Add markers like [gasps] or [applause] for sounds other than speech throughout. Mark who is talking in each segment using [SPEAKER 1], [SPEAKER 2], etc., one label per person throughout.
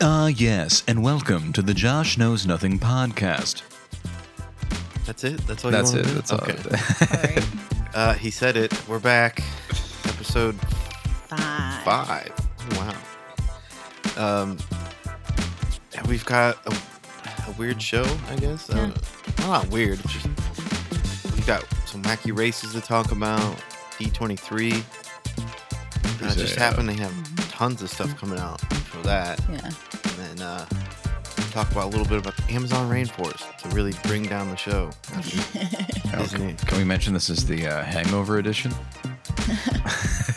[SPEAKER 1] Ah, yes, and welcome to the Josh Knows Nothing podcast.
[SPEAKER 2] That's it. That's all.
[SPEAKER 1] That's
[SPEAKER 2] Oh, you
[SPEAKER 1] it.
[SPEAKER 2] wanna do?
[SPEAKER 1] That's all.
[SPEAKER 2] okay.
[SPEAKER 1] [laughs]
[SPEAKER 2] Uh, he said it. We're back. Episode
[SPEAKER 3] Fine.
[SPEAKER 2] five. Wow. Um, and we've got a, a weird show, I guess. Uh, well, not weird. it's Just we've got some wacky races to talk about. D twenty three. I just
[SPEAKER 1] Yeah.
[SPEAKER 2] happen to have tons of stuff coming out for that,
[SPEAKER 3] Yeah.
[SPEAKER 2] and then uh, talk about a little bit about the Amazon rainforest to really bring down the show. Disney.
[SPEAKER 1] Can we mention this is the uh, Hangover edition?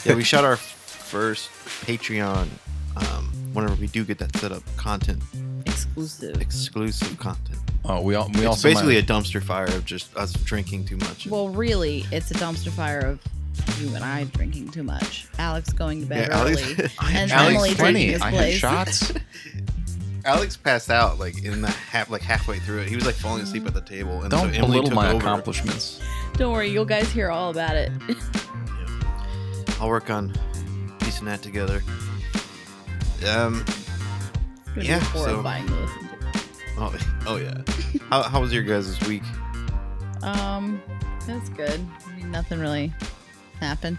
[SPEAKER 2] yeah, we shot our first Patreon. Um, whenever we do get that set up, content
[SPEAKER 3] Exclusive.
[SPEAKER 2] exclusive content.
[SPEAKER 1] Oh, we all we
[SPEAKER 2] It's
[SPEAKER 1] also
[SPEAKER 2] basically
[SPEAKER 1] might-
[SPEAKER 2] a dumpster fire of just us drinking too much. and-
[SPEAKER 3] Well, really, it's a dumpster fire of you and I drinking too much. Alex going to bed
[SPEAKER 2] Yeah,
[SPEAKER 3] early.
[SPEAKER 2] Alex- [laughs]
[SPEAKER 1] I had
[SPEAKER 3] and
[SPEAKER 1] drank
[SPEAKER 3] Emily
[SPEAKER 1] plenty.
[SPEAKER 3] taking his
[SPEAKER 1] I had
[SPEAKER 3] place.
[SPEAKER 1] shots.
[SPEAKER 2] Alex passed out like in the half, like halfway through it. He was like falling asleep at the table, and
[SPEAKER 1] Don't
[SPEAKER 2] so Emily
[SPEAKER 1] belittle
[SPEAKER 2] took
[SPEAKER 1] my
[SPEAKER 2] over.
[SPEAKER 1] accomplishments.
[SPEAKER 3] Don't worry, you guys hear all about it. [laughs]
[SPEAKER 2] I'll work on piecing that together. Um.
[SPEAKER 3] It's gonna
[SPEAKER 2] Yeah,
[SPEAKER 3] be
[SPEAKER 2] so-
[SPEAKER 3] horrifying to listen to.
[SPEAKER 2] Oh, [laughs] oh yeah. How, how was your guys' week?
[SPEAKER 3] Um, that's good. I mean, nothing really happened.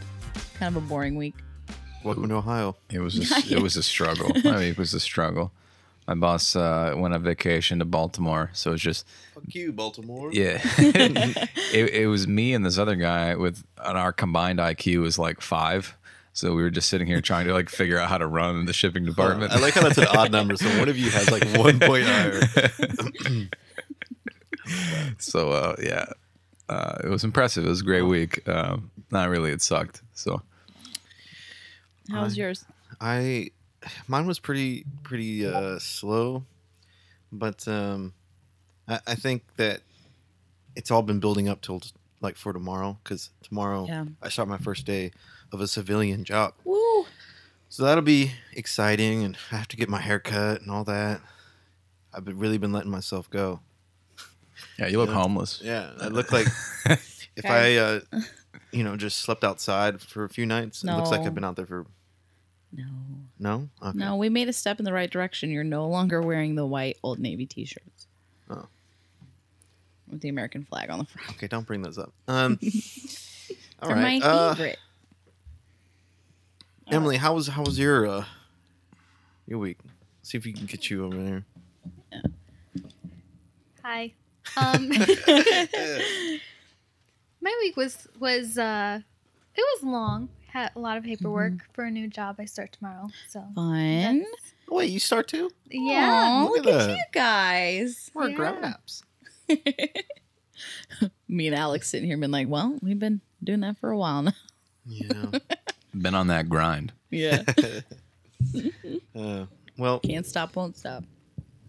[SPEAKER 3] Kind of a boring week.
[SPEAKER 2] Welcome to Ohio.
[SPEAKER 1] It was a, it was a struggle. I mean, it was a struggle. My boss uh, went on vacation to Baltimore, so it's just
[SPEAKER 2] Fuck you, Baltimore. [laughs]
[SPEAKER 1] yeah. [laughs] it, it was me and this other guy with and our combined IQ was like five. So we were just sitting here trying to like figure out how to run the shipping department.
[SPEAKER 2] I like how that's an
[SPEAKER 1] [laughs]
[SPEAKER 2] odd number. So one of you has like [laughs] one point higher.
[SPEAKER 1] so uh, yeah, uh, it was impressive. It was a great week. Um, not really, it sucked. So
[SPEAKER 3] How was yours?
[SPEAKER 2] I mine was pretty pretty uh, slow, but um, I, I think that it's all been building up till like for tomorrow because tomorrow
[SPEAKER 3] Yeah.
[SPEAKER 2] I start my first day of a civilian job,
[SPEAKER 3] Woo!
[SPEAKER 2] so that'll be exciting, and I have to get my hair cut and all that. I've been, really been letting myself go.
[SPEAKER 1] yeah, you look
[SPEAKER 2] Yeah.
[SPEAKER 1] homeless.
[SPEAKER 2] Yeah, I look like [laughs] if I, uh, you know, just slept outside for a few nights. It looks like
[SPEAKER 3] No.
[SPEAKER 2] I've been out there for
[SPEAKER 3] No.
[SPEAKER 2] no, okay.
[SPEAKER 3] No, we made a step in the right direction. You're no longer wearing the white Old Navy t shirts.
[SPEAKER 2] Oh.
[SPEAKER 3] With the American flag on the front.
[SPEAKER 2] Okay, don't bring
[SPEAKER 3] [laughs]
[SPEAKER 2] those up. Um, all
[SPEAKER 3] They're
[SPEAKER 2] right,
[SPEAKER 3] my
[SPEAKER 2] uh,
[SPEAKER 3] favorite.
[SPEAKER 2] Emily, how was how was your uh, your week? See if we can get you over there.
[SPEAKER 3] [laughs]
[SPEAKER 4] Hi. Um, my week was was uh, it was long. Had a lot of paperwork for a new job. I start tomorrow, so
[SPEAKER 3] Mm-hmm. [laughs] Fun.
[SPEAKER 4] that's-
[SPEAKER 2] Oh, wait, you start too?
[SPEAKER 4] yeah.
[SPEAKER 3] Aw,
[SPEAKER 2] look at
[SPEAKER 3] look, at,
[SPEAKER 2] that.
[SPEAKER 3] you guys.
[SPEAKER 2] We're
[SPEAKER 4] Yeah.
[SPEAKER 2] grown-ups.
[SPEAKER 3] [laughs] Me and Alex sitting here been like, well, we've been doing that for a while now.
[SPEAKER 2] Yeah.
[SPEAKER 1] Been on that grind.
[SPEAKER 3] [laughs] Yeah.
[SPEAKER 2] uh, well,
[SPEAKER 3] [laughs] Can't stop, won't stop.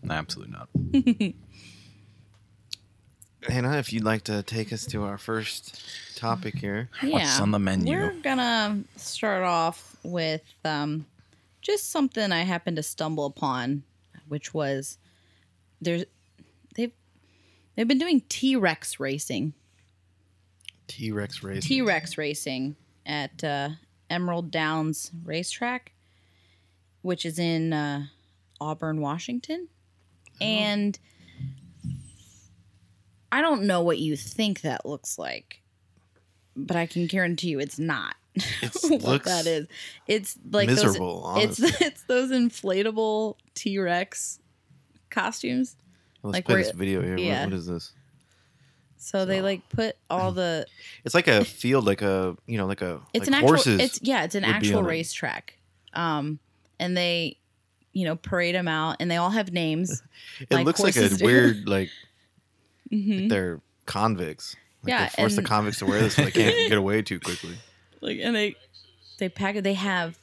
[SPEAKER 1] Absolutely not.
[SPEAKER 2] Hannah, if you'd like to take us to our first topic here.
[SPEAKER 3] Yeah.
[SPEAKER 1] What's on the menu?
[SPEAKER 3] We're gonna start off with um, just something I happened to stumble upon, which was there's they've they've been doing T Rex racing,
[SPEAKER 2] T Rex race.
[SPEAKER 3] T Rex racing at uh, Emerald Downs Racetrack, which is in uh, Auburn, Washington, and I don't know what you think that looks like, but I can guarantee you it's
[SPEAKER 2] [laughs]
[SPEAKER 3] not.
[SPEAKER 2] It
[SPEAKER 3] [laughs] what
[SPEAKER 2] looks
[SPEAKER 3] that is. It's like
[SPEAKER 2] miserable,
[SPEAKER 3] Those, it's
[SPEAKER 2] honestly.
[SPEAKER 3] [laughs] it's those inflatable T Rex costumes.
[SPEAKER 2] Let's
[SPEAKER 3] like
[SPEAKER 2] play
[SPEAKER 3] we're-
[SPEAKER 2] this video here. What-
[SPEAKER 3] yeah.
[SPEAKER 2] what is this?
[SPEAKER 3] So, they like put all the.
[SPEAKER 2] It's like a field, like a you know, like a
[SPEAKER 3] It's
[SPEAKER 2] like
[SPEAKER 3] an
[SPEAKER 2] horses.
[SPEAKER 3] actual. It's yeah. It's an
[SPEAKER 2] would be
[SPEAKER 3] actual
[SPEAKER 2] on it.
[SPEAKER 3] racetrack. Um, and they, you know, parade them out, and they all
[SPEAKER 2] [laughs]
[SPEAKER 3] have names.
[SPEAKER 2] it
[SPEAKER 3] like
[SPEAKER 2] looks like a
[SPEAKER 3] horses do.
[SPEAKER 2] weird
[SPEAKER 3] [laughs]
[SPEAKER 2] like
[SPEAKER 3] Mhm.
[SPEAKER 2] they're convicts. Like
[SPEAKER 3] Yeah,
[SPEAKER 2] they force the
[SPEAKER 3] and-
[SPEAKER 2] convicts to wear this so they can't get away too
[SPEAKER 3] [laughs]
[SPEAKER 2] quickly.
[SPEAKER 3] Like and they, they pack it. They have.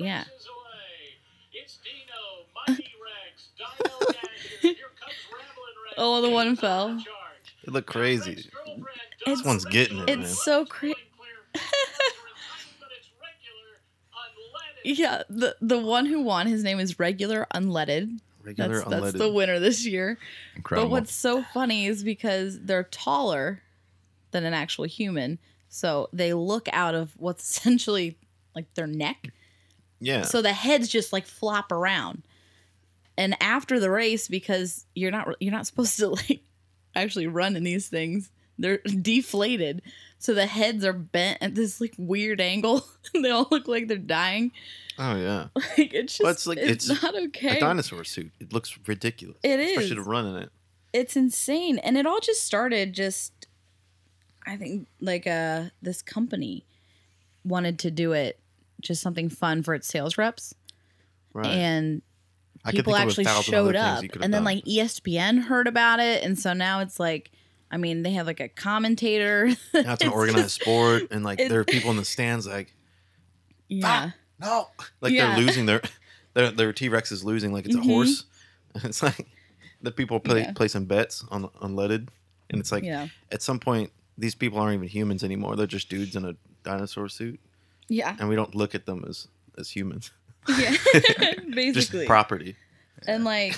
[SPEAKER 3] Yeah.
[SPEAKER 5] races away. It's Dino,
[SPEAKER 3] [laughs]
[SPEAKER 5] Mighty Rex, Dino Dasher, here comes Ramblin' Rex.
[SPEAKER 3] Oh, the one
[SPEAKER 5] He's
[SPEAKER 3] fell.
[SPEAKER 5] on the charge.
[SPEAKER 2] It looked
[SPEAKER 5] Rex
[SPEAKER 2] crazy.
[SPEAKER 5] girlfriend,
[SPEAKER 3] It's-
[SPEAKER 2] This one's getting it,
[SPEAKER 5] Dino
[SPEAKER 2] man.
[SPEAKER 3] It's so crazy. [laughs] Yeah, the the one who won, his name is Regular Unleaded.
[SPEAKER 2] Regular
[SPEAKER 3] That's that's
[SPEAKER 2] unleaded.
[SPEAKER 3] the winner this year.
[SPEAKER 1] Incredible.
[SPEAKER 3] But what's so funny is because they're taller than an actual human, so they look out of [laughs] what's essentially like their neck.
[SPEAKER 2] yeah.
[SPEAKER 3] So the heads just like flop around. and after the race because you're not you're not supposed to [laughs] like actually run in these things. They're deflated, so the heads are bent at this like weird angle. [laughs] they all look like they're dying. [laughs]
[SPEAKER 2] Oh yeah,
[SPEAKER 3] Like it's just
[SPEAKER 2] Well, it's
[SPEAKER 3] it's,
[SPEAKER 2] like- it's
[SPEAKER 3] not okay.
[SPEAKER 2] a dinosaur suit. It looks ridiculous.
[SPEAKER 3] It
[SPEAKER 2] especially
[SPEAKER 3] is.
[SPEAKER 2] to run in it.
[SPEAKER 3] it's insane and it all just started just i think like uh this company wanted to do it just something fun for its sales reps
[SPEAKER 2] Right.
[SPEAKER 3] and
[SPEAKER 2] I could
[SPEAKER 3] people
[SPEAKER 2] think of a
[SPEAKER 3] actually
[SPEAKER 2] thousand other
[SPEAKER 3] showed
[SPEAKER 2] things
[SPEAKER 3] up
[SPEAKER 2] you could've
[SPEAKER 3] and then
[SPEAKER 2] done.
[SPEAKER 3] like E espn heard about it and so now it's like i mean they have like a commentator [laughs]
[SPEAKER 2] now it's an
[SPEAKER 3] It's
[SPEAKER 2] organized
[SPEAKER 3] just-
[SPEAKER 2] sport, and like
[SPEAKER 3] it-
[SPEAKER 2] there are people in the stands like
[SPEAKER 3] yeah
[SPEAKER 2] no, like
[SPEAKER 3] Yeah.
[SPEAKER 2] they're losing their their their T Rex is losing like it's
[SPEAKER 3] Mhm.
[SPEAKER 2] a horse. [laughs] It's like the people play,
[SPEAKER 3] Yeah.
[SPEAKER 2] placing bets on unleaded, and it's like
[SPEAKER 3] yeah
[SPEAKER 2] at some point these people aren't even humans anymore. They're just dudes in a dinosaur suit, [laughs]
[SPEAKER 3] yeah
[SPEAKER 2] and we don't look at them as as humans, [laughs]
[SPEAKER 3] [laughs] yeah basically
[SPEAKER 2] just property. [laughs]
[SPEAKER 3] and like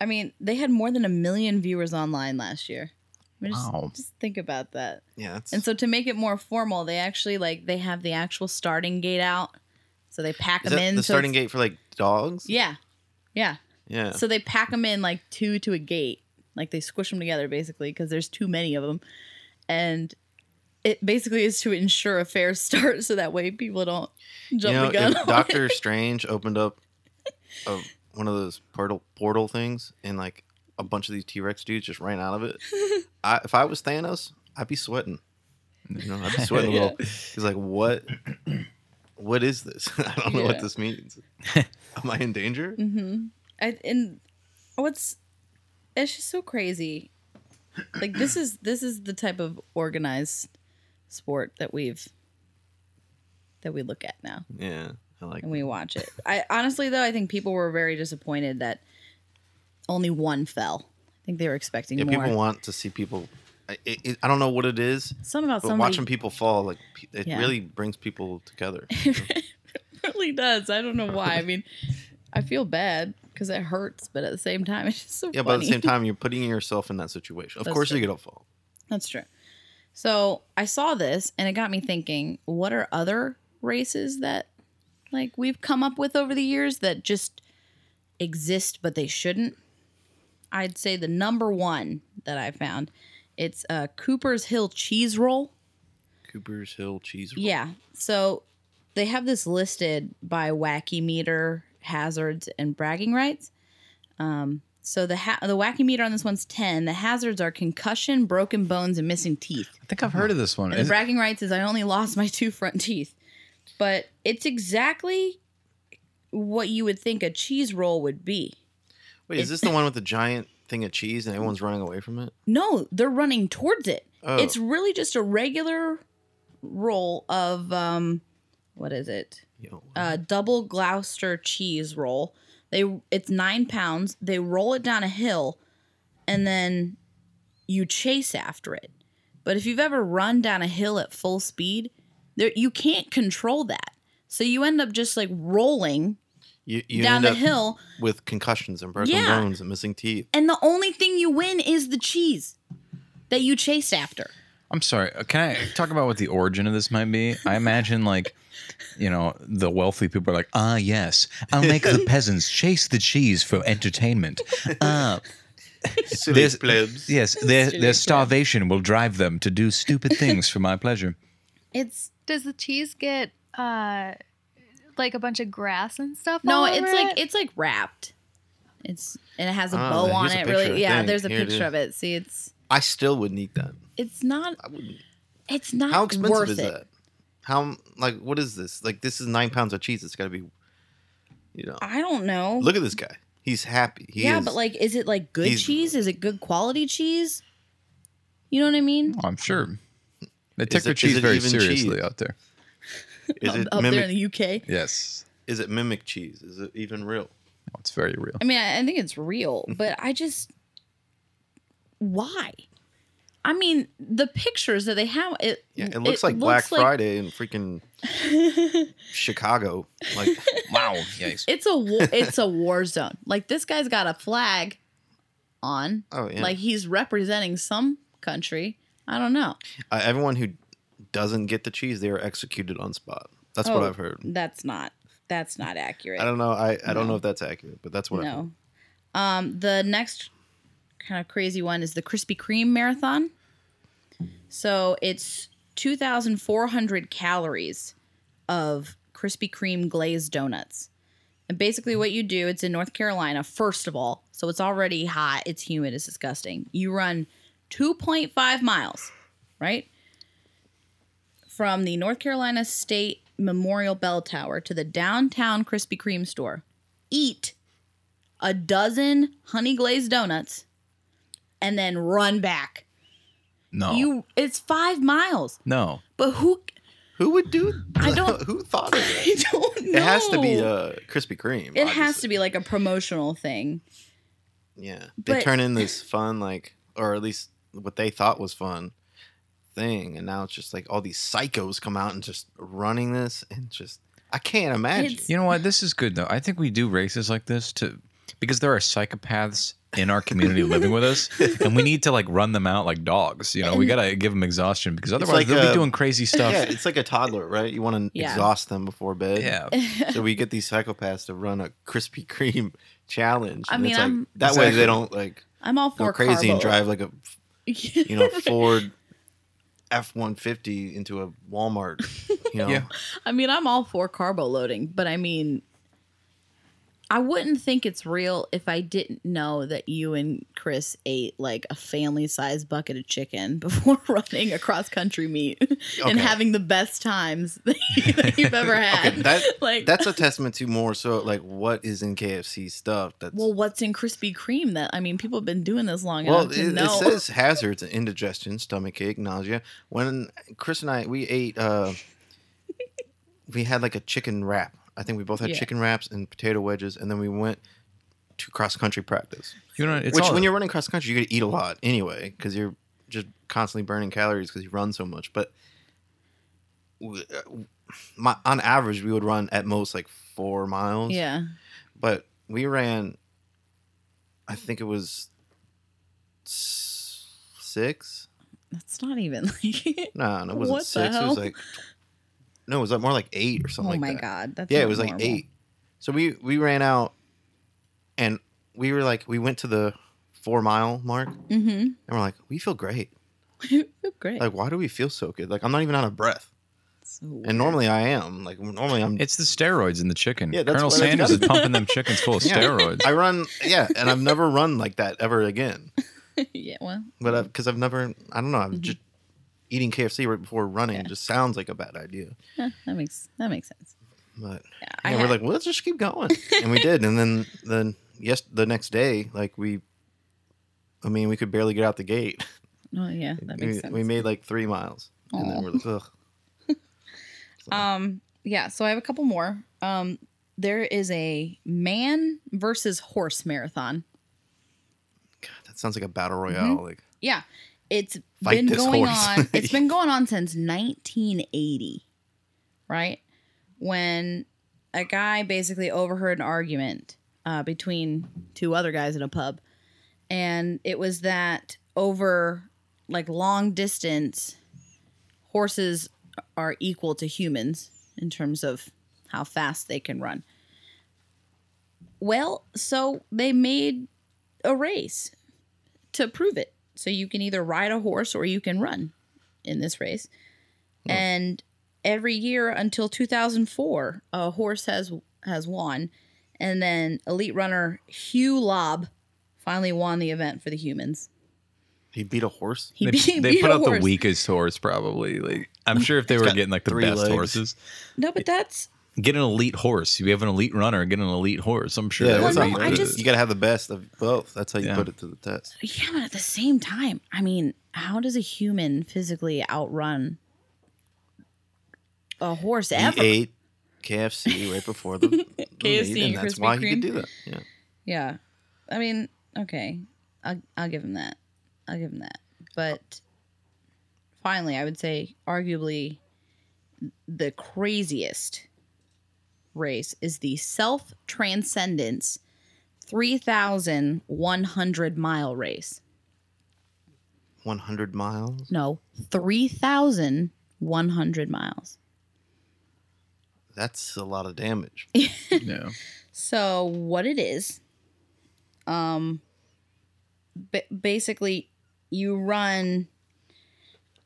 [SPEAKER 3] i mean they had more than a million viewers online last year I mean, just,
[SPEAKER 1] Wow.
[SPEAKER 3] just think about that
[SPEAKER 2] Yeah, that's,
[SPEAKER 3] And so to make it more formal, they actually like they have the actual starting gate out. So they pack
[SPEAKER 2] is
[SPEAKER 3] them
[SPEAKER 2] that
[SPEAKER 3] in.
[SPEAKER 2] the
[SPEAKER 3] so
[SPEAKER 2] starting
[SPEAKER 3] it's-
[SPEAKER 2] gate for like dogs.
[SPEAKER 3] Yeah, yeah.
[SPEAKER 2] yeah.
[SPEAKER 3] So they pack them in like two to a gate, like they squish them together basically because there's too many of them, and it basically is to ensure a fair [laughs] start so that way people don't jump the
[SPEAKER 2] you know,
[SPEAKER 3] gun.
[SPEAKER 2] if
[SPEAKER 3] on it.
[SPEAKER 2] Doctor Strange opened up a, one of those portal portal things, and like a bunch of these T Rex dudes just ran out of it.
[SPEAKER 3] [laughs]
[SPEAKER 2] I, if I was Thanos, I'd be sweating. You know, I'd be sweating a
[SPEAKER 3] [laughs] Yeah.
[SPEAKER 2] little. He's like, "What? What is this? [laughs] I don't know what
[SPEAKER 3] Yeah.
[SPEAKER 2] this
[SPEAKER 3] [laughs]
[SPEAKER 2] means. Am I in danger?"
[SPEAKER 3] Mm-hmm. [laughs] I, and what's it's just so crazy. Like this is this is the type of organized sport that we've that we look at now
[SPEAKER 2] Yeah, I like.
[SPEAKER 3] and we watch it. I honestly though I think people were very disappointed that only one fell. I think they were expecting
[SPEAKER 2] Yeah,
[SPEAKER 3] more.
[SPEAKER 2] people want to see people. I, it, it- I don't know what it is,
[SPEAKER 3] Something about
[SPEAKER 2] but
[SPEAKER 3] somebody [laughs]
[SPEAKER 2] watching people fall, like pe- it
[SPEAKER 3] Yeah.
[SPEAKER 2] really brings people together.
[SPEAKER 3] really does. I don't know why. I mean, I feel bad because it hurts, but at the same time, [laughs] it's just so
[SPEAKER 2] yeah,
[SPEAKER 3] funny.
[SPEAKER 2] but at the same time, you're putting yourself in that situation. Of
[SPEAKER 3] That's
[SPEAKER 2] course,
[SPEAKER 3] true.
[SPEAKER 2] you're gonna fall.
[SPEAKER 3] That's true. So I saw this and it got me thinking, what are other races that like we've come up with over the years that just exist but they shouldn't? I'd say the number one that I found, it's uh, Cooper's Hill cheese roll.
[SPEAKER 2] Cooper's Hill cheese. Roll.
[SPEAKER 3] Yeah. So they have this listed by wacky meter hazards and bragging rights. Um, so the ha- the wacky meter on this one's ten. The hazards are concussion, broken bones, and missing teeth.
[SPEAKER 1] I think I've heard of this one.
[SPEAKER 3] And the
[SPEAKER 1] Is-
[SPEAKER 3] bragging rights is I only lost my two front teeth. But it's exactly what you would think a cheese roll would be.
[SPEAKER 2] Wait, is this
[SPEAKER 3] [laughs]
[SPEAKER 2] the one with the giant thing of cheese and everyone's running away from it?
[SPEAKER 3] No, they're running towards it.
[SPEAKER 2] Oh,
[SPEAKER 3] It's really just a regular roll of um what is it?
[SPEAKER 2] you know,
[SPEAKER 3] Uh double Gloucester cheese roll. They it's 9 pounds. They roll it down a hill and then you chase after it. But if you've ever run down a hill at full speed, there you can't control that. So you end up just like rolling
[SPEAKER 2] you, you
[SPEAKER 3] down
[SPEAKER 2] end
[SPEAKER 3] the
[SPEAKER 2] up
[SPEAKER 3] hill,
[SPEAKER 2] with concussions and broken
[SPEAKER 3] Yeah.
[SPEAKER 2] bones and missing teeth.
[SPEAKER 3] and the only thing you win is the cheese that you chased after.
[SPEAKER 1] I'm sorry. uh, Can I talk about what the origin of this might be? I imagine like, you know, the wealthy people are like, ah, yes, I'll make the peasants chase the cheese for entertainment. Ah,
[SPEAKER 2] Silly
[SPEAKER 1] This-
[SPEAKER 2] plebs.
[SPEAKER 1] yes, their
[SPEAKER 3] Silly
[SPEAKER 1] their starvation will drive them to do stupid things for my pleasure.
[SPEAKER 3] It's
[SPEAKER 4] Does the cheese get uh like a bunch of grass and stuff?
[SPEAKER 3] no,
[SPEAKER 4] all
[SPEAKER 3] it's
[SPEAKER 4] over
[SPEAKER 3] like
[SPEAKER 4] it?
[SPEAKER 3] it's like wrapped. It's and it has a
[SPEAKER 2] Ah,
[SPEAKER 3] bow on
[SPEAKER 2] here's a
[SPEAKER 3] it.
[SPEAKER 2] picture, I
[SPEAKER 3] Really, yeah.
[SPEAKER 2] think.
[SPEAKER 3] There's a
[SPEAKER 2] Here it
[SPEAKER 3] picture
[SPEAKER 2] is.
[SPEAKER 3] of it. See, it's
[SPEAKER 2] I still wouldn't eat that.
[SPEAKER 3] it's not
[SPEAKER 2] I wouldn't.
[SPEAKER 3] it's not
[SPEAKER 2] How expensive
[SPEAKER 3] Mm, worth
[SPEAKER 2] is
[SPEAKER 3] it.
[SPEAKER 2] that? How like what is this? Like this is nine pounds of cheese. It's got to be, you know.
[SPEAKER 3] I don't know.
[SPEAKER 2] Look at this guy. He's happy. He
[SPEAKER 3] yeah,
[SPEAKER 2] is-
[SPEAKER 3] but like, is it like good
[SPEAKER 2] he's-
[SPEAKER 3] cheese? Is it good quality cheese? You know what I mean?
[SPEAKER 1] I'm sure they take
[SPEAKER 2] it-
[SPEAKER 1] their
[SPEAKER 2] is
[SPEAKER 1] cheese
[SPEAKER 2] it
[SPEAKER 1] very
[SPEAKER 2] even
[SPEAKER 1] seriously
[SPEAKER 2] cheese?
[SPEAKER 1] out there.
[SPEAKER 2] is
[SPEAKER 3] Up-
[SPEAKER 2] it
[SPEAKER 3] up there
[SPEAKER 2] mimic?
[SPEAKER 3] in the UK.
[SPEAKER 1] Yes,
[SPEAKER 2] is it mimic cheese? Is it even real?
[SPEAKER 1] no, it's very real.
[SPEAKER 3] I mean, I, I think
[SPEAKER 2] [laughs]
[SPEAKER 3] it's real, but I just why? I mean, the pictures that they have it
[SPEAKER 2] Yeah, it looks like Black Friday in
[SPEAKER 3] [laughs]
[SPEAKER 2] freaking Chicago. Like
[SPEAKER 1] Wow, yikes!
[SPEAKER 3] It's
[SPEAKER 2] [laughs]
[SPEAKER 3] a wa- it's a war zone. Like this guy's got a flag on.
[SPEAKER 2] oh yeah.
[SPEAKER 3] Like he's representing some country. I don't know.
[SPEAKER 2] Uh, everyone who doesn't get the cheese, they are executed on spot. That's what
[SPEAKER 3] Oh,
[SPEAKER 2] I've heard.
[SPEAKER 3] That's not that's not accurate.
[SPEAKER 2] I don't know. I, I don't
[SPEAKER 3] No.
[SPEAKER 2] know if that's accurate, but that's what. I've heard.
[SPEAKER 3] no. Um, the next kind of crazy one is the Krispy Kreme marathon. So it's 2,400 calories of Krispy Kreme glazed donuts. And basically, what you do, it's in North Carolina, first of all. So it's already hot, it's humid, it's disgusting. You run 2.5 miles, right? From the North Carolina State Memorial Bell Tower to the downtown Krispy Kreme store. Eat a dozen honey glazed donuts and then run
[SPEAKER 2] Oh.
[SPEAKER 3] back.
[SPEAKER 1] No.
[SPEAKER 3] You it's 5 miles.
[SPEAKER 1] no.
[SPEAKER 3] But who [laughs]
[SPEAKER 2] Who would do?
[SPEAKER 3] I don't-
[SPEAKER 2] who [laughs] thought of
[SPEAKER 3] [laughs]
[SPEAKER 2] it?
[SPEAKER 3] I don't know.
[SPEAKER 2] It has to be uh, Krispy Kreme.
[SPEAKER 3] It has to be like a promotional thing. [laughs]
[SPEAKER 2] Yeah, they
[SPEAKER 3] but-
[SPEAKER 2] turn in this fun, like, or at least what they thought was fun thing, and now it's just like all these psychos come out and just running this, and just I can't imagine.
[SPEAKER 3] It's-
[SPEAKER 1] You know what? This is good though. I think we do races like this to because there are psychopaths in our community living with us, and we need to like run them out like dogs. You know, we gotta give them exhaustion because otherwise
[SPEAKER 2] like,
[SPEAKER 1] they'll
[SPEAKER 2] uh,
[SPEAKER 1] be doing crazy stuff.
[SPEAKER 2] Yeah, it's like a toddler, right? You want to
[SPEAKER 3] Yeah.
[SPEAKER 2] exhaust them before bed.
[SPEAKER 1] Yeah.
[SPEAKER 2] So we get these psychopaths to run a Krispy Kreme [laughs] challenge.
[SPEAKER 3] I
[SPEAKER 2] and
[SPEAKER 3] mean,
[SPEAKER 2] it's like,
[SPEAKER 3] I'm-
[SPEAKER 2] that way
[SPEAKER 1] Exactly.
[SPEAKER 2] they don't like
[SPEAKER 3] I'm all
[SPEAKER 2] go
[SPEAKER 3] for
[SPEAKER 2] crazy and
[SPEAKER 3] carbo.
[SPEAKER 2] drive like a you know Ford F one fifty into a Walmart.
[SPEAKER 1] [laughs]
[SPEAKER 2] You know,
[SPEAKER 1] Yeah.
[SPEAKER 3] [laughs] [laughs] I mean, I'm all for carbo loading, but I mean, I wouldn't think it's real if I didn't know that you and Chris ate like a family sized bucket of chicken [laughs] before running a cross country meet
[SPEAKER 2] Okay.
[SPEAKER 3] [laughs] and having the best times [laughs] that you've ever
[SPEAKER 2] [laughs]
[SPEAKER 3] had.
[SPEAKER 2] Okay, that
[SPEAKER 3] [laughs] like,
[SPEAKER 2] that's a testament to more so like what is in KFC stuff. That's
[SPEAKER 3] well, what's in Krispy Kreme that I mean, people have been doing this long
[SPEAKER 2] Well,
[SPEAKER 3] enough to
[SPEAKER 2] it, it
[SPEAKER 3] know. [laughs]
[SPEAKER 2] says hazards: indigestion, stomach ache, nausea. When Chris and I we ate, uh, we had like a chicken wrap. I think we both had
[SPEAKER 3] Yeah.
[SPEAKER 2] chicken wraps and potato wedges, and then we went to cross country practice.
[SPEAKER 1] You know, it's
[SPEAKER 2] Which,
[SPEAKER 1] all,
[SPEAKER 2] when you're running cross country, you got to eat a lot anyway because you're just constantly burning calories because you run so much. But w- uh, w- my, on average, we would run at most like four miles
[SPEAKER 3] yeah,
[SPEAKER 2] but we ran i think it was s- six
[SPEAKER 3] that's not even [laughs] like.
[SPEAKER 2] no no it wasn't
[SPEAKER 3] What the
[SPEAKER 2] six it
[SPEAKER 3] hell?
[SPEAKER 2] was like no it was like more like eight or something
[SPEAKER 3] oh
[SPEAKER 2] like
[SPEAKER 3] my
[SPEAKER 2] that.
[SPEAKER 3] god, that's
[SPEAKER 2] yeah it
[SPEAKER 3] not
[SPEAKER 2] was like
[SPEAKER 3] normal.
[SPEAKER 2] eight so we we ran out and we were like we went to the four mile mark and
[SPEAKER 3] Mm-hmm. [laughs]
[SPEAKER 2] we're like we feel great
[SPEAKER 3] Great.
[SPEAKER 2] like why do we feel so good like i'm not even out of breath
[SPEAKER 3] So weird.
[SPEAKER 2] and normally i am like normally i'm
[SPEAKER 1] it's the steroids in the chicken.
[SPEAKER 2] Yeah, that's
[SPEAKER 1] Colonel
[SPEAKER 2] what I
[SPEAKER 1] Sanders is
[SPEAKER 2] got.
[SPEAKER 1] pumping them chickens full of
[SPEAKER 2] [laughs] Yeah.
[SPEAKER 1] steroids.
[SPEAKER 2] i run yeah and i've never run like that ever again
[SPEAKER 3] [laughs] yeah, well,
[SPEAKER 2] but because I've never, I don't know,
[SPEAKER 3] Mm-hmm.
[SPEAKER 2] I'm just eating KFC right before running just sounds like a bad idea.
[SPEAKER 3] yeah, that makes that makes sense.
[SPEAKER 2] But
[SPEAKER 3] Yeah,
[SPEAKER 2] yeah, we're like, well, let's just keep
[SPEAKER 3] [laughs]
[SPEAKER 2] going, and we did. And then then yes, the next day, like we, I mean, we could barely get out the gate.
[SPEAKER 3] oh yeah, that makes
[SPEAKER 2] we,
[SPEAKER 3] sense.
[SPEAKER 2] we made like three miles, and
[SPEAKER 3] Aw.
[SPEAKER 2] then we're like, ugh.
[SPEAKER 3] um, yeah. So I have a couple more. Um, there is a man versus horse marathon.
[SPEAKER 2] God, that sounds like a battle
[SPEAKER 3] Mm-hmm.
[SPEAKER 2] royale. Like
[SPEAKER 3] Yeah, it's
[SPEAKER 2] Fight
[SPEAKER 3] been
[SPEAKER 2] this
[SPEAKER 3] going
[SPEAKER 2] horse.
[SPEAKER 3] on. It's
[SPEAKER 2] [laughs]
[SPEAKER 3] been going on since 1980, right? When a guy basically overheard an argument uh, between two other guys in a pub, and it was that over like long distance, horses are equal to humans in terms of how fast they can run. Well, so they made a race to prove it. So you can either ride a horse or you can run in this race. And every year until 2004, a horse has has won, and then elite runner Hugh Lobb finally won the event for the humans.
[SPEAKER 2] he beat a horse.
[SPEAKER 3] He
[SPEAKER 1] they
[SPEAKER 3] beat,
[SPEAKER 1] they
[SPEAKER 3] beat
[SPEAKER 1] put
[SPEAKER 3] a
[SPEAKER 1] out
[SPEAKER 3] horse.
[SPEAKER 1] the weakest horse, probably. Like, I'm sure if they were
[SPEAKER 2] got
[SPEAKER 1] getting like the
[SPEAKER 2] three
[SPEAKER 1] best
[SPEAKER 2] legs.
[SPEAKER 1] horses,
[SPEAKER 3] No, but that's
[SPEAKER 1] get an elite horse. If you have an elite runner, get an elite horse. I'm sure.
[SPEAKER 2] Yeah,
[SPEAKER 1] that
[SPEAKER 3] Well,
[SPEAKER 2] that's
[SPEAKER 1] would
[SPEAKER 2] how
[SPEAKER 3] no,
[SPEAKER 1] beat
[SPEAKER 2] you
[SPEAKER 3] I
[SPEAKER 2] do
[SPEAKER 1] the-
[SPEAKER 2] it.
[SPEAKER 3] just-
[SPEAKER 2] you gotta have the best of both. That's how you
[SPEAKER 1] Yeah.
[SPEAKER 2] put it to the test.
[SPEAKER 3] yeah, but at the same time, I mean, how does a human physically outrun a horse
[SPEAKER 2] He
[SPEAKER 3] ever?
[SPEAKER 2] ate KFC right before
[SPEAKER 3] [laughs]
[SPEAKER 2] the, the
[SPEAKER 3] KFC
[SPEAKER 2] meet, and
[SPEAKER 3] and
[SPEAKER 2] that's
[SPEAKER 3] Krispy
[SPEAKER 2] why he
[SPEAKER 3] Kreme.
[SPEAKER 2] could do that. Yeah.
[SPEAKER 3] Yeah. I mean, okay. I'll, I'll give him that. I'll give him that. But finally, I would say arguably the craziest race is the self transcendence 3,100 mile race.
[SPEAKER 2] 100 miles.
[SPEAKER 3] No, 3,100 miles.
[SPEAKER 2] That's a lot of damage.
[SPEAKER 1] Yeah.
[SPEAKER 3] So what it is? um ba- basically you run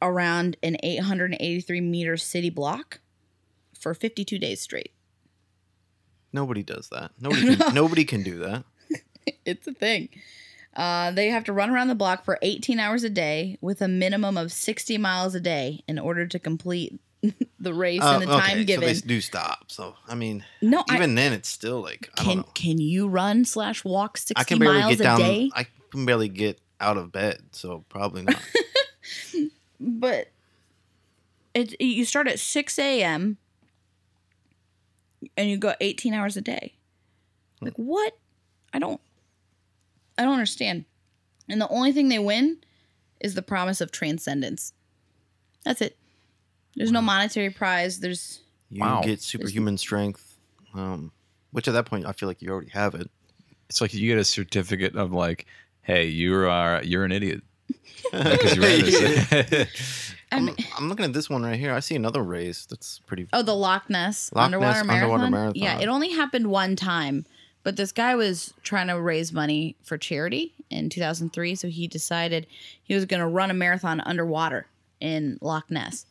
[SPEAKER 3] around an 883 meter city block for 52 days straight. [laughs]
[SPEAKER 2] Nobody does that. Nobody can, nobody can do that.
[SPEAKER 3] it's a thing. Uh, they have to run around the block for 18 hours a day with a minimum of 60 miles a day in order to complete [laughs] the race
[SPEAKER 2] Uh,
[SPEAKER 3] and the time
[SPEAKER 2] okay,
[SPEAKER 3] given.
[SPEAKER 2] So they do stop. So I mean,
[SPEAKER 3] no, I,
[SPEAKER 2] even then, it's still like I don't
[SPEAKER 3] can
[SPEAKER 2] know.
[SPEAKER 3] can you run slash walk 60
[SPEAKER 2] I can barely
[SPEAKER 3] miles
[SPEAKER 2] get
[SPEAKER 3] a
[SPEAKER 2] down.
[SPEAKER 3] day?
[SPEAKER 2] I can barely get out of bed. So probably
[SPEAKER 3] [laughs]
[SPEAKER 2] not.
[SPEAKER 3] but it you start at 6 a.m. and you go 18 hours a day. Like what? I don't I don't understand. And the only thing they win is the promise of transcendence. That's it. There's no monetary prize. There's
[SPEAKER 2] You
[SPEAKER 1] Wow.
[SPEAKER 2] get superhuman strength, um, which at that point I feel like you already have it.
[SPEAKER 1] It's like you get a certificate of like, hey, you are you're an [laughs] idiot. Because you read this.
[SPEAKER 2] I'm,
[SPEAKER 3] I'm-
[SPEAKER 2] I'm looking at this one right here. I see another race that's pretty.
[SPEAKER 3] Oh, the Loch Ness,
[SPEAKER 2] Loch
[SPEAKER 3] underwater,
[SPEAKER 2] Ness
[SPEAKER 3] marathon?
[SPEAKER 2] Underwater Marathon.
[SPEAKER 3] Yeah, it only happened one time, but this guy was trying to raise money for charity in 2003, so he decided he was going to run a marathon underwater in Loch Ness.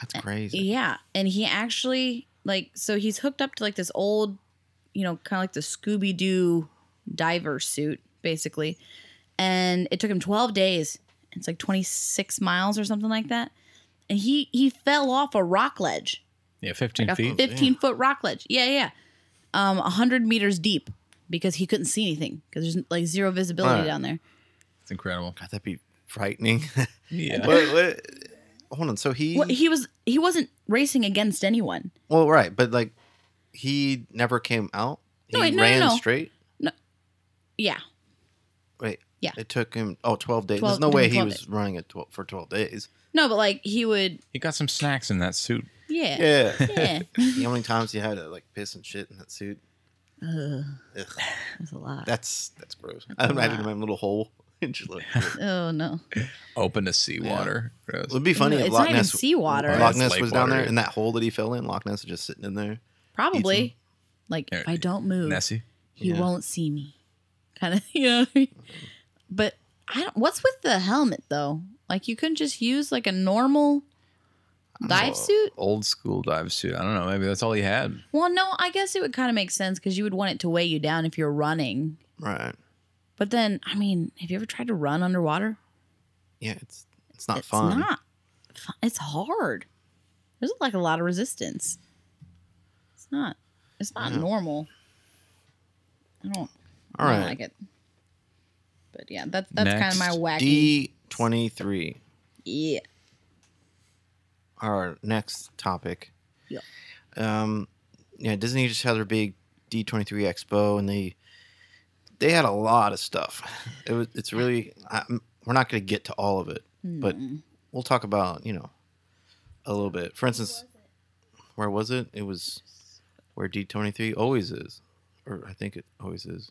[SPEAKER 2] That's
[SPEAKER 3] uh,
[SPEAKER 2] crazy.
[SPEAKER 3] Yeah, and he actually like so he's hooked up to like this old, you know, kind of like the Scooby Doo diver suit basically, and it took him 12 days. It's like 26 miles or something like that, and he he fell off a rock ledge
[SPEAKER 1] [laughs] yeah, 15
[SPEAKER 3] a
[SPEAKER 1] feet.
[SPEAKER 3] 15 foot rock ledge. Yeah, yeah. Um, 100 meters deep because he couldn't see anything because there's like zero visibility
[SPEAKER 2] Alright.
[SPEAKER 3] down there.
[SPEAKER 1] It's incredible.
[SPEAKER 2] God, that'd be
[SPEAKER 3] [laughs]
[SPEAKER 2] frightening. [laughs]
[SPEAKER 1] Yeah.
[SPEAKER 2] What- what- hold on. So he,
[SPEAKER 3] What, he was he wasn't racing against anyone.
[SPEAKER 2] well, right, but like he never came out. He
[SPEAKER 3] No, wait, no, no,
[SPEAKER 2] ran
[SPEAKER 3] no.
[SPEAKER 2] straight.
[SPEAKER 3] Yeah,
[SPEAKER 2] Wait.
[SPEAKER 3] Yeah.
[SPEAKER 2] It took him oh 12 days.
[SPEAKER 3] 12
[SPEAKER 2] There's no way he
[SPEAKER 3] 12
[SPEAKER 2] was
[SPEAKER 3] days.
[SPEAKER 2] running it 12, for 12 days.
[SPEAKER 3] no, but like he would.
[SPEAKER 1] He got some snacks in that suit.
[SPEAKER 3] Yeah,
[SPEAKER 2] Yeah. [laughs]
[SPEAKER 3] [laughs] yeah.
[SPEAKER 2] the only times he had to like piss and shit in that suit.
[SPEAKER 3] Ugh,
[SPEAKER 2] Ugh,
[SPEAKER 3] that's a lot.
[SPEAKER 2] that's that's gross. I'm hiding in my little hole. [laughs] It
[SPEAKER 1] [laughs]
[SPEAKER 2] just looked- it
[SPEAKER 3] oh no.
[SPEAKER 1] Open to seawater. Gross.
[SPEAKER 2] would be funny
[SPEAKER 3] No,
[SPEAKER 2] if
[SPEAKER 3] it's
[SPEAKER 2] Loch
[SPEAKER 3] not even
[SPEAKER 2] Ness
[SPEAKER 3] seawater.
[SPEAKER 1] Yeah,
[SPEAKER 2] Loch
[SPEAKER 1] it's
[SPEAKER 2] Ness
[SPEAKER 1] lake
[SPEAKER 2] was down there
[SPEAKER 1] water.
[SPEAKER 2] in that hole that he fell in. Loch Ness is just sitting in there.
[SPEAKER 3] Probably. Like
[SPEAKER 1] There-
[SPEAKER 3] if I don't move,
[SPEAKER 1] Nessie.
[SPEAKER 3] he
[SPEAKER 2] Yeah.
[SPEAKER 3] won't see me. Kind of. [laughs] You know. What I mean? But I don't. What's with the helmet though? Like you couldn't just use like a normal dive
[SPEAKER 2] know.
[SPEAKER 3] suit.
[SPEAKER 1] Old school dive suit. I don't know. Maybe that's all he had.
[SPEAKER 3] Well, no, I guess it would kind of make sense because you would want it to weigh you down if you're running.
[SPEAKER 2] Right.
[SPEAKER 3] But then, I mean, have you ever tried to run underwater?
[SPEAKER 2] Yeah, it's it's not
[SPEAKER 3] it's
[SPEAKER 2] fun.
[SPEAKER 3] not. fu- It's hard. There's like a lot of resistance. It's not. It's not
[SPEAKER 2] Yeah.
[SPEAKER 3] normal. I don't.
[SPEAKER 2] All
[SPEAKER 3] I don't
[SPEAKER 2] right.
[SPEAKER 3] like it. But yeah, that's that's kind
[SPEAKER 1] Next,
[SPEAKER 3] of my wacky.
[SPEAKER 2] D twenty three.
[SPEAKER 3] yeah.
[SPEAKER 2] Our next topic.
[SPEAKER 3] Yep.
[SPEAKER 2] Um yeah, Disney just had their big D twenty three expo and they they had a lot of stuff. It was it's really I, we're not gonna get to all of it, but [laughs]
[SPEAKER 3] [laughs] Mm.
[SPEAKER 2] we'll talk about, you know, a little bit. For instance, where was it? It was where D twenty three always is. Or I think it always is.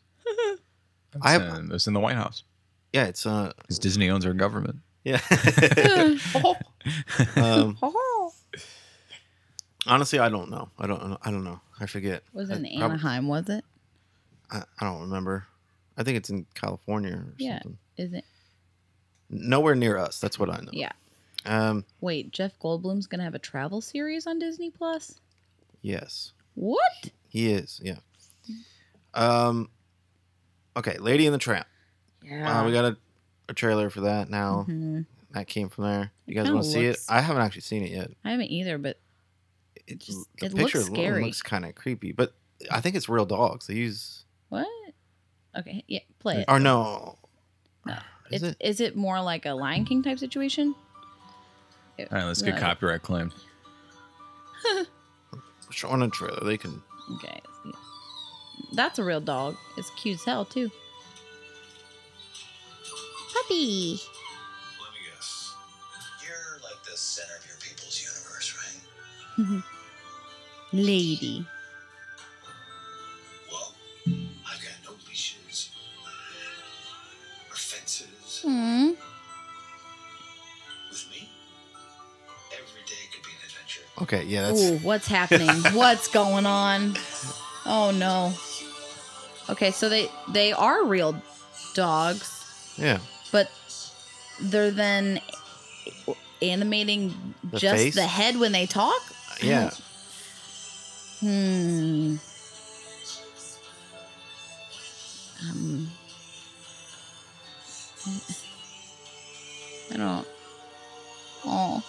[SPEAKER 2] I have-
[SPEAKER 1] It's in- it's in the White House.
[SPEAKER 2] Yeah, it's uh
[SPEAKER 1] Because Disney owns our government.
[SPEAKER 2] yeah. [laughs]
[SPEAKER 3] oh,
[SPEAKER 2] um
[SPEAKER 3] oh.
[SPEAKER 2] Honestly, I don't know. I don't. I don't know. I forget.
[SPEAKER 3] was it in
[SPEAKER 2] I, prob-
[SPEAKER 3] Anaheim? Was it?
[SPEAKER 2] I, I don't remember. I think it's in California or
[SPEAKER 3] Yeah.
[SPEAKER 2] something.
[SPEAKER 3] Is it?
[SPEAKER 2] Nowhere near us. That's what I know.
[SPEAKER 3] Yeah.
[SPEAKER 2] Um.
[SPEAKER 3] Wait, Jeff Goldblum's gonna have a travel series on Disney Plus.
[SPEAKER 2] Yes,
[SPEAKER 3] What?
[SPEAKER 2] he is. Yeah. Um. Okay, Lady in the Tramp.
[SPEAKER 3] Yeah.
[SPEAKER 2] Uh, we got a, a trailer for that now.
[SPEAKER 3] Mhm.
[SPEAKER 2] That came from there. You guys
[SPEAKER 3] kinda
[SPEAKER 2] want to see it?
[SPEAKER 3] looks-
[SPEAKER 2] I haven't actually seen it yet.
[SPEAKER 3] I haven't either, but
[SPEAKER 2] It
[SPEAKER 3] Just-
[SPEAKER 2] the
[SPEAKER 3] it looks
[SPEAKER 2] picture lo-
[SPEAKER 3] scary.
[SPEAKER 2] looks kind of creepy, but I think it's real dogs. They use.
[SPEAKER 3] what? Okay, yeah, play it.
[SPEAKER 2] Or no.
[SPEAKER 3] No.
[SPEAKER 2] Is
[SPEAKER 3] Is
[SPEAKER 2] it?
[SPEAKER 3] is it more like a Lion King type situation?
[SPEAKER 1] All right, let's get
[SPEAKER 3] No.
[SPEAKER 1] copyright [laughs] claimed.
[SPEAKER 2] Showing a trailer. They can.
[SPEAKER 3] Okay. yeah. That's a real dog. It's cute as hell too. Puppy.
[SPEAKER 6] Let me guess. You're like the center of your people's universe, right?
[SPEAKER 3] Lady.
[SPEAKER 6] Well, I've got no leashes or fences.
[SPEAKER 3] Aww.
[SPEAKER 6] With me, every day could be an adventure.
[SPEAKER 2] Okay. [laughs] Yeah. That's.
[SPEAKER 3] Ooh, what's happening? what's going on? Oh no. Okay, so they they are real dogs.
[SPEAKER 2] Yeah.
[SPEAKER 3] but they're then animating
[SPEAKER 2] The
[SPEAKER 3] just
[SPEAKER 2] face?
[SPEAKER 3] the head when they talk.
[SPEAKER 2] Yeah.
[SPEAKER 3] Hmm. Um, I don't. Oh,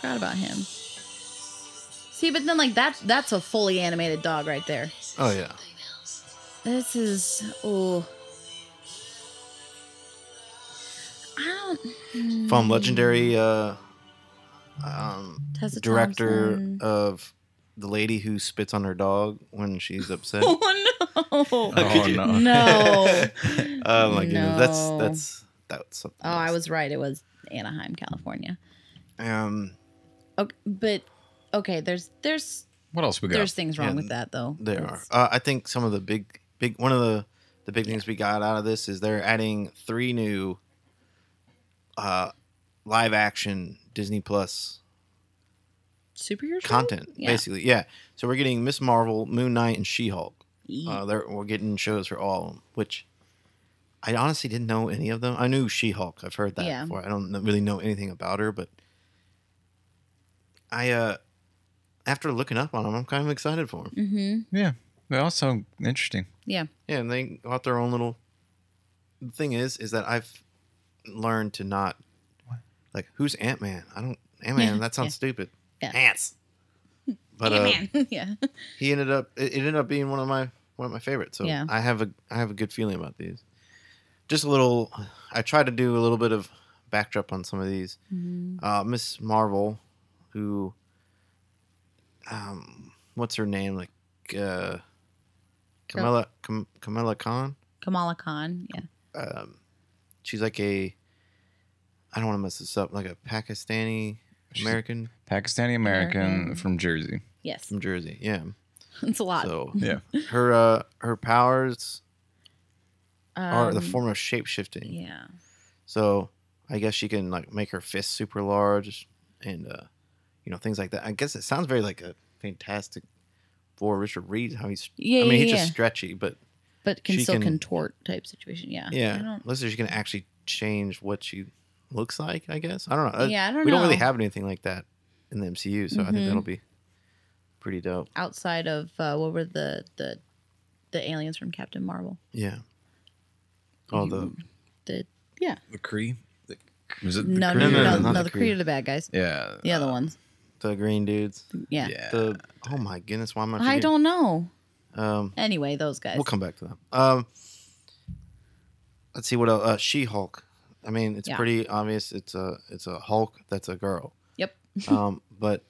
[SPEAKER 3] forgot about him. See, but then like that's that's a fully animated dog right there.
[SPEAKER 2] Oh yeah.
[SPEAKER 3] This is oh. I don't.
[SPEAKER 2] From legendary uh, um,
[SPEAKER 3] Tessa
[SPEAKER 2] director
[SPEAKER 3] Thompson.
[SPEAKER 2] of the lady who spits on her dog when she's [laughs]
[SPEAKER 3] [laughs]
[SPEAKER 2] upset.
[SPEAKER 3] Oh
[SPEAKER 1] Uh-uh.
[SPEAKER 3] no!
[SPEAKER 2] could you-
[SPEAKER 1] no.
[SPEAKER 3] No.
[SPEAKER 2] Oh my goodness, that's
[SPEAKER 3] No.
[SPEAKER 2] that's that's something.
[SPEAKER 3] Oh, I
[SPEAKER 2] else.
[SPEAKER 3] was right. It was Anaheim, California.
[SPEAKER 2] Um,
[SPEAKER 3] Okay, but okay, there's there's
[SPEAKER 1] What else we got?
[SPEAKER 3] there's things wrong
[SPEAKER 2] Yeah,
[SPEAKER 3] with that though.
[SPEAKER 2] there are.
[SPEAKER 3] That's-
[SPEAKER 2] Uh, I think some of the big big one of the the big things we got out of this is they're adding three new uh live action Disney Plus
[SPEAKER 3] superhero show?
[SPEAKER 2] content
[SPEAKER 3] Yeah.
[SPEAKER 2] basically. Yeah. So we're getting Miss Marvel, Moon Knight, and She Hulk.
[SPEAKER 3] Ye-
[SPEAKER 2] Uh, they're, we're getting shows for all of them, which I honestly didn't know any of them. I knew She Hulk. I've heard that
[SPEAKER 3] Yeah.
[SPEAKER 2] before. I don't kn- really know anything about her, but I, uh, after looking up on them, I'm kind of excited for them.
[SPEAKER 3] Mhm.
[SPEAKER 1] yeah. They all sound interesting.
[SPEAKER 3] Yeah.
[SPEAKER 2] Yeah, and they got their own little. The thing is, is that I've learned to not like who's Ant Man. I don't Ant
[SPEAKER 3] [laughs]
[SPEAKER 2] Man. that sounds stupid.
[SPEAKER 3] Yeah. [laughs]
[SPEAKER 2] Ants. But uh,
[SPEAKER 3] Ant-Man. [laughs] yeah.
[SPEAKER 2] he ended up it it ended up being one of my one of my favorites. So
[SPEAKER 3] Yeah.
[SPEAKER 2] I have a I have a good feeling about these. Just a little I tried to do a little bit of backdrop on some of these.
[SPEAKER 3] Mm-hmm.
[SPEAKER 2] Uh Miss Marvel, who um what's her name? Like uh Camilla Cam, Camilla Khan.
[SPEAKER 3] Kamala Khan. Yeah.
[SPEAKER 2] Um she's like a I don't want to mess this up, like a Pakistani American
[SPEAKER 1] Pakistani American
[SPEAKER 3] American.
[SPEAKER 1] from Jersey.
[SPEAKER 3] Yes.
[SPEAKER 2] from Jersey. Yeah.
[SPEAKER 3] [laughs] It's a lot.
[SPEAKER 2] Mm. So
[SPEAKER 1] Yeah.
[SPEAKER 2] her uh her powers are the
[SPEAKER 3] Um,
[SPEAKER 2] form of shape shifting.
[SPEAKER 3] Yeah.
[SPEAKER 2] So I guess she can like make her fist super large and uh you know things like that. I guess it sounds very like a fantastic for Richard Reed how he's I
[SPEAKER 3] Yeah.
[SPEAKER 2] mean
[SPEAKER 3] yeah,
[SPEAKER 2] he's
[SPEAKER 3] yeah.
[SPEAKER 2] just stretchy, but
[SPEAKER 3] but can
[SPEAKER 2] she
[SPEAKER 3] still
[SPEAKER 2] can-
[SPEAKER 3] contort type situation. Yeah. I
[SPEAKER 2] yeah,
[SPEAKER 3] don't.
[SPEAKER 2] listen, she can actually change what she looks like, I guess. I don't know. Uh,
[SPEAKER 3] Yeah, I don't
[SPEAKER 2] we don't really
[SPEAKER 3] know.
[SPEAKER 2] have anything like that in the MCU, so I think
[SPEAKER 3] Mhm.
[SPEAKER 2] that'll be pretty dope.
[SPEAKER 3] Outside of uh, what were the the the aliens from Captain Marvel?
[SPEAKER 2] Yeah. Oh, the
[SPEAKER 3] The yeah.
[SPEAKER 1] The Cree? Was it the
[SPEAKER 3] No,
[SPEAKER 1] Cree?
[SPEAKER 3] no,
[SPEAKER 2] Kree
[SPEAKER 3] no,
[SPEAKER 2] or
[SPEAKER 3] no,
[SPEAKER 2] the- Uh,
[SPEAKER 3] no,
[SPEAKER 2] not
[SPEAKER 3] the
[SPEAKER 2] the
[SPEAKER 3] Kree
[SPEAKER 2] Kree?
[SPEAKER 3] are the bad guys.
[SPEAKER 1] Yeah.
[SPEAKER 3] The other ones.
[SPEAKER 2] the green dudes.
[SPEAKER 3] Yeah.
[SPEAKER 1] Yeah.
[SPEAKER 2] The oh my goodness, why am I?
[SPEAKER 3] I
[SPEAKER 2] forgetting?
[SPEAKER 3] don't know.
[SPEAKER 2] Um,
[SPEAKER 3] Anyway, those guys.
[SPEAKER 2] We'll come back to that. Um, let's see what else. Uh, she Hulk. I mean, it's
[SPEAKER 3] Yeah.
[SPEAKER 2] pretty obvious. It's a it's a Hulk that's a
[SPEAKER 3] [laughs]
[SPEAKER 2] girl.
[SPEAKER 3] Yep.
[SPEAKER 2] Um, but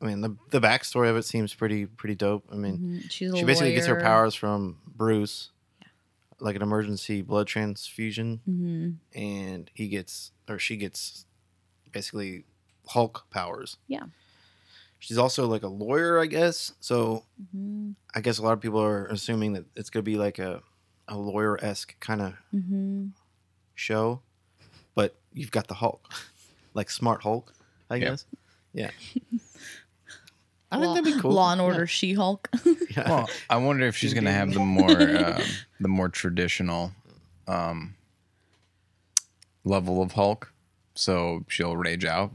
[SPEAKER 2] I mean, the the backstory of it seems pretty pretty dope. I mean,
[SPEAKER 3] Mhm. She's a
[SPEAKER 2] she basically gets her
[SPEAKER 3] lawyer.
[SPEAKER 2] powers from Bruce, like an emergency blood transfusion,
[SPEAKER 3] Mhm.
[SPEAKER 2] and he gets or she gets basically Hulk powers.
[SPEAKER 3] Yeah.
[SPEAKER 2] She's also like a lawyer, I guess. So
[SPEAKER 3] Mhm.
[SPEAKER 2] I guess a lot of people are assuming that it's gonna be like a, a lawyer esque kind of
[SPEAKER 3] Mhm.
[SPEAKER 2] show, but you've got the Hulk, [laughs] like Smart Hulk, I
[SPEAKER 1] Yeah.
[SPEAKER 2] guess.
[SPEAKER 3] [laughs]
[SPEAKER 2] Yeah. I
[SPEAKER 3] Mm-hmm. Law-
[SPEAKER 2] think that'd be cool.
[SPEAKER 3] Law and Order She-Hulk. [laughs]
[SPEAKER 2] Yeah.
[SPEAKER 1] Well, [laughs] I wonder if she's gonna have the more um, the more traditional um, level of Hulk, so she'll rage out.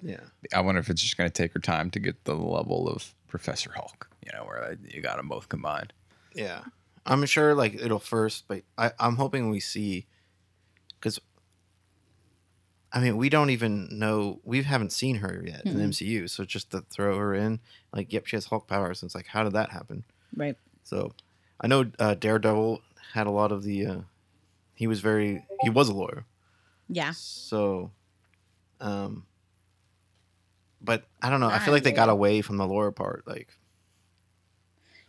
[SPEAKER 2] [laughs] yeah.
[SPEAKER 1] I wonder if it's just gonna take her time to get the level of Professor Hulk, you know, where like, you got them both combined.
[SPEAKER 2] Yeah. I'm sure like it'll first, but I, I'm hoping we see because I mean we don't even know we haven't seen her yet
[SPEAKER 3] Mm-hmm.
[SPEAKER 2] in the MCU, so just to throw her in, like, yep, she has Hulk powers, and it's like, how did that happen?
[SPEAKER 3] right.
[SPEAKER 2] So I know uh, Daredevil had a lot of the. Uh, he was very. He was a lawyer.
[SPEAKER 3] Yeah.
[SPEAKER 2] So, um, but I don't know. I feel like they got away from the lawyer part, like,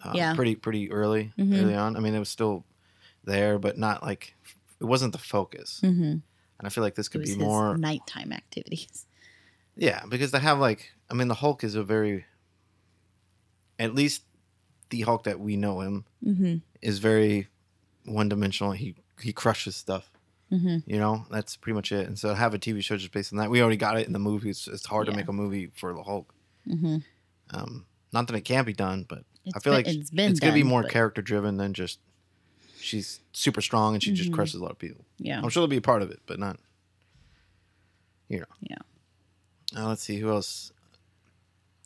[SPEAKER 2] um,
[SPEAKER 3] Yeah.
[SPEAKER 2] pretty pretty early
[SPEAKER 3] Mhm.
[SPEAKER 2] early on. I mean, it was still there, but not like it wasn't the focus.
[SPEAKER 3] Mm-hmm.
[SPEAKER 2] And I feel like this
[SPEAKER 3] It
[SPEAKER 2] could
[SPEAKER 3] was
[SPEAKER 2] be
[SPEAKER 3] his
[SPEAKER 2] more.
[SPEAKER 3] nighttime activities.
[SPEAKER 2] Yeah, because they have like I mean the Hulk is a very at least the Hulk that we know him
[SPEAKER 3] Mm-hmm.
[SPEAKER 2] is very one dimensional. He he crushes stuff.
[SPEAKER 3] Mhm.
[SPEAKER 2] You know, that's pretty much it. And so to have a TV show just based on that, we already got it in the movie. It's, it's hard
[SPEAKER 3] Yeah.
[SPEAKER 2] to make a movie for the Hulk.
[SPEAKER 3] Mm-hmm.
[SPEAKER 2] Um, not that it can't be done, but I feel
[SPEAKER 3] been-
[SPEAKER 2] like
[SPEAKER 3] it's been
[SPEAKER 2] it's gonna be
[SPEAKER 3] done,
[SPEAKER 2] more
[SPEAKER 3] but-
[SPEAKER 2] character driven than just she's super strong and she just
[SPEAKER 3] Mhm.
[SPEAKER 2] crushes a lot of people.
[SPEAKER 3] Yeah.
[SPEAKER 2] I'm sure it'll be a part of it, but not. You know.
[SPEAKER 3] Yeah.
[SPEAKER 2] Uh, let's see who else.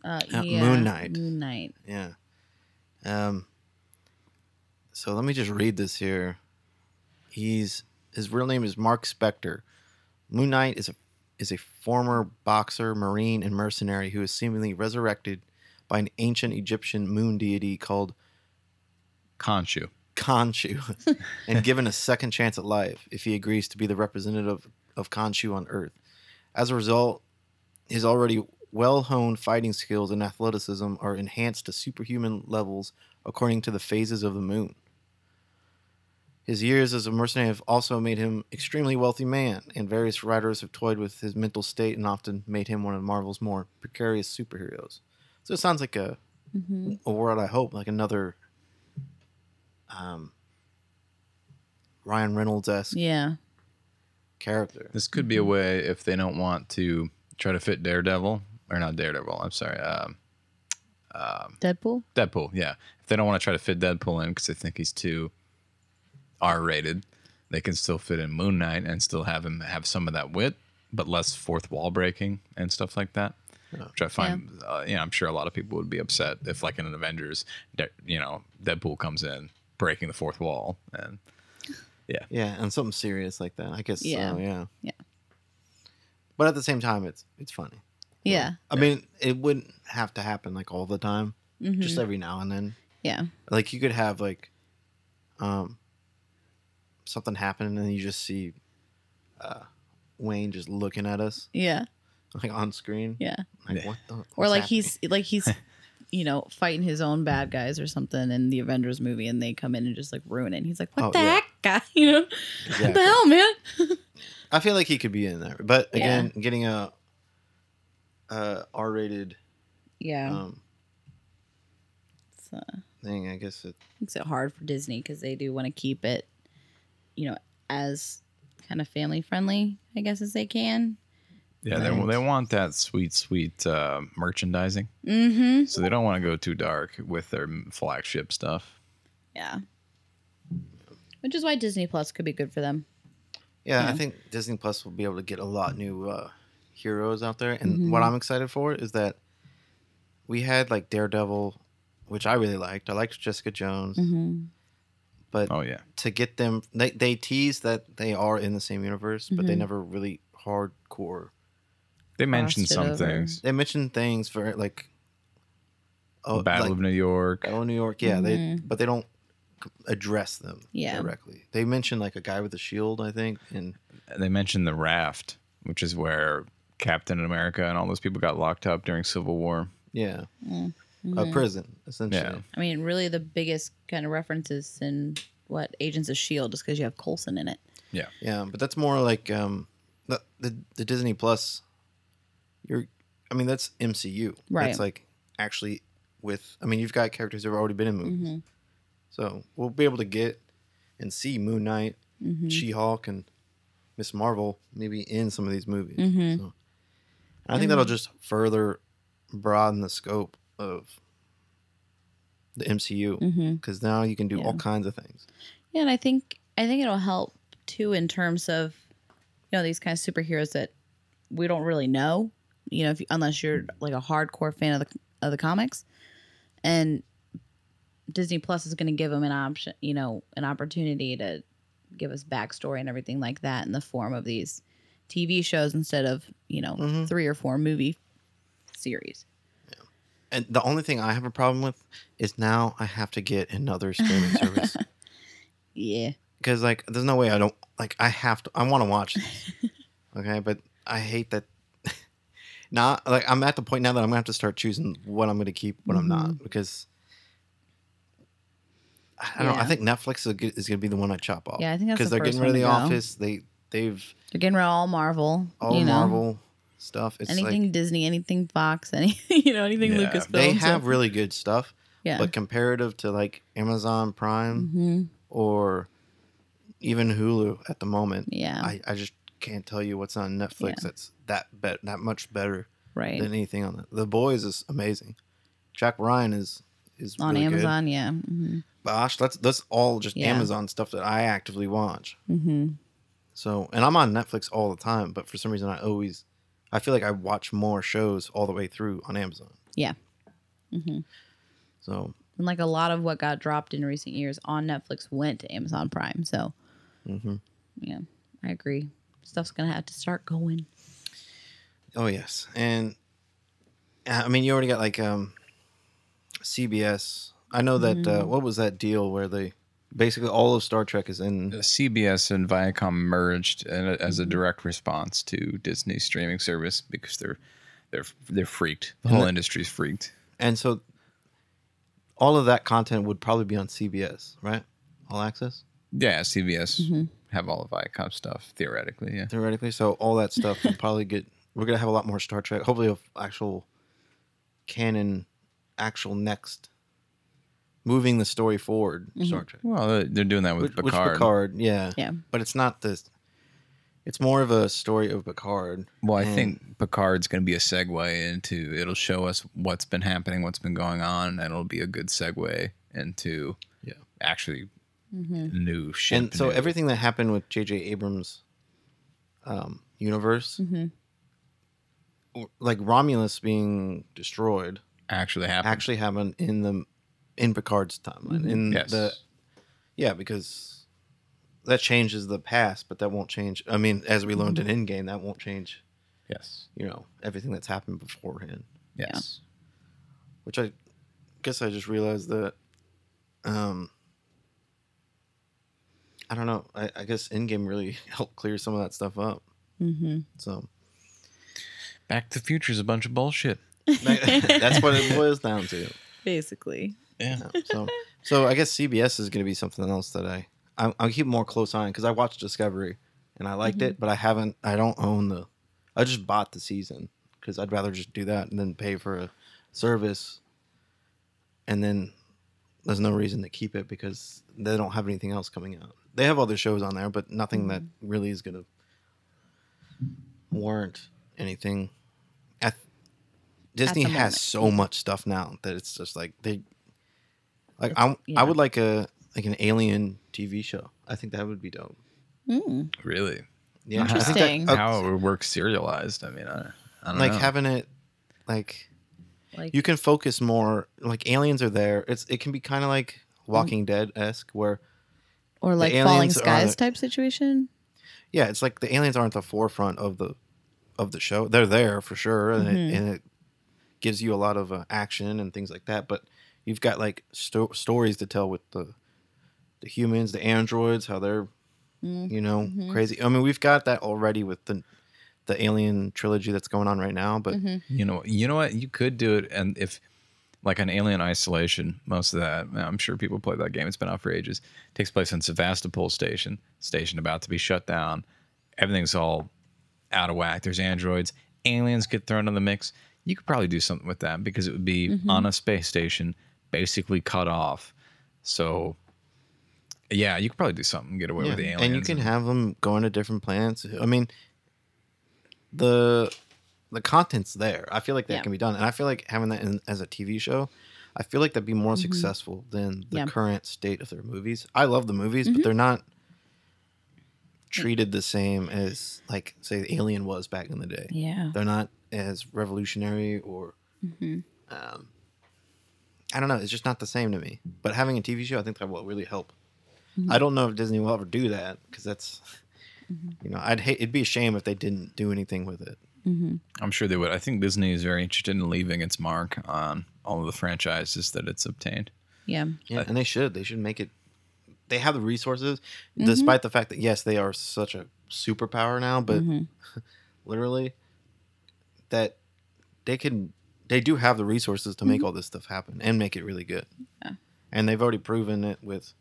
[SPEAKER 3] Uh,
[SPEAKER 2] Uh,
[SPEAKER 3] yeah,
[SPEAKER 2] Moon Knight.
[SPEAKER 3] Moon Knight.
[SPEAKER 2] Yeah. Um. So let me just read this here. He's his real name is Mark Spector. Moon Knight is a is a former boxer, marine, and mercenary who is seemingly resurrected by an ancient Egyptian moon deity called
[SPEAKER 1] Conchu.
[SPEAKER 2] Khonshu [laughs] and given a second chance at life if he agrees to be the representative of Khonshu on Earth. As a result, his already well honed fighting skills and athleticism are enhanced to superhuman levels according to the phases of the moon. His years as a mercenary have also made him extremely wealthy man, and various writers have toyed with his mental state and often made him one of Marvel's more precarious superheroes. So it sounds like a
[SPEAKER 3] Mhm.
[SPEAKER 2] a world I hope like another um Ryan Reynolds esque
[SPEAKER 3] Yeah.
[SPEAKER 2] character.
[SPEAKER 1] This could be a way if they don't want to try to fit Daredevil or not Daredevil. I'm sorry, um,
[SPEAKER 3] Deadpool.
[SPEAKER 1] Deadpool. Yeah, if they don't want to try to fit Deadpool in because they think he's too R-rated, they can still fit in Moon Knight and still have him have some of that wit, but less fourth wall breaking and stuff like that. Which I find, uh, you know, I'm sure a lot of people would be upset if, like in an Avengers, De- you know, Deadpool comes in breaking the fourth wall and
[SPEAKER 2] Yeah, and something serious like that. I guess
[SPEAKER 3] Yeah.
[SPEAKER 2] so, yeah.
[SPEAKER 3] Yeah.
[SPEAKER 2] But at the same time it's it's funny.
[SPEAKER 3] Yeah.
[SPEAKER 2] I mean, it wouldn't have to happen like all the time.
[SPEAKER 3] Mhm.
[SPEAKER 2] Just every now and then.
[SPEAKER 3] yeah.
[SPEAKER 2] Like you could have like um something happen and then you just see uh Wayne just looking at us [laughs]
[SPEAKER 3] Yeah.
[SPEAKER 2] like on screen.
[SPEAKER 3] Yeah.
[SPEAKER 2] Like what the
[SPEAKER 3] Or
[SPEAKER 2] what's
[SPEAKER 3] like
[SPEAKER 2] happening?
[SPEAKER 3] he's
[SPEAKER 2] [laughs]
[SPEAKER 3] like he's you know fighting his own bad guys or something in the Avengers movie, and they come in and just like ruin it. And he's like, "What
[SPEAKER 2] Oh,
[SPEAKER 3] the
[SPEAKER 2] yeah. Uh,
[SPEAKER 3] heck, guy? [laughs] You know, what the [laughs]
[SPEAKER 2] Exactly.
[SPEAKER 3] hell, man?"
[SPEAKER 2] I feel like he could be in there, but again, getting a, a R-rated
[SPEAKER 3] Yeah,
[SPEAKER 2] um,
[SPEAKER 3] it's, uh,
[SPEAKER 2] thing, I guess it,
[SPEAKER 3] makes it hard for Disney because they do want to keep it, you know, as kind of family friendly, I guess, as they can.
[SPEAKER 1] yeah, they,
[SPEAKER 2] Right.
[SPEAKER 1] they want that sweet, sweet uh, merchandising.
[SPEAKER 3] Mm-hmm.
[SPEAKER 1] So they don't want to go too dark with their flagship stuff.
[SPEAKER 3] Yeah. Which is why Disney Plus could be good for them.
[SPEAKER 2] yeah, I
[SPEAKER 3] Yeah.
[SPEAKER 2] think Disney Plus will be able to get a lot new uh, heroes out there, and what
[SPEAKER 3] Mm-hmm.
[SPEAKER 2] I'm excited for is that we had like Daredevil, which I really liked. I liked Jessica Jones,
[SPEAKER 3] Mm-hmm.
[SPEAKER 2] but
[SPEAKER 1] Oh yeah,
[SPEAKER 2] to get them, they they tease that they are in the same universe, but they
[SPEAKER 3] Mhm.
[SPEAKER 2] never really hardcore
[SPEAKER 1] they mentioned
[SPEAKER 3] Crossed it
[SPEAKER 1] some
[SPEAKER 3] over.
[SPEAKER 1] things.
[SPEAKER 2] they mentioned things for like oh,
[SPEAKER 1] The Oh, Battle
[SPEAKER 2] like,
[SPEAKER 1] of New York.
[SPEAKER 2] Battle of New York. Yeah, they
[SPEAKER 3] Mhm.
[SPEAKER 2] but they don't c- address them
[SPEAKER 3] Yeah.
[SPEAKER 2] directly. They mention like a guy with a shield, I think, and
[SPEAKER 1] They mentioned the raft, which is where Captain America and all those people got locked up during Civil War.
[SPEAKER 2] yeah,
[SPEAKER 3] Mhm.
[SPEAKER 2] a prison essentially.
[SPEAKER 1] Yeah.
[SPEAKER 3] I mean, really, the biggest kind of references in what Agents of Shield is because you have Coulson in it.
[SPEAKER 2] Yeah, but that's more like um the the, the Disney Plus. You're, I mean, that's MCU.
[SPEAKER 3] Right.
[SPEAKER 2] It's like actually with. I mean, you've got characters that have already been in movies,
[SPEAKER 3] Mhm.
[SPEAKER 2] so we'll be able to get and see Moon Knight,
[SPEAKER 3] Mhm.
[SPEAKER 2] She Hulk, and Miss Marvel maybe in some of these movies.
[SPEAKER 3] Mhm.
[SPEAKER 2] So, I think that'll just further broaden the scope of the MCU
[SPEAKER 3] Mm-hmm.
[SPEAKER 2] because now you can do all
[SPEAKER 3] Yeah.
[SPEAKER 2] kinds of things.
[SPEAKER 3] Yeah, and I think I think it'll help too in terms of you know these kind of superheroes that we don't really know. You know, if you, unless you're like a hardcore fan of the of the comics, and Disney Plus is going to give them an option, you know, an opportunity to give us backstory and everything like that in the form of these TV shows instead of you know
[SPEAKER 2] Mhm.
[SPEAKER 3] three or four movie series.
[SPEAKER 2] And the only thing I have a problem with is now I have to get another streaming
[SPEAKER 3] [laughs]
[SPEAKER 2] service
[SPEAKER 3] Yeah,
[SPEAKER 2] because like there's no way I don't like I have to I want to watch this.
[SPEAKER 3] [laughs]
[SPEAKER 2] Okay, but I hate that. [laughs] now like I'm at the point now that I'm gonna have to start choosing what I'm gonna keep, what I'm not
[SPEAKER 3] Mm-hmm.
[SPEAKER 2] because. I don't know. I
[SPEAKER 3] Yeah.
[SPEAKER 2] think Netflix is get- is gonna be the one I chop off.
[SPEAKER 3] Yeah, I think that's
[SPEAKER 2] because
[SPEAKER 3] the
[SPEAKER 2] they're getting
[SPEAKER 3] first
[SPEAKER 2] rid of the
[SPEAKER 3] one to go.
[SPEAKER 2] Office. They they've
[SPEAKER 3] they're getting rid of all Marvel,
[SPEAKER 2] all
[SPEAKER 3] you know,
[SPEAKER 2] Marvel stuff. It's
[SPEAKER 3] anything
[SPEAKER 2] like
[SPEAKER 3] Disney, anything Fox, [laughs] any you know anything
[SPEAKER 1] Yeah.
[SPEAKER 3] Lucasfilm.
[SPEAKER 2] they
[SPEAKER 3] so-
[SPEAKER 2] have really good stuff,
[SPEAKER 3] yeah.
[SPEAKER 2] but comparative to like Amazon Prime,
[SPEAKER 3] Mhm.
[SPEAKER 2] or even Hulu at the moment.
[SPEAKER 3] Yeah.
[SPEAKER 2] I, I just can't tell you what's on Netflix
[SPEAKER 3] Yeah.
[SPEAKER 2] that's that bet that much better
[SPEAKER 3] Right.
[SPEAKER 2] than anything on that. The Boys is amazing. Jack Ryan is is
[SPEAKER 3] on
[SPEAKER 2] really good.
[SPEAKER 3] Amazon. Yeah. hmm
[SPEAKER 2] Gosh, that's that's all just
[SPEAKER 3] Yeah.
[SPEAKER 2] Amazon stuff that I actively watch.
[SPEAKER 3] hmm
[SPEAKER 2] So, and I'm on Netflix all the time, but for some reason, I always, I feel like I watch more shows all the way through on Amazon.
[SPEAKER 3] Yeah. hmm
[SPEAKER 2] So,
[SPEAKER 3] And like a lot of what got dropped in recent years on Netflix went to Amazon Prime. So
[SPEAKER 2] mhm.
[SPEAKER 3] yeah, I agree. Stuff's gonna have to start going.
[SPEAKER 2] oh yes, and uh, I mean, you already got like um, CBS. I know that uh, what was that deal where they basically all of Star Trek is in.
[SPEAKER 1] CBS and Viacom merged in a- as a direct response to Disney streaming service because they're they're they're freaked. The whole
[SPEAKER 2] the-
[SPEAKER 1] industry's freaked.
[SPEAKER 2] And so all of that content would probably be on CBS, right? All access
[SPEAKER 1] Yeah, CBS have all the Viacom stuff theoretically. Yeah,
[SPEAKER 2] theoretically. So all that stuff would probably get. We're gonna have a lot more Star Trek. Hopefully, of actual canon, actual next, moving the story forward. Star Trek,
[SPEAKER 1] well, they're- they're doing that with
[SPEAKER 2] which, which
[SPEAKER 1] Picard.
[SPEAKER 2] Picard, yeah,
[SPEAKER 3] Yeah.
[SPEAKER 2] But it's not this. It's more of a story of Picard.
[SPEAKER 1] Well, I
[SPEAKER 2] and-
[SPEAKER 1] think Picard's going to be a segue into. It'll show us what's been happening, what's been going on, and it'll be a good segue into
[SPEAKER 2] Yeah.
[SPEAKER 1] actually
[SPEAKER 3] hmm
[SPEAKER 1] new shit.
[SPEAKER 2] and so
[SPEAKER 1] new-
[SPEAKER 2] everything that happened with J.J. Abrams' um, universe,
[SPEAKER 1] Mm.
[SPEAKER 3] Mhm.
[SPEAKER 2] w- like Romulus being destroyed,
[SPEAKER 1] actually happened.
[SPEAKER 2] actually happened in the in Picard's timeline. In
[SPEAKER 1] yes.
[SPEAKER 2] the yeah, because that changes the past, but that won't change. I mean, as we learned in Endgame, that won't change.
[SPEAKER 1] yes.
[SPEAKER 2] You know everything that's happened beforehand.
[SPEAKER 1] Yes.
[SPEAKER 2] which I guess I just realized that. Um, I don't know. I, I guess Endgame really [laughs] helped clear some of that stuff up.
[SPEAKER 3] hmm
[SPEAKER 2] So
[SPEAKER 1] Back to the Future's a bunch of bullshit.
[SPEAKER 2] that- [laughs] that's what it boils down to.
[SPEAKER 3] Basically.
[SPEAKER 1] Yeah.
[SPEAKER 2] Yeah, So, so I guess CBS is going to be something else that I I- I'll keep more close eye on because I watched Discovery and I liked
[SPEAKER 3] Mm-hmm.
[SPEAKER 2] it, but I haven't. I don't own the. I just bought the season because I'd rather just do that and then pay for a service, and then there's no reason to keep it because they don't have anything else coming out. They have other shows on there, but nothing that
[SPEAKER 3] Mm-hmm.
[SPEAKER 2] really is going to warrant anything. I th- Disney
[SPEAKER 3] the
[SPEAKER 2] has
[SPEAKER 3] moment.
[SPEAKER 2] so much stuff now that it's just like they like I,
[SPEAKER 3] yeah.
[SPEAKER 2] I would like a like an alien TV show. I think that would be dope.
[SPEAKER 3] Mm.
[SPEAKER 1] Really?
[SPEAKER 2] Yeah, I think that-
[SPEAKER 3] Interesting.
[SPEAKER 2] uh,
[SPEAKER 1] How it would work serialized? I mean, I, I don't
[SPEAKER 2] like
[SPEAKER 1] know.
[SPEAKER 2] having it like
[SPEAKER 3] Like
[SPEAKER 2] you can focus more. Like aliens are there. It's it can be kind of like Walking Dead esque, where
[SPEAKER 3] or like
[SPEAKER 2] aliens
[SPEAKER 3] falling
[SPEAKER 2] are
[SPEAKER 3] skies
[SPEAKER 2] the-
[SPEAKER 3] type situation.
[SPEAKER 2] yeah, it's like the aliens aren't the forefront of the of the show. They're there for sure, and, it, and it gives you a lot of uh, action and things like that. But you've got like sto- stories to tell with the the humans, the androids, how they're you know crazy. I mean, we've got that already with the the alien trilogy that's going on right now. But
[SPEAKER 1] You know, you know what? You could do it, and if like an Alien Isolation, most of that I'm sure people play that game. It's been out for ages. takes place in Sevastopol Station, station about to be shut down. Everything's all out of whack. There's androids, aliens get thrown in the mix. You could probably do something with that because it would be on a space station, basically cut off. So, yeah, you could probably do something. Get away
[SPEAKER 2] yeah,
[SPEAKER 1] with the aliens.
[SPEAKER 2] and you can have them going to different planets. I mean, the the content's there. I feel like that
[SPEAKER 3] Yeah.
[SPEAKER 2] can be done, and I feel like having that in, as a TV show, I feel like that'd be more successful than the
[SPEAKER 3] Mm-hmm. Yeah. Mm-hmm.
[SPEAKER 2] current state of their movies. I love the movies, but they're not treated the same as like say Alien was back in the day.
[SPEAKER 3] Yeah.
[SPEAKER 2] They're not as revolutionary or. Um, I don't know. It's just not the same to me. But having a TV show, I think that will really help. I don't know if Disney will ever do that because that's, you know, I'd hate. It'd be a shame if they didn't do anything with it.
[SPEAKER 1] I'm sure they would. I think Disney is very interested in leaving its mark on all of the franchises that it's obtained.
[SPEAKER 3] Yeah.
[SPEAKER 2] Yeah, and they should. They should make it. They have the resources,
[SPEAKER 3] Mm-hmm.
[SPEAKER 2] despite the fact that yes, they are such a superpower now. But
[SPEAKER 3] Mm-hmm.
[SPEAKER 2] [laughs] literally, that they can. They do have the resources to make all this stuff happen and make it really good.
[SPEAKER 3] Mm-hmm. Yeah.
[SPEAKER 2] And they've already proven it with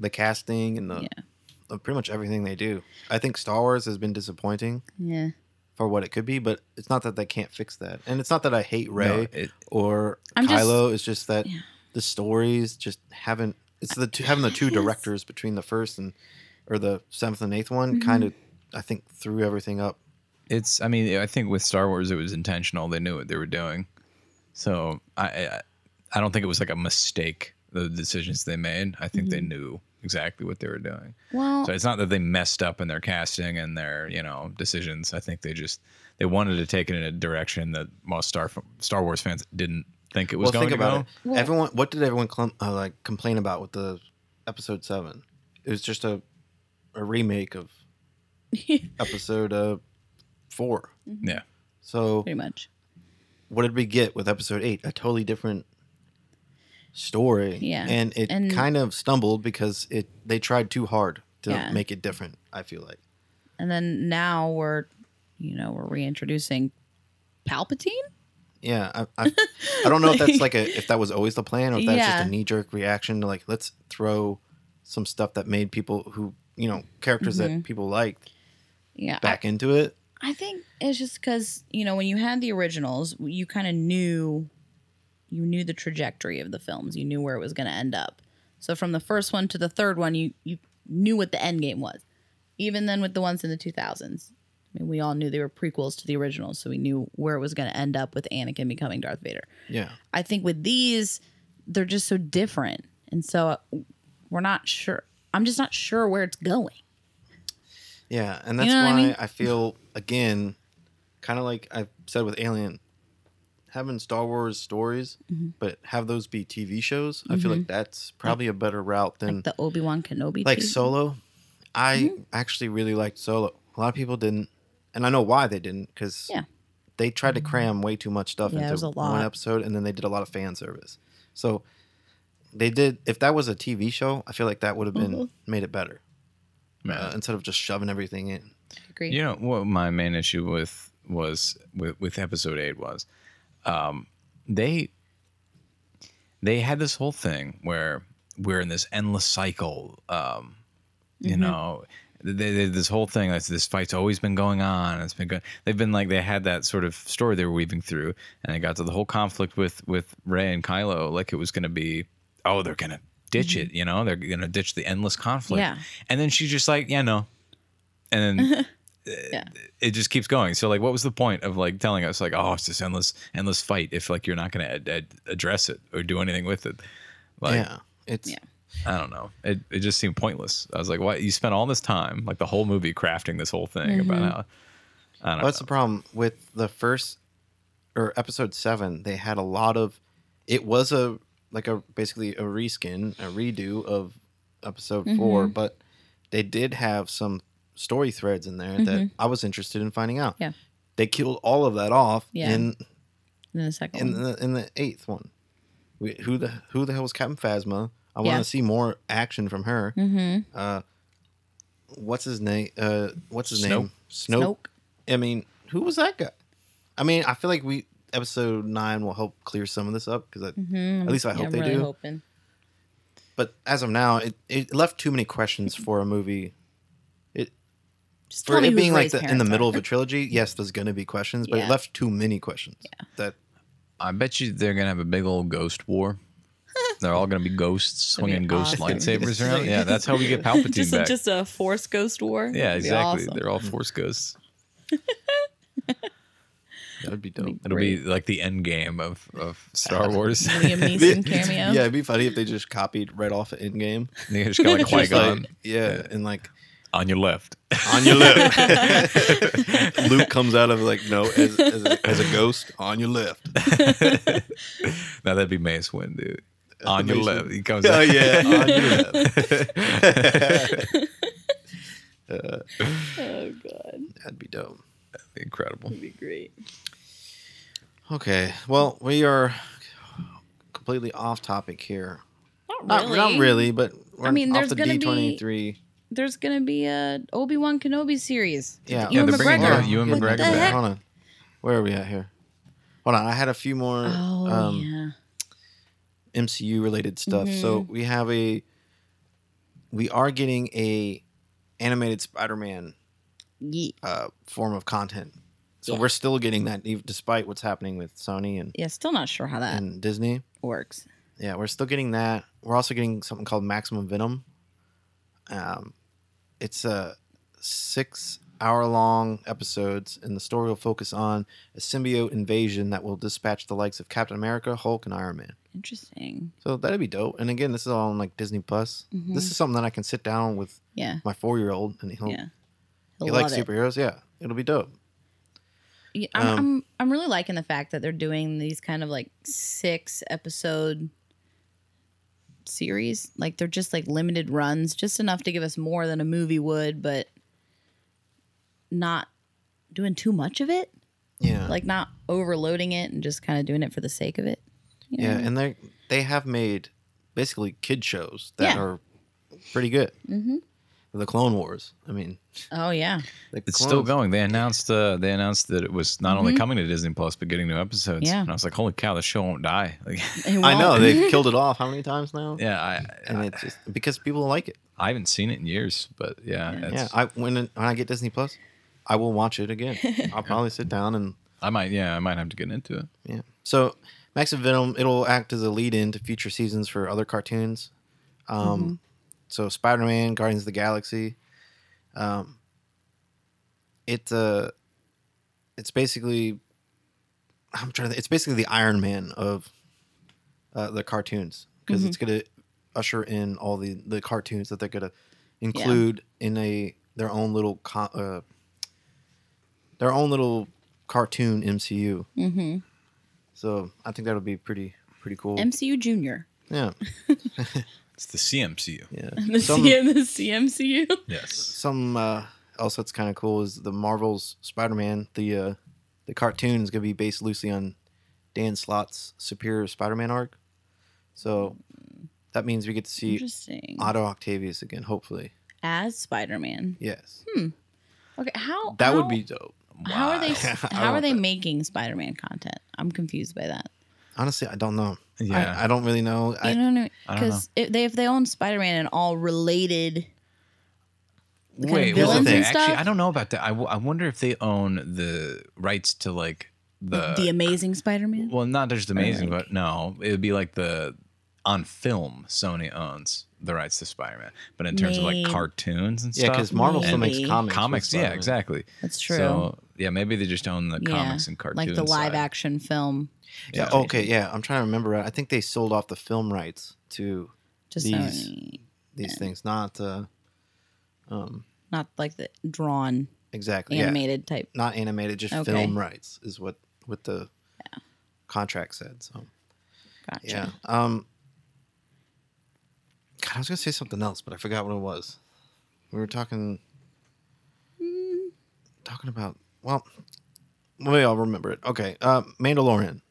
[SPEAKER 2] the casting and the
[SPEAKER 3] Yeah.
[SPEAKER 2] of pretty much everything they do. I think Star Wars has been disappointing
[SPEAKER 3] Yeah.
[SPEAKER 2] for what it could be, but it's not that they can't fix that. And it's not that I hate Ray
[SPEAKER 1] it-
[SPEAKER 2] or
[SPEAKER 3] I'm just-
[SPEAKER 2] Kylo. it's just that the stories just haven't. It's the two, having the two directors between the first and or the seventh and eighth one
[SPEAKER 3] Mm-hmm.
[SPEAKER 2] kind of I think threw everything up.
[SPEAKER 1] It's, I mean, I think with Star Wars, it was intentional. They knew what they were doing. So I, I I don't think it was like a mistake. The decisions they made, I think
[SPEAKER 2] Mm-hmm.
[SPEAKER 1] they knew exactly what they were doing.
[SPEAKER 3] Well,
[SPEAKER 1] So it's not that they messed up in their casting and their you know decisions. I think they just they wanted to take it in a direction that most Star Star Wars fans didn't think it was
[SPEAKER 2] well,
[SPEAKER 1] going
[SPEAKER 2] think
[SPEAKER 1] to go.
[SPEAKER 2] about it. everyone, what did everyone clum uh, like complain about with the episode seven? It was just a a remake
[SPEAKER 3] [laughs]
[SPEAKER 2] of episode uh, four.
[SPEAKER 1] Yeah,
[SPEAKER 2] So
[SPEAKER 3] pretty much.
[SPEAKER 2] what did we get with episode eight? A totally different story.
[SPEAKER 3] Yeah.
[SPEAKER 2] and it
[SPEAKER 3] And-
[SPEAKER 2] kind of stumbled because it they tried too hard to
[SPEAKER 3] Yeah.
[SPEAKER 2] make it different. I feel like.
[SPEAKER 3] And then now we're, you know, we're reintroducing Palpatine.
[SPEAKER 2] Yeah, I, I, I don't know if that's like
[SPEAKER 3] Like-
[SPEAKER 2] a if that was always the plan or if that's
[SPEAKER 3] Yeah.
[SPEAKER 2] just a knee jerk reaction to like let's throw some stuff that made people who you know characters
[SPEAKER 3] Mm-hmm.
[SPEAKER 2] that people liked
[SPEAKER 3] Yeah,
[SPEAKER 2] back into it.
[SPEAKER 3] I think it's just because you know when you had the originals, you kind of knew, you knew the trajectory of the films. You knew where it was going to end up. So from the first one to the third one, you you knew what the end game was. Even then, with the ones in the two thousands, I mean, we all knew they were prequels to the originals, so we knew where it was going to end up with Anakin becoming Darth Vader.
[SPEAKER 2] Yeah,
[SPEAKER 3] I think with these, they're just so different, and so uh, we're not sure. I'm just not sure where it's going.
[SPEAKER 2] yeah, and that's
[SPEAKER 3] know what I
[SPEAKER 2] why I,
[SPEAKER 3] mean?
[SPEAKER 2] feel again, kind of like I said with Alien, having Star Wars stories,
[SPEAKER 3] Mm-hmm.
[SPEAKER 2] but have those be TV shows. I feel like that's probably a better route than
[SPEAKER 3] The Obi Wan Kenobi,
[SPEAKER 2] Mm. like
[SPEAKER 3] too.
[SPEAKER 2] solo i
[SPEAKER 3] Mm-hmm.
[SPEAKER 2] actually really liked solo a lot of people didn't and i know why they didn't because
[SPEAKER 3] Yeah.
[SPEAKER 2] they tried to cram way too much stuff
[SPEAKER 3] Yeah, it was
[SPEAKER 2] into
[SPEAKER 3] a
[SPEAKER 2] one
[SPEAKER 3] lot.
[SPEAKER 2] episode and then they did a lot of fan service so they did if that was a tv show i feel like that would have been
[SPEAKER 3] Mm-hmm.
[SPEAKER 2] made it better
[SPEAKER 1] man.
[SPEAKER 2] uh, instead of just shoving everything in
[SPEAKER 3] Agree.
[SPEAKER 1] You know what my main issue with was with, with episode eight was, um, they they had this whole thing where we're in this endless cycle. Um, You
[SPEAKER 3] Mm-hmm.
[SPEAKER 1] know, they, they, this whole thing that's this fight's always been going on. and It's been good. They've been like they had that sort of story they were weaving through, and it got to the whole conflict with with Ray and Kylo. Like it was going to be, oh, they're going to ditch it. You know, they're going to ditch the endless conflict.
[SPEAKER 3] Mm-hmm. Yeah.
[SPEAKER 1] And then she's just like, yeah, no. And
[SPEAKER 3] [laughs]
[SPEAKER 1] then it just keeps going. So like, what was the point of like telling us like, oh, it's this endless, endless fight if like you're not going to ad- ad- address it or do anything with it? Like,
[SPEAKER 2] yeah it's
[SPEAKER 3] Yeah.
[SPEAKER 1] I don't know. It it just seemed pointless. I was like, why you spent all this time like the whole movie crafting this whole thing
[SPEAKER 3] Mm-hmm.
[SPEAKER 1] about how I don't
[SPEAKER 2] What's
[SPEAKER 1] know.
[SPEAKER 2] the problem with the first or episode seven? They had a lot of. It was a like a basically a reskin, a redo of episode four,
[SPEAKER 3] Mm-hmm.
[SPEAKER 2] but they did have some story threads in there that I was interested in finding out.
[SPEAKER 3] Mm-hmm. Yeah.
[SPEAKER 2] They killed all of that off
[SPEAKER 3] Yeah.
[SPEAKER 2] in
[SPEAKER 3] And then the second
[SPEAKER 2] in
[SPEAKER 3] one.
[SPEAKER 2] the in the eighth one. We, who the who the hell was Captain Phasma? I want
[SPEAKER 3] Yeah.
[SPEAKER 2] to see more action from her.
[SPEAKER 3] Mhm.
[SPEAKER 2] Uh, what's his name? Uh, what's his name? Snoke.
[SPEAKER 3] Snoke.
[SPEAKER 2] I mean, who was that guy? I mean, I feel like we episode nine will help clear some of this up because at least I hope
[SPEAKER 3] Mm-hmm. I'm
[SPEAKER 2] they
[SPEAKER 3] really
[SPEAKER 2] do.
[SPEAKER 3] hoping.
[SPEAKER 2] But as of now, it, it left too many questions for a movie. It
[SPEAKER 3] Just
[SPEAKER 2] for
[SPEAKER 3] tell me
[SPEAKER 2] it
[SPEAKER 3] who's
[SPEAKER 2] being like
[SPEAKER 3] Rey's
[SPEAKER 2] the, in the
[SPEAKER 3] parents
[SPEAKER 2] middle of
[SPEAKER 3] are. [laughs]
[SPEAKER 2] a trilogy. Yes, there's gonna be questions, but
[SPEAKER 3] Yeah.
[SPEAKER 2] it left too many questions. That
[SPEAKER 1] I bet you they're going to have a big old ghost
[SPEAKER 3] [laughs]
[SPEAKER 1] war. They're all going to be ghosts
[SPEAKER 3] That'd be
[SPEAKER 1] swinging ghost
[SPEAKER 3] awesome.
[SPEAKER 1] lightsabers around. Yeah, that's how we
[SPEAKER 3] [laughs]
[SPEAKER 1] get Palpatine
[SPEAKER 3] just a,
[SPEAKER 1] back.
[SPEAKER 3] just a force ghost war.
[SPEAKER 1] yeah,
[SPEAKER 3] That'd be
[SPEAKER 1] exactly.
[SPEAKER 3] awesome.
[SPEAKER 1] They're all force ghosts.
[SPEAKER 2] that would be dope.
[SPEAKER 1] It'll be like the end game of, of Star Wars. [laughs]
[SPEAKER 3] Liam Neeson cameo.
[SPEAKER 2] [laughs] Yeah, it'd be funny if they just copied right off of Endgame.
[SPEAKER 1] you just
[SPEAKER 3] [laughs]
[SPEAKER 1] got like Qui
[SPEAKER 2] Just like,
[SPEAKER 1] Gon
[SPEAKER 2] Oh yeah, and [laughs] like
[SPEAKER 1] on your left.
[SPEAKER 2] on your lip. [laughs] Luke comes out of like no as, as, a, as a ghost on your left.
[SPEAKER 1] [laughs] Now that'd be Mace Windu. On your
[SPEAKER 2] Mace
[SPEAKER 1] left,
[SPEAKER 2] Windu.
[SPEAKER 1] he comes
[SPEAKER 2] [laughs] Oh
[SPEAKER 1] out.
[SPEAKER 2] yeah, [laughs] on your left.
[SPEAKER 3] Oh god,
[SPEAKER 2] That'd be dope.
[SPEAKER 1] [laughs] Incredible.
[SPEAKER 3] that'd be great.
[SPEAKER 2] Okay. Well, we are completely off topic here.
[SPEAKER 3] Not really.
[SPEAKER 2] Not, not really, but we're
[SPEAKER 3] I mean,
[SPEAKER 2] off
[SPEAKER 3] there's
[SPEAKER 2] the
[SPEAKER 3] gonna
[SPEAKER 2] D
[SPEAKER 3] be-
[SPEAKER 2] twenty three.
[SPEAKER 3] There's gonna be a Obi Wan Kenobi series.
[SPEAKER 2] Yeah.
[SPEAKER 1] Yeah,
[SPEAKER 3] Ewan
[SPEAKER 1] they're bringing
[SPEAKER 3] McGregor.
[SPEAKER 1] back Ewan
[SPEAKER 3] What the
[SPEAKER 1] McGregor
[SPEAKER 3] heck?
[SPEAKER 1] back.
[SPEAKER 2] Hold on. Where are we at here? Hold on. I had a few more
[SPEAKER 3] Oh
[SPEAKER 2] um,
[SPEAKER 3] yeah.
[SPEAKER 2] MCU related stuff. So
[SPEAKER 3] Mm-hmm.
[SPEAKER 2] we have a we are getting a animated Spider Man
[SPEAKER 3] Ye-
[SPEAKER 2] uh, form of content. So we're still getting that, ev- despite what's happening with Sony and,
[SPEAKER 3] Yeah, still not sure how that
[SPEAKER 2] and Disney.
[SPEAKER 3] works.
[SPEAKER 2] Yeah, we're still getting that. We're also getting something called Maximum Venom. Um, it's a six hour long episodes, and the story will focus on a symbiote invasion that will dispatch the likes of Captain America, Hulk, and Iron Man.
[SPEAKER 3] Interesting.
[SPEAKER 2] So that'd be dope. And again, this is all on like Disney Plus.
[SPEAKER 3] Mhm.
[SPEAKER 2] This is something that I can sit down with
[SPEAKER 3] Yeah.
[SPEAKER 2] my four year old and he'll
[SPEAKER 3] Yeah.
[SPEAKER 2] he
[SPEAKER 3] He'll
[SPEAKER 2] likes
[SPEAKER 3] love it.
[SPEAKER 2] superheroes. Yeah, it'll be dope.
[SPEAKER 3] Yeah, I'm,
[SPEAKER 2] Um,
[SPEAKER 3] I'm I'm really liking the fact that they're doing these kind of like six episode series. Like they're just like limited runs, just enough to give us more than a movie would, but not doing too much of it.
[SPEAKER 2] Yeah,
[SPEAKER 3] Like not overloading it and just kind of doing it for the sake of it. you
[SPEAKER 2] yeah,
[SPEAKER 3] know?
[SPEAKER 2] and they they have made basically kid shows that
[SPEAKER 3] Yeah.
[SPEAKER 2] are pretty good.
[SPEAKER 3] Mhm.
[SPEAKER 2] The Clone Wars. I mean,
[SPEAKER 3] Oh yeah.
[SPEAKER 2] the
[SPEAKER 1] It's
[SPEAKER 2] Clone
[SPEAKER 1] still
[SPEAKER 2] Wars-
[SPEAKER 1] going. They announced uh, they announced that it was not only coming to Disney Plus but getting new episodes.
[SPEAKER 3] Mm-hmm. Yeah.
[SPEAKER 1] And I was like, holy cow, the show won't die. [laughs]
[SPEAKER 3] [laughs]
[SPEAKER 1] Like,
[SPEAKER 3] It
[SPEAKER 2] I know
[SPEAKER 1] [laughs]
[SPEAKER 3] won't- [laughs]
[SPEAKER 2] they've killed it off how many times now?
[SPEAKER 1] yeah, I,
[SPEAKER 2] and it's just because people like it.
[SPEAKER 1] I haven't seen it in years, but yeah, it's,
[SPEAKER 2] yeah, I when when I get Disney Plus, I will watch
[SPEAKER 1] [laughs]
[SPEAKER 2] it again. I'll probably sit down and
[SPEAKER 1] I might. Yeah, I might have to get into it.
[SPEAKER 2] Yeah. So Max and Venom, it'll act as a lead in to future seasons for other cartoons. Um, So Spider Man, Guardians of the Galaxy. Um, it, uh, it's basically, I'm trying to, it's basically the Iron Man of uh, the cartoons because it's going to usher in all the, the cartoons that they're going to include in a their own little co uh, their own little cartoon MCU.
[SPEAKER 3] Mhm.
[SPEAKER 2] So I think that'll be pretty pretty cool.
[SPEAKER 3] MCU Junior. [laughs]
[SPEAKER 2] yeah,
[SPEAKER 1] It's the CMCU.
[SPEAKER 2] yeah.
[SPEAKER 3] The,
[SPEAKER 2] some
[SPEAKER 3] C- the CMCU.
[SPEAKER 1] Yes.
[SPEAKER 2] some uh, else that's kind of cool is the Marvel's Spider-Man. The uh, the cartoon is gonna be based loosely on Dan Slott's Superior Spider-Man arc. So that means we get to see
[SPEAKER 3] Interesting.
[SPEAKER 2] Otto Octavius again. Hopefully,
[SPEAKER 3] As Spider Man.
[SPEAKER 2] yes,
[SPEAKER 3] Okay, how
[SPEAKER 2] that
[SPEAKER 3] how-
[SPEAKER 2] would be dope. [laughs]
[SPEAKER 3] How are they?
[SPEAKER 2] I
[SPEAKER 3] How are
[SPEAKER 2] love
[SPEAKER 3] they
[SPEAKER 2] that.
[SPEAKER 3] making Spider-Man content? I'm confused by that.
[SPEAKER 2] Honestly, I don't know.
[SPEAKER 1] Yeah.
[SPEAKER 2] I, I don't really know.
[SPEAKER 3] You
[SPEAKER 2] I,
[SPEAKER 3] don't know
[SPEAKER 1] I don't know.
[SPEAKER 3] because if they if they own Spider-Man and all related, kind of
[SPEAKER 1] Wait,
[SPEAKER 2] villains
[SPEAKER 1] well,
[SPEAKER 2] and
[SPEAKER 1] okay,
[SPEAKER 3] stuff?
[SPEAKER 1] actually, I don't know about that. I, w- I wonder if they own the rights to like the,
[SPEAKER 3] the Amazing Spider-Man.
[SPEAKER 1] well, not just amazing,
[SPEAKER 3] like-
[SPEAKER 1] but no, it would be like the on film Sony owns the rights to Spider-Man, but in terms of
[SPEAKER 3] Maybe.
[SPEAKER 1] like cartoons and
[SPEAKER 2] yeah,
[SPEAKER 1] stuff,
[SPEAKER 2] because Marvel still makes
[SPEAKER 3] Maybe.
[SPEAKER 2] comics. with
[SPEAKER 1] comics, yeah,
[SPEAKER 2] Spider-Man.
[SPEAKER 1] exactly.
[SPEAKER 3] That's true.
[SPEAKER 1] So yeah, maybe they just own the
[SPEAKER 3] Yeah,
[SPEAKER 1] comics and cartoons,
[SPEAKER 3] like the
[SPEAKER 1] side.
[SPEAKER 3] live-action film.
[SPEAKER 2] Yeah, okay, yeah. I'm trying to remember. I think they sold off the film rights to
[SPEAKER 3] Just
[SPEAKER 2] These-
[SPEAKER 3] Sony.
[SPEAKER 2] these things, not uh,
[SPEAKER 3] not like the drawn
[SPEAKER 2] exactly yeah.
[SPEAKER 3] animated type.
[SPEAKER 2] not animated, just
[SPEAKER 3] Okay.
[SPEAKER 2] film rights is what what the contract said. So
[SPEAKER 3] Gotcha.
[SPEAKER 2] yeah. Um God, I was gonna say something else, but I forgot what it was. We were talking talking about well maybe I'll remember it. Okay. Uh Mandalorian.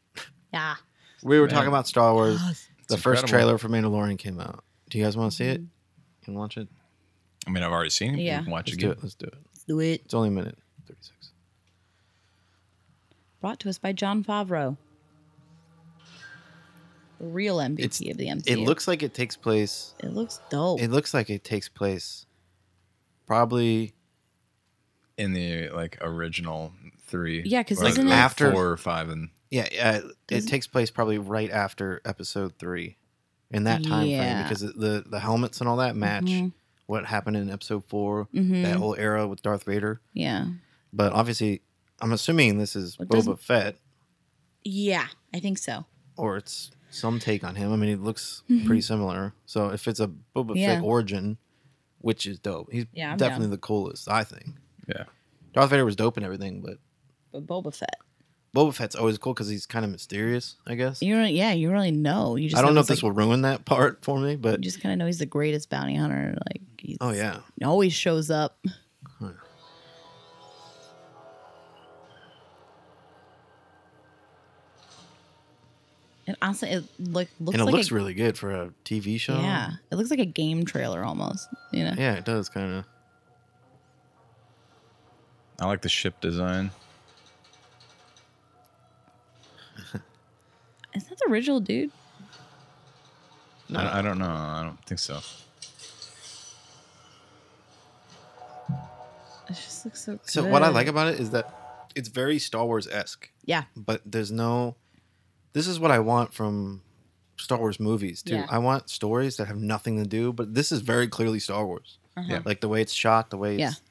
[SPEAKER 3] Yeah.
[SPEAKER 2] We were
[SPEAKER 1] Man.
[SPEAKER 2] talking about Star Wars.
[SPEAKER 3] Ah,
[SPEAKER 2] the
[SPEAKER 1] It's
[SPEAKER 2] first
[SPEAKER 1] incredible.
[SPEAKER 2] trailer for Mandalorian came out. Do you guys want to see it? Can we watch it?
[SPEAKER 1] I mean, I've already seen it.
[SPEAKER 3] Yeah.
[SPEAKER 1] Yeah, watch
[SPEAKER 2] Let's
[SPEAKER 1] it
[SPEAKER 2] do
[SPEAKER 1] again.
[SPEAKER 2] it. Let's do it.
[SPEAKER 3] Let's do it.
[SPEAKER 2] It's only a minute. Thirty six.
[SPEAKER 3] Brought to us by John Favreau, the real MVP
[SPEAKER 2] It's-
[SPEAKER 3] of the MCU.
[SPEAKER 2] It looks like it takes place
[SPEAKER 3] It looks dope.
[SPEAKER 2] it looks like it takes place probably
[SPEAKER 1] in the like original three.
[SPEAKER 3] Yeah, 'cause
[SPEAKER 1] or,
[SPEAKER 3] isn't
[SPEAKER 1] like,
[SPEAKER 3] it-
[SPEAKER 2] After-
[SPEAKER 1] four or five and
[SPEAKER 2] yeah uh, it
[SPEAKER 3] Doesn't-
[SPEAKER 2] takes place probably right after episode three in that time frame
[SPEAKER 3] Yeah.
[SPEAKER 2] because it- the the helmets and all that match
[SPEAKER 3] Mhm.
[SPEAKER 2] what happened in episode 4
[SPEAKER 3] Mhm.
[SPEAKER 2] that whole era with darth vader
[SPEAKER 3] yeah.
[SPEAKER 2] but obviously i'm assuming this is
[SPEAKER 3] It
[SPEAKER 2] boba
[SPEAKER 3] doesn't-
[SPEAKER 2] fett
[SPEAKER 3] Yeah, I think so.
[SPEAKER 2] or it's some take on him i mean it looks pretty similar so if it's a boba
[SPEAKER 3] Mm-hmm. Yeah.
[SPEAKER 2] fett origin which is dope he's
[SPEAKER 3] Yeah, I'm down.
[SPEAKER 2] definitely the coolest i think
[SPEAKER 1] yeah.
[SPEAKER 2] darth vader was dope and everything but
[SPEAKER 3] But Boba Fett.
[SPEAKER 2] boba fett's always cool because he's kind of mysterious i guess
[SPEAKER 3] You don't, yeah, you really know. You just
[SPEAKER 2] I don't know if
[SPEAKER 3] it's
[SPEAKER 2] this
[SPEAKER 3] like,
[SPEAKER 2] will ruin that part for me, but
[SPEAKER 3] You just kind of know he's the greatest bounty hunter. Like, he's,
[SPEAKER 2] oh yeah,
[SPEAKER 3] he always shows up. And honestly, it look, looks
[SPEAKER 2] and it
[SPEAKER 3] like
[SPEAKER 2] looks
[SPEAKER 3] a,
[SPEAKER 2] really good for a TV show.
[SPEAKER 3] yeah, it looks like a game trailer almost. You know,
[SPEAKER 2] yeah, it does kind of.
[SPEAKER 1] I like the ship design.
[SPEAKER 3] is that the original dude?
[SPEAKER 1] I, don't- I don't know. I don't think so.
[SPEAKER 3] It just looks so.
[SPEAKER 2] So what I
[SPEAKER 3] good.
[SPEAKER 2] like about it is that it's very Star Wars esque,
[SPEAKER 3] yeah,
[SPEAKER 2] but there's no. This is what I want from Star Wars movies too.
[SPEAKER 3] Yeah.
[SPEAKER 2] I want stories that have nothing to do, but this is very clearly Star Wars.
[SPEAKER 3] Uh-huh.
[SPEAKER 1] Yeah.
[SPEAKER 2] Like the way it's shot, the way it's,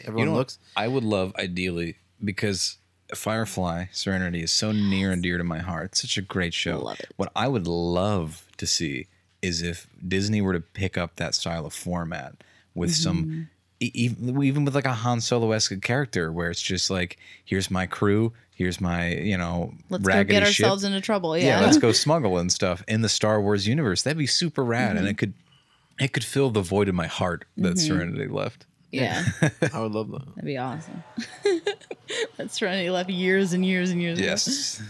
[SPEAKER 2] everyone
[SPEAKER 1] You know what?
[SPEAKER 2] looks.
[SPEAKER 1] I would love ideally because Firefly Serenity is so near and dear to my heart. It's such a great show.
[SPEAKER 3] Love it.
[SPEAKER 1] What I would love to see is if Disney were to pick up that style of format with
[SPEAKER 3] Mm-hmm.
[SPEAKER 1] some e- even, even with like a Han Solo esque character where it's just like, here's my crew, here's my, you know,
[SPEAKER 3] Let's go
[SPEAKER 1] raggedy
[SPEAKER 3] get
[SPEAKER 1] ship.
[SPEAKER 3] ourselves into trouble.
[SPEAKER 1] yeah,
[SPEAKER 3] Yeah.
[SPEAKER 1] let's go smuggle and stuff in the Star Wars universe. That'd be super rad, and
[SPEAKER 3] Mm-hmm.
[SPEAKER 1] it could it could fill the void in my heart that Serenity left.
[SPEAKER 3] [laughs] yeah.
[SPEAKER 2] I would love
[SPEAKER 1] [laughs]
[SPEAKER 2] that.
[SPEAKER 3] That'd be awesome. [laughs] That's Serenity left years and years and years ago.
[SPEAKER 1] Yes,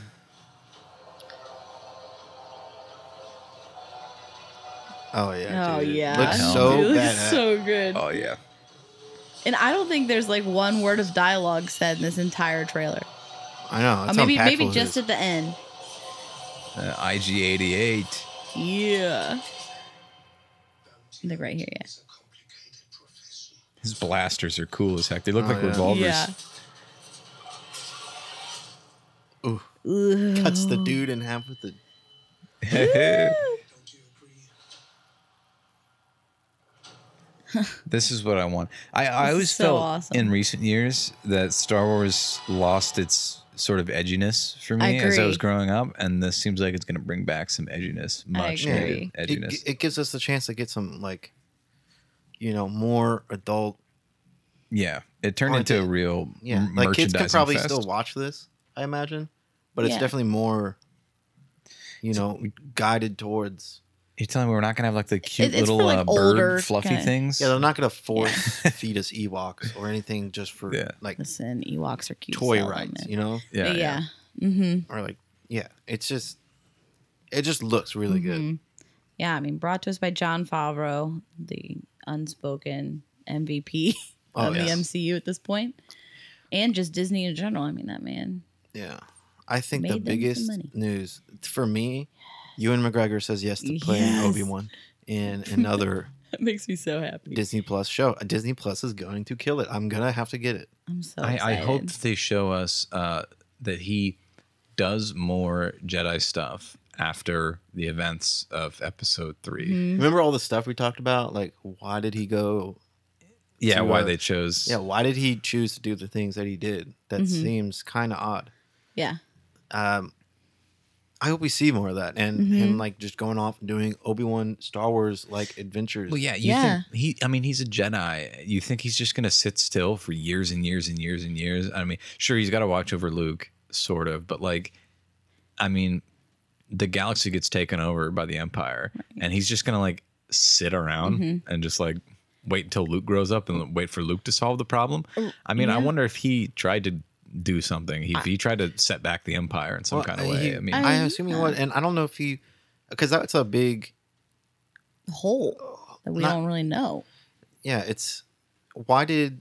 [SPEAKER 2] Oh yeah.
[SPEAKER 3] Oh
[SPEAKER 2] dude.
[SPEAKER 3] yeah.
[SPEAKER 2] Looks
[SPEAKER 1] Hell
[SPEAKER 2] so
[SPEAKER 3] Dude, it looks
[SPEAKER 2] badass.
[SPEAKER 3] so good.
[SPEAKER 1] oh yeah,
[SPEAKER 3] And I don't think there's like one word of dialogue said in this entire trailer.
[SPEAKER 2] I know.
[SPEAKER 3] Or
[SPEAKER 2] That's
[SPEAKER 3] Uh, maybe
[SPEAKER 2] how
[SPEAKER 3] maybe
[SPEAKER 2] impactful it
[SPEAKER 3] just
[SPEAKER 2] is.
[SPEAKER 3] at the end.
[SPEAKER 1] uh, IG88.
[SPEAKER 3] Yeah. I think right here, yeah.
[SPEAKER 1] His blasters are cool as heck. They look
[SPEAKER 2] Oh,
[SPEAKER 1] like
[SPEAKER 2] yeah.
[SPEAKER 1] revolvers.
[SPEAKER 3] Yeah.
[SPEAKER 2] Ooh.
[SPEAKER 3] Ooh.
[SPEAKER 2] cuts the dude in half with the.
[SPEAKER 1] [laughs]
[SPEAKER 3] [laughs]
[SPEAKER 1] this is what I want. I, I
[SPEAKER 3] This
[SPEAKER 1] always
[SPEAKER 3] is so
[SPEAKER 1] felt
[SPEAKER 3] awesome.
[SPEAKER 1] in recent years that Star Wars lost its sort of edginess for
[SPEAKER 3] I
[SPEAKER 1] me as I
[SPEAKER 3] agree.
[SPEAKER 1] was growing up, and this seems like it's going to bring back some edginess, much
[SPEAKER 3] agree.
[SPEAKER 1] needed
[SPEAKER 2] It,
[SPEAKER 1] edginess.
[SPEAKER 2] it gives us the chance to get some like, you know, more adult.
[SPEAKER 1] yeah, it turned
[SPEAKER 2] Or
[SPEAKER 1] into
[SPEAKER 2] the-
[SPEAKER 1] a real
[SPEAKER 2] Oh, Yeah,
[SPEAKER 1] m-
[SPEAKER 2] like kids could
[SPEAKER 1] merchandising
[SPEAKER 2] probably
[SPEAKER 1] fest.
[SPEAKER 2] still watch this, I imagine, but it's
[SPEAKER 3] Yeah.
[SPEAKER 2] definitely more, you know, guided towards.
[SPEAKER 1] You're telling me we're not going to have like the cute
[SPEAKER 3] it's
[SPEAKER 1] little
[SPEAKER 3] for, like,
[SPEAKER 1] uh,
[SPEAKER 3] older
[SPEAKER 1] bird fluffy
[SPEAKER 3] kinda-
[SPEAKER 1] things?
[SPEAKER 2] Yeah, they're not
[SPEAKER 1] [laughs]
[SPEAKER 2] gonna force feed us Ewoks or anything just for
[SPEAKER 1] Yeah.
[SPEAKER 2] like
[SPEAKER 3] Listen, Ewoks are cute. as
[SPEAKER 2] toy
[SPEAKER 3] hell,
[SPEAKER 2] rides,
[SPEAKER 3] man.
[SPEAKER 2] you know,
[SPEAKER 1] yeah,
[SPEAKER 3] But
[SPEAKER 1] yeah.
[SPEAKER 3] yeah. Mm-hmm.
[SPEAKER 2] or like yeah, it's just, it just looks really
[SPEAKER 3] Mm-hmm.
[SPEAKER 2] good.
[SPEAKER 3] Yeah, I mean, brought to us by John Favreau, the unspoken [laughs] MVP
[SPEAKER 2] Oh,
[SPEAKER 3] of
[SPEAKER 2] yes.
[SPEAKER 3] the MCU at this point, and just Disney in general. I mean, that man. [laughs]
[SPEAKER 2] Yeah, I think
[SPEAKER 3] Made
[SPEAKER 2] the
[SPEAKER 3] them some
[SPEAKER 2] biggest
[SPEAKER 3] money.
[SPEAKER 2] news for me, Ewan McGregor says yes to playing
[SPEAKER 3] Yes.
[SPEAKER 2] Obi Wan in
[SPEAKER 3] [laughs]
[SPEAKER 2] another
[SPEAKER 3] That makes me so happy.
[SPEAKER 2] Disney Plus show. Uh, Disney Plus is going to kill it. I'm gonna have to get it.
[SPEAKER 3] I'm so.
[SPEAKER 1] I, I
[SPEAKER 3] excited.
[SPEAKER 1] hope that they show us uh, that he does more Jedi stuff after the events of Episode 3
[SPEAKER 3] Mm-hmm.
[SPEAKER 2] Remember all the stuff we talked about? Like, why did he go?
[SPEAKER 1] Yeah,
[SPEAKER 2] To,
[SPEAKER 1] why
[SPEAKER 2] uh,
[SPEAKER 1] they chose.
[SPEAKER 2] Yeah, why did he choose to do the things that he did? That
[SPEAKER 3] Mm-hmm.
[SPEAKER 2] seems kind of odd.
[SPEAKER 3] Yeah.
[SPEAKER 2] Um, I hope we see more of that and
[SPEAKER 3] Mm-hmm.
[SPEAKER 2] him like just going off and doing Obi Wan Star Wars like adventures.
[SPEAKER 1] Well, yeah, you
[SPEAKER 3] Yeah.
[SPEAKER 1] think he? I mean, he's a Jedi. You think he's just gonna sit still for years and years and years and years? I mean, sure, he's got to watch over Luke, sort of, but like, I mean, the galaxy gets taken over by the Empire, and he's just gonna like sit around and just like wait until Luke grows up and wait for Luke to solve the problem. I mean, I wonder if he tried to do something. He, he tried to set back the Empire in some
[SPEAKER 2] Well, uh,
[SPEAKER 1] kind of
[SPEAKER 2] he-
[SPEAKER 1] way. I mean,
[SPEAKER 2] I assume he was, and I don't know if he, because that's a big
[SPEAKER 3] Whole that we
[SPEAKER 2] Not-
[SPEAKER 3] don't really know.
[SPEAKER 2] yeah, it's why did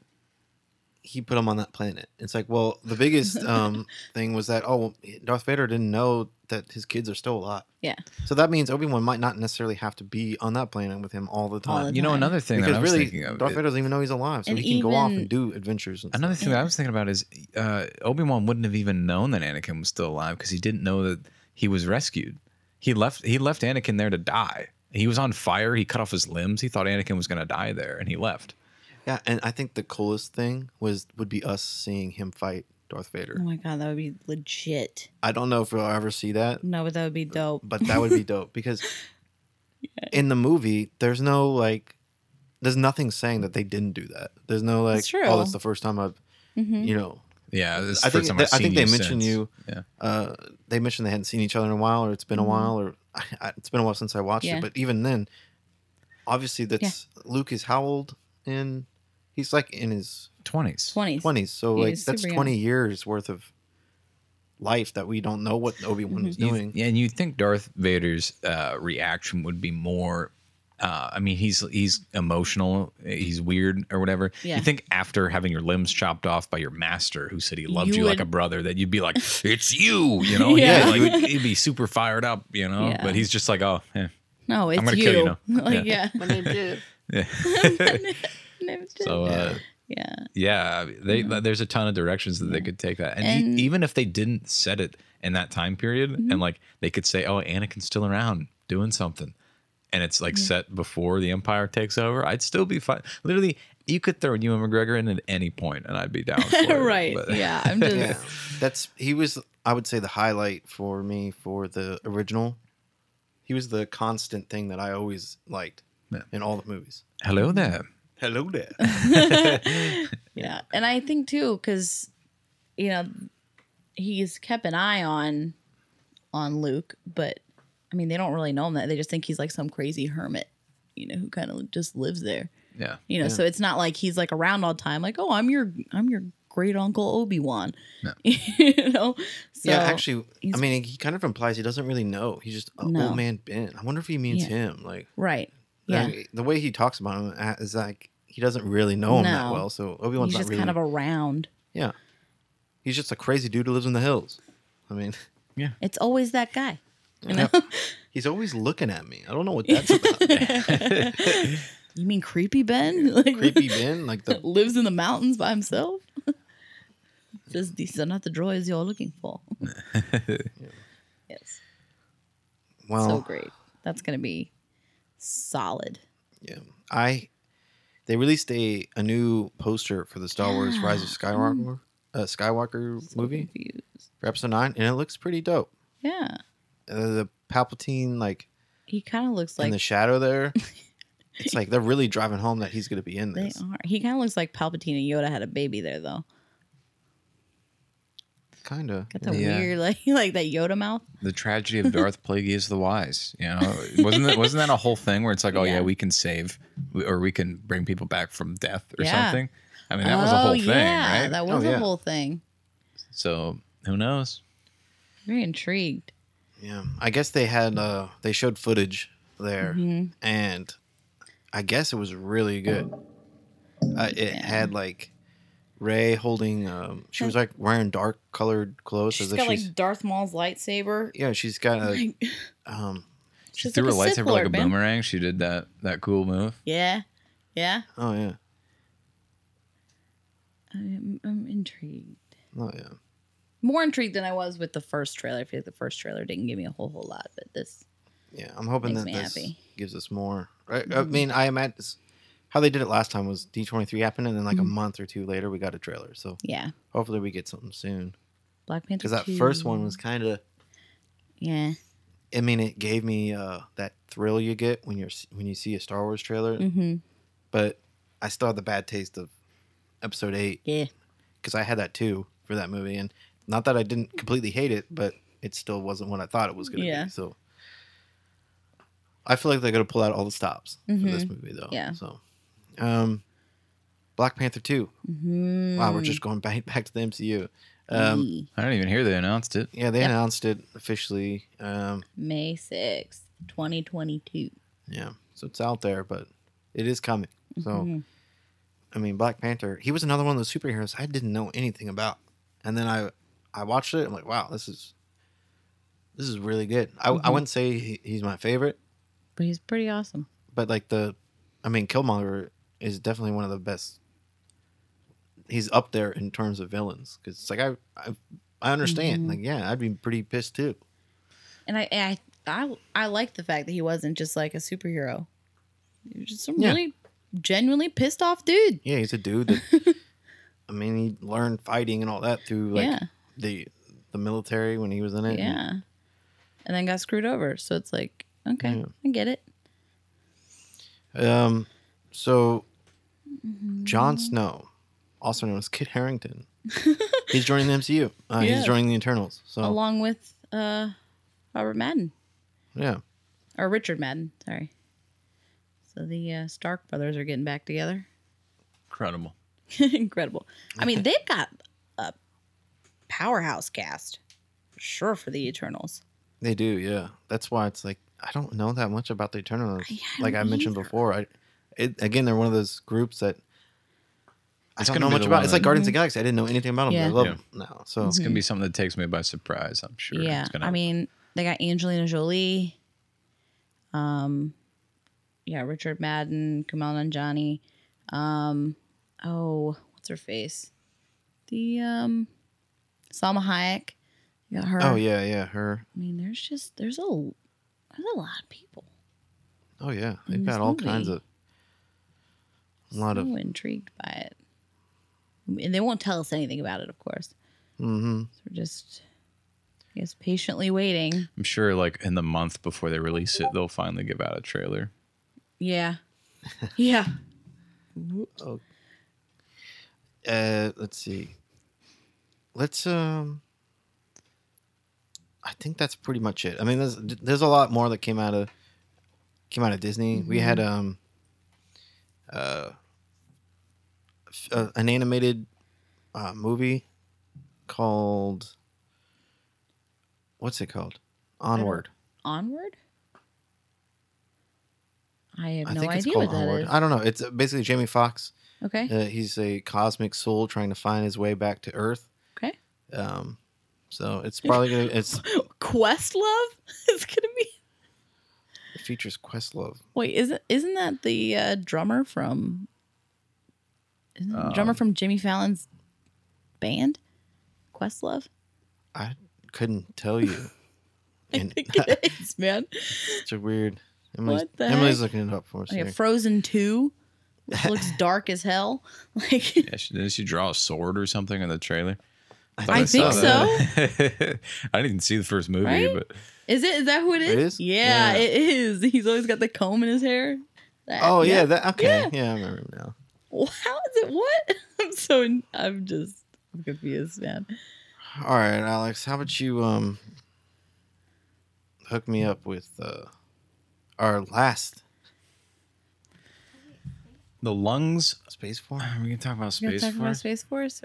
[SPEAKER 2] he put him on that planet? It's like, well, the
[SPEAKER 3] [laughs]
[SPEAKER 2] biggest um, thing was that oh, Darth Vader didn't know that his kids are still alive.
[SPEAKER 3] Yeah.
[SPEAKER 2] So that means Obi Wan might not necessarily have to be on that planet with him all the time.
[SPEAKER 3] the
[SPEAKER 1] you know,
[SPEAKER 3] time.
[SPEAKER 1] another thing that
[SPEAKER 2] because
[SPEAKER 1] I was
[SPEAKER 2] really,
[SPEAKER 1] thinking of.
[SPEAKER 2] Darth
[SPEAKER 1] it-
[SPEAKER 2] Vader doesn't even know he's alive, so
[SPEAKER 3] And
[SPEAKER 2] he can go off
[SPEAKER 3] even-
[SPEAKER 2] and do adventures. And
[SPEAKER 1] Another
[SPEAKER 2] stuff.
[SPEAKER 1] thing that I was thinking about is uh, Obi Wan wouldn't have even known that Anakin was still alive because he didn't know that he was rescued. He left. He left Anakin there to die. He was on fire. He cut off his limbs. He thought Anakin was going to die there, and he left.
[SPEAKER 2] yeah, and I think the coolest thing was would be us seeing him fight Darth Vader.
[SPEAKER 3] Oh my god, that would be legit.
[SPEAKER 2] I don't know if we'll ever see that,
[SPEAKER 3] No, but that would be dope.
[SPEAKER 2] but that
[SPEAKER 3] [laughs]
[SPEAKER 2] would be dope because in the movie there's no like there's nothing saying that they didn't do that there's no like
[SPEAKER 3] That's
[SPEAKER 2] oh
[SPEAKER 3] true.
[SPEAKER 2] that's the first time i've
[SPEAKER 3] Mhm.
[SPEAKER 2] you know
[SPEAKER 1] Yeah, this is
[SPEAKER 2] i
[SPEAKER 1] the
[SPEAKER 2] think
[SPEAKER 1] first time
[SPEAKER 2] they,
[SPEAKER 1] I've
[SPEAKER 2] i
[SPEAKER 1] seen
[SPEAKER 2] think they mentioned
[SPEAKER 1] since.
[SPEAKER 2] you
[SPEAKER 1] Yeah.
[SPEAKER 2] uh they mentioned they hadn't seen each other in a while or it's been a while or [laughs] I, I- it's been a while since i watched
[SPEAKER 3] Mm-hmm. Yeah.
[SPEAKER 2] it but even then obviously that's luke is how old and he's like in his
[SPEAKER 1] Twenties.
[SPEAKER 3] Twenties.
[SPEAKER 2] 20s so
[SPEAKER 3] He
[SPEAKER 2] like
[SPEAKER 3] is
[SPEAKER 2] that's
[SPEAKER 3] super young.
[SPEAKER 2] 20 years worth of life that we don't know what
[SPEAKER 3] Mm-hmm.
[SPEAKER 2] obi-wan was
[SPEAKER 1] You'd-
[SPEAKER 2] doing
[SPEAKER 1] yeah, and you'd think Darth Vader's uh, reaction would be more. Uh, I mean, he's he's emotional, he's weird or whatever.
[SPEAKER 3] Yeah.
[SPEAKER 1] You think after having your limbs chopped off by your master, who said he loved
[SPEAKER 3] You
[SPEAKER 1] you, like
[SPEAKER 3] would-
[SPEAKER 1] a brother, that you'd be like, "It's you," you know?
[SPEAKER 3] [laughs] Yeah.
[SPEAKER 1] He'd, be like- he'd be super fired up, you know.
[SPEAKER 3] Yeah.
[SPEAKER 1] But he's just like, "Oh, eh,
[SPEAKER 3] No, it's
[SPEAKER 1] gonna
[SPEAKER 3] you.
[SPEAKER 1] kill you now.
[SPEAKER 3] [laughs] like, yeah.
[SPEAKER 1] yeah." eh." so uh,
[SPEAKER 3] yeah.
[SPEAKER 1] yeah, they there's a ton of directions that they could take that, and, e-
[SPEAKER 3] And- Mm-hmm.
[SPEAKER 1] even if they didn't set it in that time period, and like they could say, "Oh, Anakin's still around doing something," and it's like set before the Empire takes over, I'd still be fine. Literally, you could throw Ewan McGregor in at any point, and I'd be
[SPEAKER 3] [laughs]
[SPEAKER 1] down. For it,
[SPEAKER 3] right.
[SPEAKER 1] but-
[SPEAKER 3] Yeah. I'm
[SPEAKER 1] [laughs]
[SPEAKER 3] just.
[SPEAKER 2] yeah, that's he was. I would say the highlight for me for the original. He was the constant thing that I always liked
[SPEAKER 1] Yeah.
[SPEAKER 2] in all the movies.
[SPEAKER 1] Hello there.
[SPEAKER 2] Hello there.
[SPEAKER 3] [laughs] Yeah. And I think too, because you know, he's kept an eye on on Luke, but I mean they don't really know him that they just think he's like some crazy hermit, you know, who kind of just lives there.
[SPEAKER 1] Yeah.
[SPEAKER 3] You know,
[SPEAKER 2] Yeah.
[SPEAKER 3] so it's not like he's like around all the time, like, oh I'm your I'm your great uncle Obi Wan.
[SPEAKER 1] No.
[SPEAKER 3] [laughs] you know? So
[SPEAKER 2] yeah, actually, I
[SPEAKER 3] he's-
[SPEAKER 2] mean, he kind of implies he doesn't really know. He's just uh,
[SPEAKER 3] No.
[SPEAKER 2] old man Ben. I wonder if he means
[SPEAKER 3] Yeah.
[SPEAKER 2] him. Like,
[SPEAKER 3] Right. Yeah.
[SPEAKER 2] like, the way he talks about him uh, is like he doesn't really know him that
[SPEAKER 3] No.
[SPEAKER 2] well. So Obi Wan's
[SPEAKER 3] He's
[SPEAKER 2] not
[SPEAKER 3] just
[SPEAKER 2] really.
[SPEAKER 3] kind of around.
[SPEAKER 2] yeah, he's just a crazy dude who lives in the hills. I mean,
[SPEAKER 3] It's always that guy.
[SPEAKER 2] [laughs] he's always looking at me. I don't know what that's about.
[SPEAKER 3] [laughs] You mean creepy Ben? [laughs] Like,
[SPEAKER 2] Creepy Ben, like
[SPEAKER 3] [laughs]
[SPEAKER 2] the
[SPEAKER 3] lives in the mountains by himself. [laughs] Says these are not the droids you're looking for.
[SPEAKER 1] [laughs]
[SPEAKER 3] [laughs] Yes.
[SPEAKER 2] well,
[SPEAKER 3] So great. That's gonna be solid.
[SPEAKER 2] Yeah, I. They released a a new poster for the Star Wars Rise of
[SPEAKER 3] Mm.
[SPEAKER 2] Skywalker uh, Skywalker movie
[SPEAKER 3] Confused.
[SPEAKER 2] for Episode Nine, and it looks pretty dope.
[SPEAKER 3] Yeah.
[SPEAKER 2] Uh, the Palpatine, like,
[SPEAKER 3] He kind of looks
[SPEAKER 2] in
[SPEAKER 3] like
[SPEAKER 2] the shadow
[SPEAKER 3] [laughs]
[SPEAKER 2] there, it's like they're really driving home that he's gonna be in
[SPEAKER 3] they
[SPEAKER 2] this.
[SPEAKER 3] are. He kind of looks like Palpatine and Yoda had a baby there though.
[SPEAKER 2] Kind of.
[SPEAKER 3] Got that
[SPEAKER 1] Yeah.
[SPEAKER 3] weird [laughs] like like that Yoda mouth.
[SPEAKER 1] the tragedy
[SPEAKER 3] [laughs]
[SPEAKER 1] of Darth Plagueis the Wise. You know, wasn't that, wasn't that a whole thing where it's like, oh yeah,
[SPEAKER 3] Yeah.
[SPEAKER 1] we can save or we can bring people back from death or
[SPEAKER 3] Yeah. Oh,
[SPEAKER 1] something. I mean, that was a whole thing,
[SPEAKER 3] yeah,
[SPEAKER 1] right?
[SPEAKER 3] That was
[SPEAKER 2] Oh,
[SPEAKER 3] a
[SPEAKER 2] yeah.
[SPEAKER 3] whole thing.
[SPEAKER 1] so who knows?
[SPEAKER 3] Very intrigued.
[SPEAKER 2] Yeah, I guess they had uh they showed footage there,
[SPEAKER 3] Mhm.
[SPEAKER 2] and I guess it was really good. Uh, it had like Ray holding. Um, she was like wearing dark colored clothes.
[SPEAKER 3] She's
[SPEAKER 2] as if
[SPEAKER 3] got
[SPEAKER 2] she's,
[SPEAKER 3] like Darth Maul's lightsaber.
[SPEAKER 2] yeah, she's got a
[SPEAKER 3] [sighs]
[SPEAKER 2] um.
[SPEAKER 1] She
[SPEAKER 3] She's
[SPEAKER 1] threw
[SPEAKER 3] like
[SPEAKER 1] her
[SPEAKER 3] a Sith
[SPEAKER 1] lightsaber like a
[SPEAKER 3] Lord, man.
[SPEAKER 1] boomerang. She did that that cool move.
[SPEAKER 3] Yeah. Yeah.
[SPEAKER 2] Oh yeah.
[SPEAKER 3] I'm, I'm intrigued.
[SPEAKER 2] Oh yeah.
[SPEAKER 3] more intrigued than I was with the first trailer. I feel like the first trailer didn't give me a whole whole lot, but this
[SPEAKER 2] Yeah, I'm hoping
[SPEAKER 3] Makes
[SPEAKER 2] that
[SPEAKER 3] me
[SPEAKER 2] this
[SPEAKER 3] happy. Mm-hmm.
[SPEAKER 2] gives us more. I, I mean, I imagine this- how they did it last time was D23 happened, and then like a
[SPEAKER 3] Mm-hmm.
[SPEAKER 2] month or two later, we got a trailer. So
[SPEAKER 3] yeah,
[SPEAKER 2] hopefully, we get something soon.
[SPEAKER 3] Black Panther.
[SPEAKER 2] Because that
[SPEAKER 3] 2.
[SPEAKER 2] first one was kind of.
[SPEAKER 3] yeah,
[SPEAKER 2] I mean, it gave me uh, that thrill you get when you're s- when you see a Star Wars trailer.
[SPEAKER 3] mm-hmm.
[SPEAKER 2] But I still had the bad taste of Episode Eight
[SPEAKER 3] yeah,
[SPEAKER 2] because I had that too for that movie, and not that I didn't completely hate it, but it still wasn't what I thought it was going to
[SPEAKER 3] Yeah.
[SPEAKER 2] be. So I feel like they're going to pull out all the stops for this movie, though.
[SPEAKER 3] Mm-hmm. Yeah.
[SPEAKER 2] So, um, Black Panther 2
[SPEAKER 3] mm-hmm.
[SPEAKER 2] Wow, we're just going back [laughs] back to the MCU. Um,
[SPEAKER 1] I don't even hear they announced it.
[SPEAKER 2] yeah, they
[SPEAKER 3] Yep.
[SPEAKER 2] announced it officially. Um,
[SPEAKER 3] May sixth, twenty twenty two.
[SPEAKER 2] yeah, so it's out there, but it is coming. So,
[SPEAKER 3] Mm-hmm.
[SPEAKER 2] I mean, Black Panther. He was another one of those superheroes I didn't know anything about, and then I I watched it. I'm like, wow, this is this is really good. I, I
[SPEAKER 3] Mm-hmm.
[SPEAKER 2] wouldn't say he, he's my favorite,
[SPEAKER 3] But he's pretty awesome.
[SPEAKER 2] but like the, I mean, Killmonger is definitely one of the best. He's up there in terms of villains because it's like I I, I
[SPEAKER 3] Mm-hmm.
[SPEAKER 2] understand. Like, yeah, I'd be pretty pissed too.
[SPEAKER 3] And I, and I, I, I like the fact that he wasn't just like a superhero. He was just some
[SPEAKER 2] Yeah.
[SPEAKER 3] really genuinely pissed off dude.
[SPEAKER 2] Yeah, he's a dude
[SPEAKER 3] [laughs]
[SPEAKER 2] that. I mean, he learned fighting and all that through like
[SPEAKER 3] yeah,
[SPEAKER 2] the the military when he was in it.
[SPEAKER 3] yeah, and then got screwed over. So it's like, okay,
[SPEAKER 2] Yeah.
[SPEAKER 3] I get it.
[SPEAKER 2] Um, so
[SPEAKER 3] Mm-hmm.
[SPEAKER 2] Jon Snow, also known as Kit
[SPEAKER 3] [laughs]
[SPEAKER 2] Harrington, he's joining the MCU. Uh,
[SPEAKER 3] Yeah.
[SPEAKER 2] He's joining the Internals. So
[SPEAKER 3] Along with uh, Robert Madden.
[SPEAKER 2] yeah,
[SPEAKER 3] or Richard Madden, sorry. So the uh, Stark brothers are getting back together. [laughs]
[SPEAKER 1] Incredible.
[SPEAKER 3] Incredible. I mean, they've got a powerhouse cast, for sure, for the Eternals.
[SPEAKER 2] they do. Yeah, that's why it's like I don't know that much about the Eternals. like I
[SPEAKER 3] don't
[SPEAKER 2] mentioned
[SPEAKER 3] either.
[SPEAKER 2] before, I it, again they're one of those groups that. I
[SPEAKER 1] It's
[SPEAKER 2] don't
[SPEAKER 1] gonna
[SPEAKER 2] know
[SPEAKER 1] be
[SPEAKER 2] much
[SPEAKER 1] the
[SPEAKER 2] about.
[SPEAKER 1] one
[SPEAKER 2] It's like
[SPEAKER 1] that-
[SPEAKER 2] Guardians of the Galaxy. I didn't know anything about them.
[SPEAKER 3] Yeah.
[SPEAKER 2] I love
[SPEAKER 1] Yeah.
[SPEAKER 2] them now. So
[SPEAKER 1] It's gonna be something that takes me by surprise. I'm sure.
[SPEAKER 3] Hmm. Yeah,
[SPEAKER 1] It's gonna,
[SPEAKER 3] I mean, they got Angelina Jolie. Um, yeah, Richard Madden, Kamal Nanjiani. Um, oh, what's her face? The um, Salma Hayek. You
[SPEAKER 1] Oh,
[SPEAKER 3] got her.
[SPEAKER 2] oh yeah, yeah, her.
[SPEAKER 3] I mean, there's just there's a there's a lot of people.
[SPEAKER 2] Oh yeah,
[SPEAKER 3] in
[SPEAKER 2] they've
[SPEAKER 3] this
[SPEAKER 2] got all kinds
[SPEAKER 3] movie.
[SPEAKER 2] of a lot
[SPEAKER 3] so
[SPEAKER 2] of.
[SPEAKER 3] intrigued by it. And they won't tell us anything about it, of course.
[SPEAKER 2] hmm
[SPEAKER 3] So we're just, I guess, patiently waiting.
[SPEAKER 1] I'm sure, like in the month before they release it, they'll finally give out a trailer.
[SPEAKER 2] [laughs]
[SPEAKER 3] Yeah. Yeah.
[SPEAKER 2] Uh, let's see. Let's um. I think that's pretty much it. I mean, there's there's a lot more that came out of came out of Disney. We had
[SPEAKER 3] Mm-hmm.
[SPEAKER 2] um. Uh. f- Uh, an animated uh, movie called. What's it called? Onward.
[SPEAKER 3] Onward? I have
[SPEAKER 2] I
[SPEAKER 3] no
[SPEAKER 2] think it's
[SPEAKER 3] idea
[SPEAKER 2] called
[SPEAKER 3] what that is.
[SPEAKER 2] Onward. I don't know. It's uh, basically Jamie Foxx.
[SPEAKER 3] Okay. [laughs]
[SPEAKER 2] Uh, he's a cosmic soul trying to find his way back to Earth.
[SPEAKER 3] okay.
[SPEAKER 2] Um, so
[SPEAKER 3] [laughs]
[SPEAKER 2] it's probably gonna it's
[SPEAKER 3] Quest [laughs] Love is going to be.
[SPEAKER 2] it features Questlove.
[SPEAKER 3] Wait, isn't isn't that the uh, drummer from? Isn't that the drummer
[SPEAKER 1] Um,
[SPEAKER 3] from Jimmy Fallon's
[SPEAKER 2] [laughs]
[SPEAKER 3] band, Questlove? [laughs]
[SPEAKER 2] I couldn't tell you.
[SPEAKER 3] I
[SPEAKER 2] And [laughs]
[SPEAKER 3] think it is, man.
[SPEAKER 2] it's a weird. Emily's,
[SPEAKER 3] What the
[SPEAKER 2] Emily's
[SPEAKER 3] heck?
[SPEAKER 2] looking it up for us.
[SPEAKER 3] Okay,
[SPEAKER 2] here.
[SPEAKER 3] Frozen Two,
[SPEAKER 1] [laughs]
[SPEAKER 3] which looks dark as hell. [laughs] Like,
[SPEAKER 1] Yeah, she, didn't she draw a sword or something in the trailer? thought
[SPEAKER 3] I
[SPEAKER 1] saw
[SPEAKER 3] think
[SPEAKER 1] that. [laughs] I didn't even see the first movie,
[SPEAKER 3] Right?
[SPEAKER 1] but
[SPEAKER 3] is it? Is that who it is?
[SPEAKER 2] It is?
[SPEAKER 3] Yeah,
[SPEAKER 2] Yeah.
[SPEAKER 3] it is. [laughs] He's always got the comb in his hair. That- [laughs]
[SPEAKER 2] oh yeah, that okay.
[SPEAKER 3] Yeah.
[SPEAKER 2] Yeah. I remember now.
[SPEAKER 3] Well, How is it? What? [laughs] I'm so. I'm just. I'm confused, man.
[SPEAKER 2] All right, Alex, how about you um hook me up with uh our last
[SPEAKER 1] the lungs. [sighs]
[SPEAKER 2] space form?
[SPEAKER 1] Are we gonna talk about
[SPEAKER 3] You gonna
[SPEAKER 1] space
[SPEAKER 3] talk about
[SPEAKER 1] force?
[SPEAKER 3] Space Force?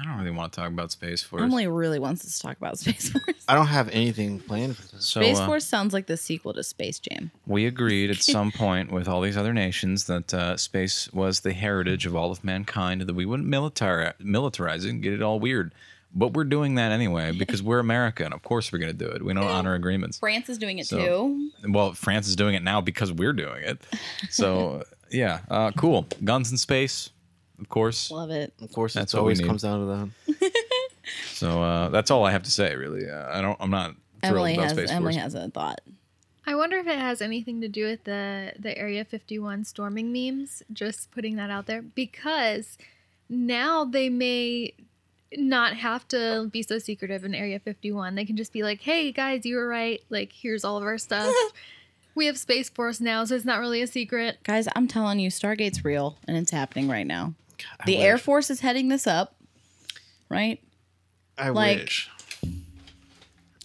[SPEAKER 1] I don't really want to talk about space force.
[SPEAKER 3] Emily really wants us to talk about [laughs] Space Force.
[SPEAKER 2] I don't have anything planned for this.
[SPEAKER 1] so,
[SPEAKER 3] Space
[SPEAKER 1] uh,
[SPEAKER 3] Force sounds like the sequel to Space Jam.
[SPEAKER 1] We agreed
[SPEAKER 3] [laughs]
[SPEAKER 1] at some point with all these other nations that uh, space was the heritage of all of mankind, and that we wouldn't militari- militarize it and get it all weird. But we're doing that
[SPEAKER 3] [laughs]
[SPEAKER 1] anyway because we're America, and of course we're going to do it. We don't honor agreements.
[SPEAKER 3] France is doing it
[SPEAKER 1] So-
[SPEAKER 3] too.
[SPEAKER 1] Well, France is doing it now because we're doing it.
[SPEAKER 3] [laughs]
[SPEAKER 1] So, yeah, uh, cool. Guns in space, of course.
[SPEAKER 3] Love it.
[SPEAKER 2] Of course,
[SPEAKER 1] That's
[SPEAKER 2] it
[SPEAKER 1] what we
[SPEAKER 2] always
[SPEAKER 1] need.
[SPEAKER 2] comes down to that.
[SPEAKER 1] So uh, that's all I have to say, really. Uh, I don't. I'm not thrilled
[SPEAKER 3] Emily
[SPEAKER 1] about
[SPEAKER 3] has
[SPEAKER 1] space
[SPEAKER 3] Emily
[SPEAKER 1] force.
[SPEAKER 3] has a thought.
[SPEAKER 4] I wonder if it has anything to do with the the Area 51 storming memes. Just putting that out there because now they may not have to be so secretive in Area 51. They can just be like, "Hey guys, you were right. Like, here's all of our stuff. we have Space Force now, so it's not really a secret."
[SPEAKER 3] Guys, I'm telling you, Stargate's real and it's happening right now.
[SPEAKER 2] I
[SPEAKER 3] the Air
[SPEAKER 2] wish.
[SPEAKER 3] Force is heading this up, right?
[SPEAKER 2] I
[SPEAKER 3] like-
[SPEAKER 2] wish.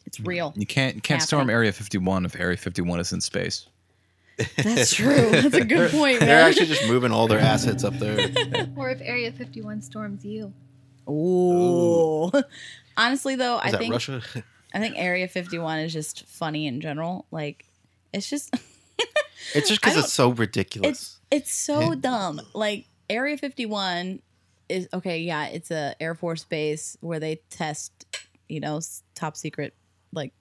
[SPEAKER 3] It's real.
[SPEAKER 1] You can't can't storm
[SPEAKER 3] Happening.
[SPEAKER 1] Area 51 if Area 51 is in space.
[SPEAKER 2] [laughs]
[SPEAKER 3] That's true. That's a good point,
[SPEAKER 2] They're
[SPEAKER 3] man.
[SPEAKER 2] actually just moving all their assets up
[SPEAKER 3] [laughs]
[SPEAKER 2] there.
[SPEAKER 4] Or if Area 51 storms you.
[SPEAKER 3] Ooh. Honestly, though, I
[SPEAKER 2] Is that
[SPEAKER 3] think [laughs]
[SPEAKER 2] Russia? [laughs]
[SPEAKER 3] I think Area 51 is just funny in general. Like, it's just
[SPEAKER 2] It's just
[SPEAKER 3] I
[SPEAKER 2] because
[SPEAKER 3] don't-
[SPEAKER 2] it's so ridiculous.
[SPEAKER 3] It's it's so
[SPEAKER 2] Yeah.
[SPEAKER 3] dumb. Like Area 51 is okay, yeah, it's a Air Force base where they test, you know, s- top secret like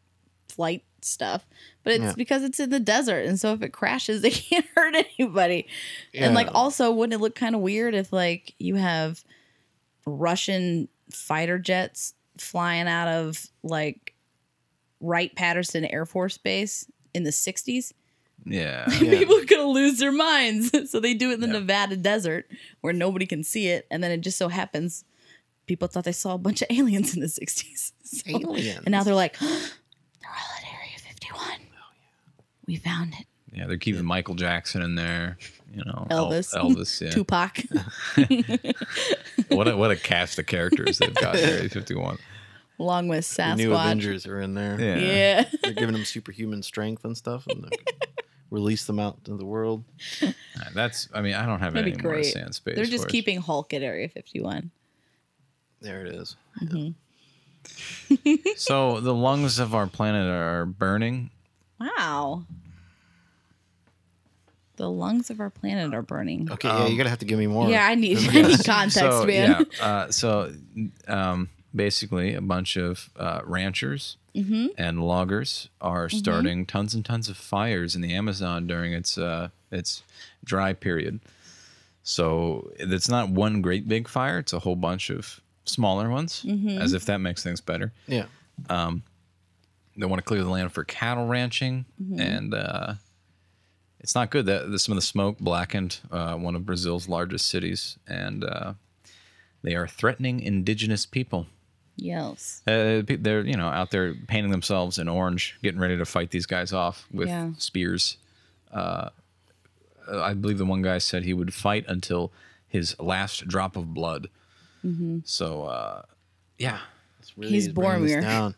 [SPEAKER 3] flight stuff. But it's
[SPEAKER 2] Yeah.
[SPEAKER 3] because it's in the desert and so if it crashes, [laughs] it can't hurt anybody. And like
[SPEAKER 2] Yeah.
[SPEAKER 3] also wouldn't it look kind of weird if like you have Russian fighter jets flying out of like Wright Patterson Air Force Base in the 60s?
[SPEAKER 1] Yeah.
[SPEAKER 2] Yeah.
[SPEAKER 3] [laughs] people are gonna lose their minds. [laughs] So they do it in the
[SPEAKER 1] Yeah.
[SPEAKER 3] Nevada desert where nobody can see it, and then it just so happens people thought they saw a bunch of aliens in the sixties. [laughs]
[SPEAKER 2] Aliens.
[SPEAKER 3] And now they're like, [gasps] they're all at Area Fifty One. We found it.
[SPEAKER 1] Yeah, they're keeping Michael Jackson in there. You know, El-
[SPEAKER 3] Elvis.
[SPEAKER 1] Elvis, yeah. [laughs]
[SPEAKER 3] Tupac.
[SPEAKER 1] what a what a cast of characters they've got in Area
[SPEAKER 3] [laughs]
[SPEAKER 1] 51.
[SPEAKER 3] [laughs] Along with
[SPEAKER 2] the
[SPEAKER 3] Sasquatch.
[SPEAKER 2] new Avengers are in there.
[SPEAKER 1] Yeah.
[SPEAKER 3] Yeah. [laughs]
[SPEAKER 2] They're giving them superhuman strength and stuff, and they're- release them out into the world.
[SPEAKER 1] That's I mean, I don't have
[SPEAKER 3] That'd be
[SPEAKER 1] any more to
[SPEAKER 3] great.
[SPEAKER 1] say on space.
[SPEAKER 3] They're just
[SPEAKER 1] Force.
[SPEAKER 3] keeping Hulk at Area Fifty One.
[SPEAKER 2] There it is.
[SPEAKER 1] So the lungs of our planet are burning.
[SPEAKER 3] Wow. The lungs of our planet are burning.
[SPEAKER 2] Okay, yeah, you're gonna have to give me more.
[SPEAKER 3] Yeah, I need, [laughs] I
[SPEAKER 2] Yes.
[SPEAKER 3] need context,
[SPEAKER 1] so,
[SPEAKER 3] man. [laughs]
[SPEAKER 1] Yeah, uh, so um, basically, a bunch of uh, ranchers
[SPEAKER 3] Mm-hmm.
[SPEAKER 1] and loggers are starting tons and tons of fires in the Amazon during its uh, its dry period. So it's not one great big fire; it's a whole bunch of smaller ones,
[SPEAKER 3] Mm-hmm.
[SPEAKER 1] as if that makes things better.
[SPEAKER 2] yeah.
[SPEAKER 1] They want to clear the land for cattle ranching, and uh, it's not good. That that some of the smoke blackened uh, one of Brazil's largest cities, and uh, they are threatening indigenous people.
[SPEAKER 3] [laughs] Yes.
[SPEAKER 1] Uh, pe- they're you know out there painting themselves in orange, getting ready to fight these guys off with
[SPEAKER 3] Yeah.
[SPEAKER 1] spears. Uh, I believe the one guy said he would fight until his last drop of blood. So uh, yeah,
[SPEAKER 2] It's really
[SPEAKER 3] He's
[SPEAKER 2] is bringing this
[SPEAKER 3] Boromir.
[SPEAKER 2] Down.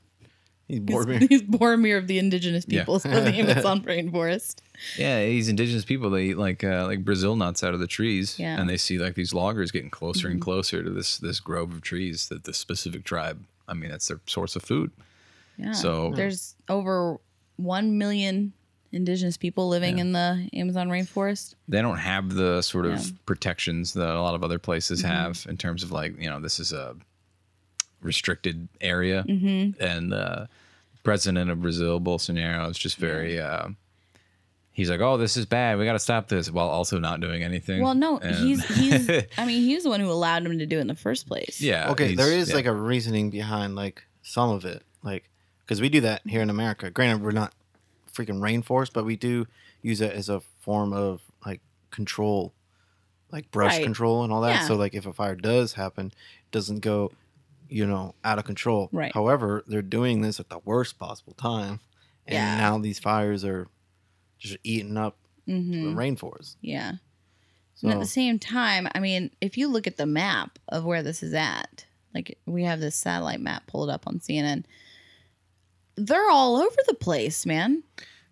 [SPEAKER 2] He's
[SPEAKER 3] He's, [laughs]
[SPEAKER 2] Boromir.
[SPEAKER 3] he's Boromir of the indigenous
[SPEAKER 1] Yeah.
[SPEAKER 3] peoples of the
[SPEAKER 1] [laughs]
[SPEAKER 3] Amazon rainforest.
[SPEAKER 1] Yeah, these indigenous people they eat like uh, like Brazil nuts out of the trees,
[SPEAKER 3] Yeah. Mm-hmm.
[SPEAKER 1] and they see like these loggers getting closer and closer to this this grove of trees that this specific tribe. I mean, that's their source of food.
[SPEAKER 3] Yeah.
[SPEAKER 1] So-
[SPEAKER 3] there's over one million indigenous people living in the Amazon rainforest.
[SPEAKER 1] They don't have the sort of
[SPEAKER 3] Yeah. Mm-hmm.
[SPEAKER 1] protections that a lot of other places have in terms of like you know this is a restricted area,
[SPEAKER 3] Mm-hmm.
[SPEAKER 1] and uh, president of Brazil Bolsonaro is just very. Uh, He's like, oh, this is bad. We got to stop this, while also not doing anything.
[SPEAKER 3] Well, no,
[SPEAKER 1] And-
[SPEAKER 3] he's he's. I mean, he's the one who allowed him to do it in the first
[SPEAKER 1] [laughs]
[SPEAKER 3] place.
[SPEAKER 1] yeah.
[SPEAKER 2] okay,
[SPEAKER 1] he's-
[SPEAKER 2] there is
[SPEAKER 1] yeah.
[SPEAKER 2] like a reasoning behind like some of it, like because we do that here in America. Granted, we're not freaking rainforest, but we do use it as a form of like control, like brush
[SPEAKER 3] Right.
[SPEAKER 2] control and all that.
[SPEAKER 3] Yeah.
[SPEAKER 2] So like, if a fire does happen, it doesn't go, you know, out of control.
[SPEAKER 3] Right.
[SPEAKER 2] However, they're doing this at the worst possible time, and
[SPEAKER 3] Yeah.
[SPEAKER 2] now these fires are just eating up
[SPEAKER 3] hmm
[SPEAKER 2] the rainforest.
[SPEAKER 3] Yeah.
[SPEAKER 2] So
[SPEAKER 3] And at the same time, I mean, if you look at the map of where this is at, like we have this satellite map pulled up on CNN, they're all over the place, man.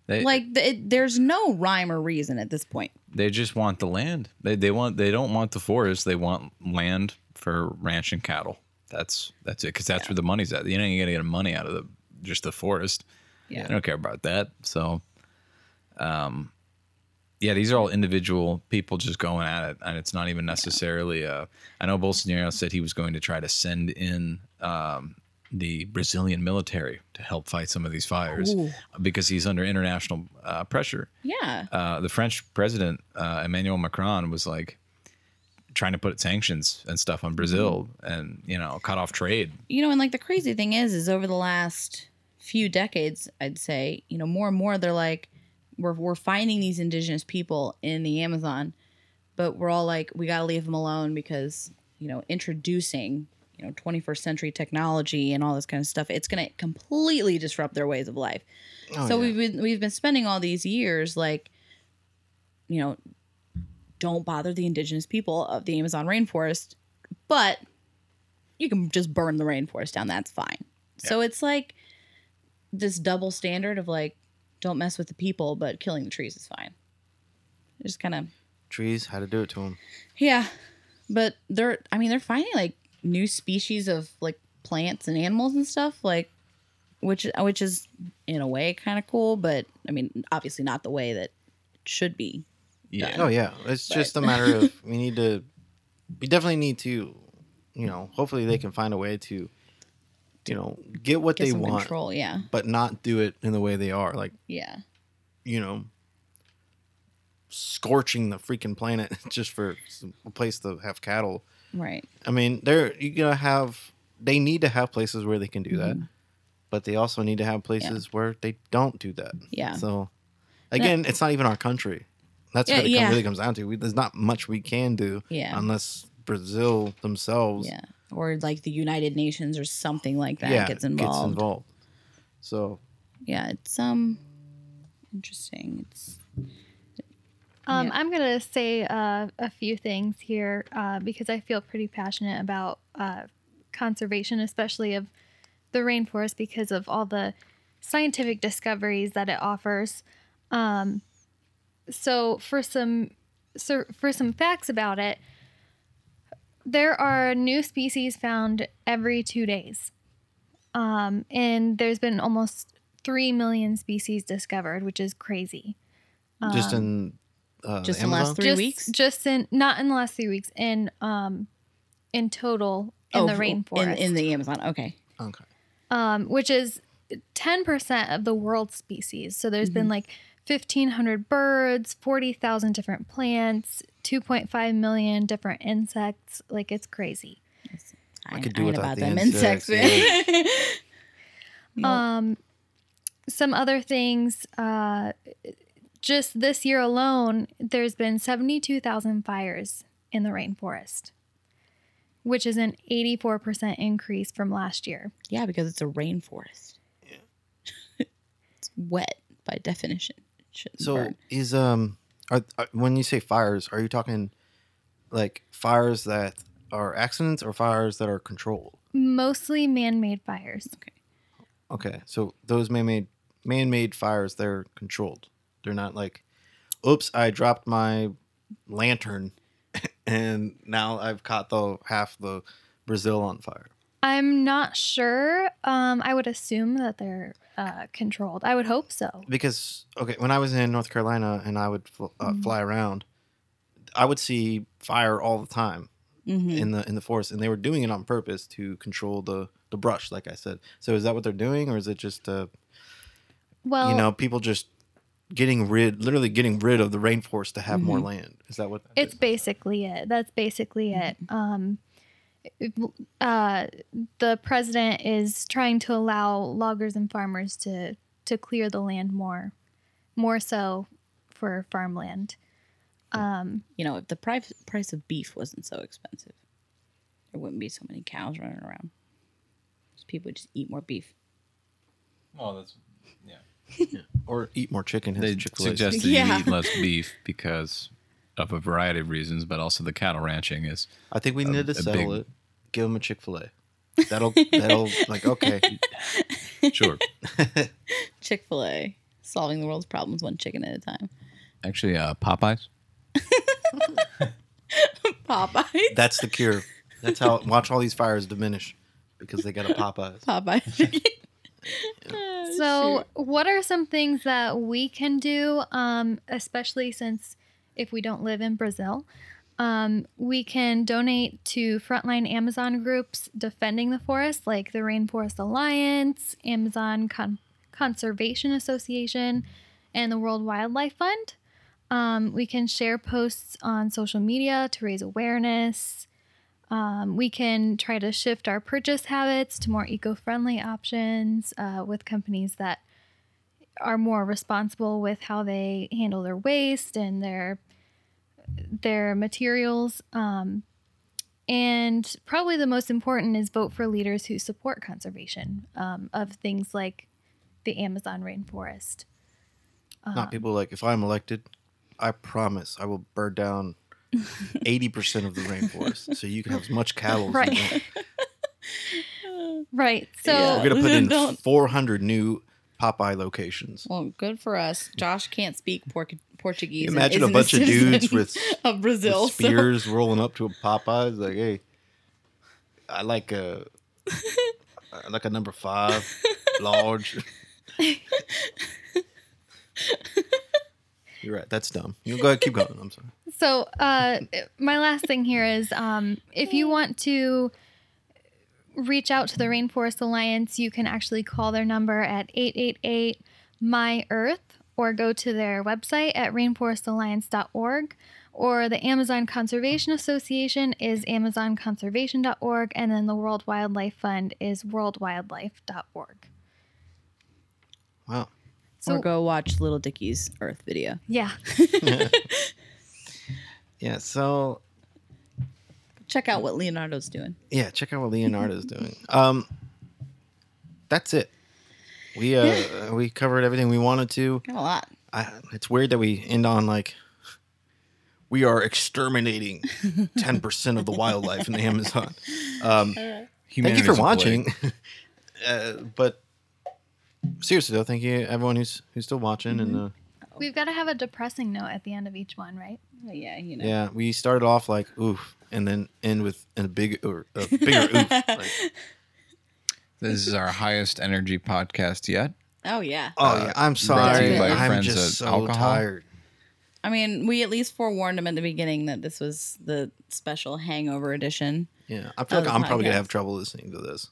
[SPEAKER 1] They-
[SPEAKER 3] like the, it, there's no rhyme or reason at this point.
[SPEAKER 1] they just want the land. They they want they don't want the forest. They want land for ranch and cattle. That's that's it because that's where the money's at. You know, you're gonna get money out of the just the forest.
[SPEAKER 3] Yeah.
[SPEAKER 1] I don't care about that. So, um, yeah, these are all individual people just going at it, and it's not even necessarily. Uh, I know Bolsonaro said he was going to try to send in um, the Brazilian military to help fight some of these fires
[SPEAKER 3] Ooh.
[SPEAKER 1] because he's under international uh, pressure
[SPEAKER 3] Yeah.
[SPEAKER 1] uh, the French president uh, Emmanuel Macron was like trying to put sanctions and stuff on Brazil
[SPEAKER 2] Mm-hmm.
[SPEAKER 1] and you know cut off trade.
[SPEAKER 3] you know, and like the crazy thing is, is over the last few decades, I'd say, you know, more and more they're like, we're we're finding these indigenous people in the Amazon, but we're all like, we got to leave them alone because you know, introducing you know 21st century technology and all this kind of stuff, it's going to completely disrupt their ways of life.
[SPEAKER 2] Oh,
[SPEAKER 3] so
[SPEAKER 2] yeah.
[SPEAKER 3] we've been we've been spending all these years like, you know, don't bother the indigenous people of the Amazon rainforest, but you can just burn the rainforest down. That's fine. So it's like this double standard of like, don't mess with the people, but killing the trees is fine. Just kind of
[SPEAKER 2] trees how to do it to them.
[SPEAKER 3] yeah, but they're I mean they're finding like new species of like plants and animals and stuff like which which is in a way kind of cool, but I mean obviously not the way that it should be.
[SPEAKER 1] Yeah.
[SPEAKER 3] [laughs]
[SPEAKER 2] Oh yeah, it's just a matter of we need to. We definitely need to, you know. Hopefully, they can find a way to, you know, get what
[SPEAKER 3] Get
[SPEAKER 2] they
[SPEAKER 3] some
[SPEAKER 2] want,
[SPEAKER 3] control, yeah.
[SPEAKER 2] but not do it in the way they are. Like
[SPEAKER 3] Yeah.
[SPEAKER 2] you know, scorching the freaking planet [laughs] just for some, a place to have cattle.
[SPEAKER 3] Right.
[SPEAKER 2] I mean, they're you gonna have. They need to have places where they can do that,
[SPEAKER 3] Mm-hmm.
[SPEAKER 2] but they also need to have places where they don't do that.
[SPEAKER 3] Yeah.
[SPEAKER 2] So, again, it's not even our country. That's
[SPEAKER 3] Yeah,
[SPEAKER 2] what it come-
[SPEAKER 3] yeah.
[SPEAKER 2] really comes down to. We, there's not much we can do
[SPEAKER 3] Yeah.
[SPEAKER 2] unless Brazil themselves
[SPEAKER 3] Yeah. Or like the United Nations or something like that
[SPEAKER 2] yeah,
[SPEAKER 3] gets involved.
[SPEAKER 2] involved. So
[SPEAKER 3] Yeah, it's um interesting. It's
[SPEAKER 4] Um,
[SPEAKER 3] Yeah.
[SPEAKER 4] I'm gonna say uh, a few things here uh, because I feel pretty passionate about uh, conservation, especially of the rainforest, because of all the scientific discoveries that it offers. Um, so, for some so for some facts about it, there are new species found every two days, um, and there's been almost three million species discovered, which is crazy.
[SPEAKER 2] just
[SPEAKER 4] Um,
[SPEAKER 2] in uh,
[SPEAKER 3] just in the
[SPEAKER 2] Amazon?
[SPEAKER 3] last three
[SPEAKER 4] just,
[SPEAKER 3] weeks.
[SPEAKER 4] Just in not in the last three weeks. In um in total in
[SPEAKER 3] Oh,
[SPEAKER 4] the
[SPEAKER 3] In,
[SPEAKER 4] rainforest.
[SPEAKER 3] in the Amazon. Okay.
[SPEAKER 2] Okay.
[SPEAKER 4] um, which is ten percent of the world's species. So there's
[SPEAKER 3] Mm-hmm.
[SPEAKER 4] been like fifteen hundred birds, forty thousand different plants, two point five million different insects. Like it's crazy.
[SPEAKER 3] I,
[SPEAKER 2] could do
[SPEAKER 3] ain't
[SPEAKER 2] without
[SPEAKER 3] about
[SPEAKER 2] the
[SPEAKER 3] them insects.
[SPEAKER 2] insects,
[SPEAKER 3] man. [laughs]
[SPEAKER 4] Um, some other things, uh, Just this year alone, there's been 72,000 fires in the rainforest, which is an 84% increase from last year.
[SPEAKER 3] Yeah, because it's a rainforest.
[SPEAKER 2] Yeah.
[SPEAKER 3] [laughs] it's wet by definition. It shouldn't
[SPEAKER 2] So
[SPEAKER 3] burn.
[SPEAKER 2] is um, are, are, when you say fires, are you talking like fires that are accidents or fires that are controlled?
[SPEAKER 4] Mostly man made fires.
[SPEAKER 2] Okay, so those man-made man-made fires they're controlled. They're not like, oops, I dropped my lantern, [laughs] and now I've caught the half the Brazil on fire.
[SPEAKER 4] I'm not sure. Um, I would assume that they're uh, controlled. I would hope so.
[SPEAKER 2] because okay when i was in north carolina and i would fl- uh, fly around i would see fire all the time
[SPEAKER 3] Mhm.
[SPEAKER 2] in the in the forest and they were doing it on purpose to control the the brush like i said so is that what they're doing or is it just uh
[SPEAKER 4] Well,
[SPEAKER 2] you know people just getting rid literally getting rid of the rainforest to have more land is that what that
[SPEAKER 4] Mm-hmm. it's
[SPEAKER 2] is?
[SPEAKER 4] basically it. That's basically it. Um, it- uh, the president is trying to allow loggers and farmers to to clear the land more, more so for farmland. Um,
[SPEAKER 3] you know, if the price price of beef wasn't so expensive, there wouldn't be so many cows running around. 'Cause People would just eat more beef.
[SPEAKER 1] Well, that's
[SPEAKER 2] or eat more chicken has
[SPEAKER 1] they
[SPEAKER 2] Chick-fil-A.
[SPEAKER 1] suggest that you
[SPEAKER 3] Yeah.
[SPEAKER 1] eat less beef because of a variety of reasons, but also the cattle ranching
[SPEAKER 2] [laughs]
[SPEAKER 1] is
[SPEAKER 2] i think we need to
[SPEAKER 1] a
[SPEAKER 2] settle
[SPEAKER 1] big-
[SPEAKER 2] it give them a chick-fil-a
[SPEAKER 4] [laughs]
[SPEAKER 2] that'll that'll like okay
[SPEAKER 1] sure.
[SPEAKER 3] Chick Fil A solving the world's problems one chicken at a time.
[SPEAKER 1] Actually, uh, Popeyes.
[SPEAKER 2] [laughs]
[SPEAKER 3] Popeye, [laughs]
[SPEAKER 2] that's the cure that's how watch all these fires diminish because they got a
[SPEAKER 4] [laughs]
[SPEAKER 2] popeyes [laughs]
[SPEAKER 3] Popeye chicken. Oh,
[SPEAKER 4] so,
[SPEAKER 3] shoot.
[SPEAKER 4] what are some things that we can do, um, especially since if we don't live in Brazil? Um, we can donate to frontline Amazon groups defending the forest, like the Rainforest Alliance, Amazon Con- Conservation Association, and the World Wildlife Fund. Um, we can share posts on social media to raise awareness. Um, we can try to shift our purchase habits to more eco friendly options uh, with companies that are more responsible with how they handle their waste and their their materials. Um, and probably the most important is vote for leaders who support conservation um, of things like the Amazon rainforest. Uh-huh.
[SPEAKER 2] Not people like if I'm elected, I promise I will burn
[SPEAKER 4] [laughs]
[SPEAKER 2] down eighty percent of the rainforest, so you can have as much cattle. As
[SPEAKER 4] Right.
[SPEAKER 2] you want.
[SPEAKER 4] Right. So
[SPEAKER 3] Yeah.
[SPEAKER 4] [laughs]
[SPEAKER 2] We're gonna put in
[SPEAKER 3] Don't.
[SPEAKER 2] four hundred new Popeye locations.
[SPEAKER 3] well, good for us. Josh can't speak Por- Portuguese. and
[SPEAKER 2] Imagine a
[SPEAKER 3] isn't
[SPEAKER 2] bunch of
[SPEAKER 3] citizen
[SPEAKER 2] dudes with,
[SPEAKER 3] [laughs] of
[SPEAKER 2] with
[SPEAKER 3] Brazil. so-
[SPEAKER 2] spears rolling up to a Popeye's like, hey, I like a I like a number five [laughs] large. You're right. That's dumb. You go ahead, keep going. I'm sorry.
[SPEAKER 4] So, uh, my last thing here is um, if you want to reach out to the Rainforest Alliance, you can actually call their number at 888 My Earth or go to their website at rainforestalliance.org. Or the Amazon Conservation Association is amazonconservation.org. And then the World Wildlife Fund is worldwildlife.org.
[SPEAKER 2] Wow.
[SPEAKER 4] So,
[SPEAKER 3] or go watch Little Dickie's Earth video.
[SPEAKER 4] yeah.
[SPEAKER 2] Yeah. So
[SPEAKER 3] Check out what Leonardo's doing.
[SPEAKER 2] yeah check out what leonardo's doing um that's it we uh we covered everything we wanted to
[SPEAKER 3] Got a lot.
[SPEAKER 2] I, it's weird that we end on like we are exterminating 10% of the wildlife in the amazon
[SPEAKER 1] [laughs]
[SPEAKER 2] um thank you
[SPEAKER 1] Humanity's
[SPEAKER 2] for
[SPEAKER 1] a plague.
[SPEAKER 2] watching [laughs] uh, but seriously though thank you everyone who's who's still watching and uh,
[SPEAKER 4] We've got to have a depressing note at the end of each one, right?
[SPEAKER 3] But Oh, yeah, you know.
[SPEAKER 2] yeah we started off like oof and then end with a big or a bigger oof like,
[SPEAKER 1] This is our highest energy podcast yet.
[SPEAKER 3] Oh yeah.
[SPEAKER 2] oh yeah
[SPEAKER 1] Uh, brought
[SPEAKER 2] i'm
[SPEAKER 3] to
[SPEAKER 2] sorry
[SPEAKER 3] you by your
[SPEAKER 2] i'm
[SPEAKER 1] friends
[SPEAKER 2] just so
[SPEAKER 1] at alcohol?
[SPEAKER 2] tired
[SPEAKER 3] I mean, we at least forewarned him at the beginning that this was the special hangover edition.
[SPEAKER 2] Yeah, I feel
[SPEAKER 3] of
[SPEAKER 2] like
[SPEAKER 3] the
[SPEAKER 2] I'm probably gonna
[SPEAKER 3] podcast.
[SPEAKER 2] have trouble listening to this,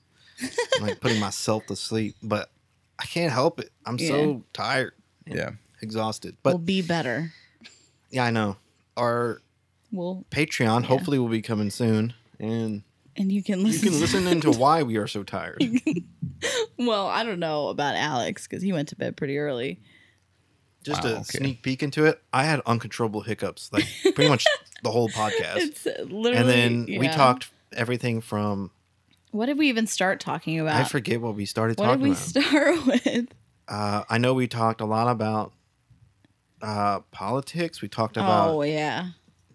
[SPEAKER 2] I'm, like putting myself to sleep. But I can't help it. I'm
[SPEAKER 3] Yeah.
[SPEAKER 2] so tired,
[SPEAKER 1] Yeah.
[SPEAKER 2] exhausted.
[SPEAKER 3] we'll
[SPEAKER 2] But
[SPEAKER 3] be better.
[SPEAKER 2] yeah, I know our
[SPEAKER 3] We'll
[SPEAKER 2] Patreon hopefully will be coming soon, and
[SPEAKER 3] and you can
[SPEAKER 2] you
[SPEAKER 3] listen.
[SPEAKER 2] can
[SPEAKER 3] [laughs]
[SPEAKER 2] listen into why we are so tired.
[SPEAKER 3] well, I don't know about Alex because he went to bed pretty early.
[SPEAKER 2] Just
[SPEAKER 1] Wow,
[SPEAKER 2] a
[SPEAKER 1] okay.
[SPEAKER 2] sneak peek into it, I had uncontrollable hiccups like pretty
[SPEAKER 3] [laughs]
[SPEAKER 2] much the whole podcast.
[SPEAKER 3] It's uh, literally.
[SPEAKER 2] And then we
[SPEAKER 3] yeah.
[SPEAKER 2] talked everything from
[SPEAKER 3] What did we even start talking about?
[SPEAKER 2] I forget what we started
[SPEAKER 3] what did
[SPEAKER 2] talking
[SPEAKER 3] we
[SPEAKER 2] about.
[SPEAKER 3] start [laughs] with?
[SPEAKER 2] uh, I know we talked a lot about uh, politics. We talked about
[SPEAKER 3] oh yeah,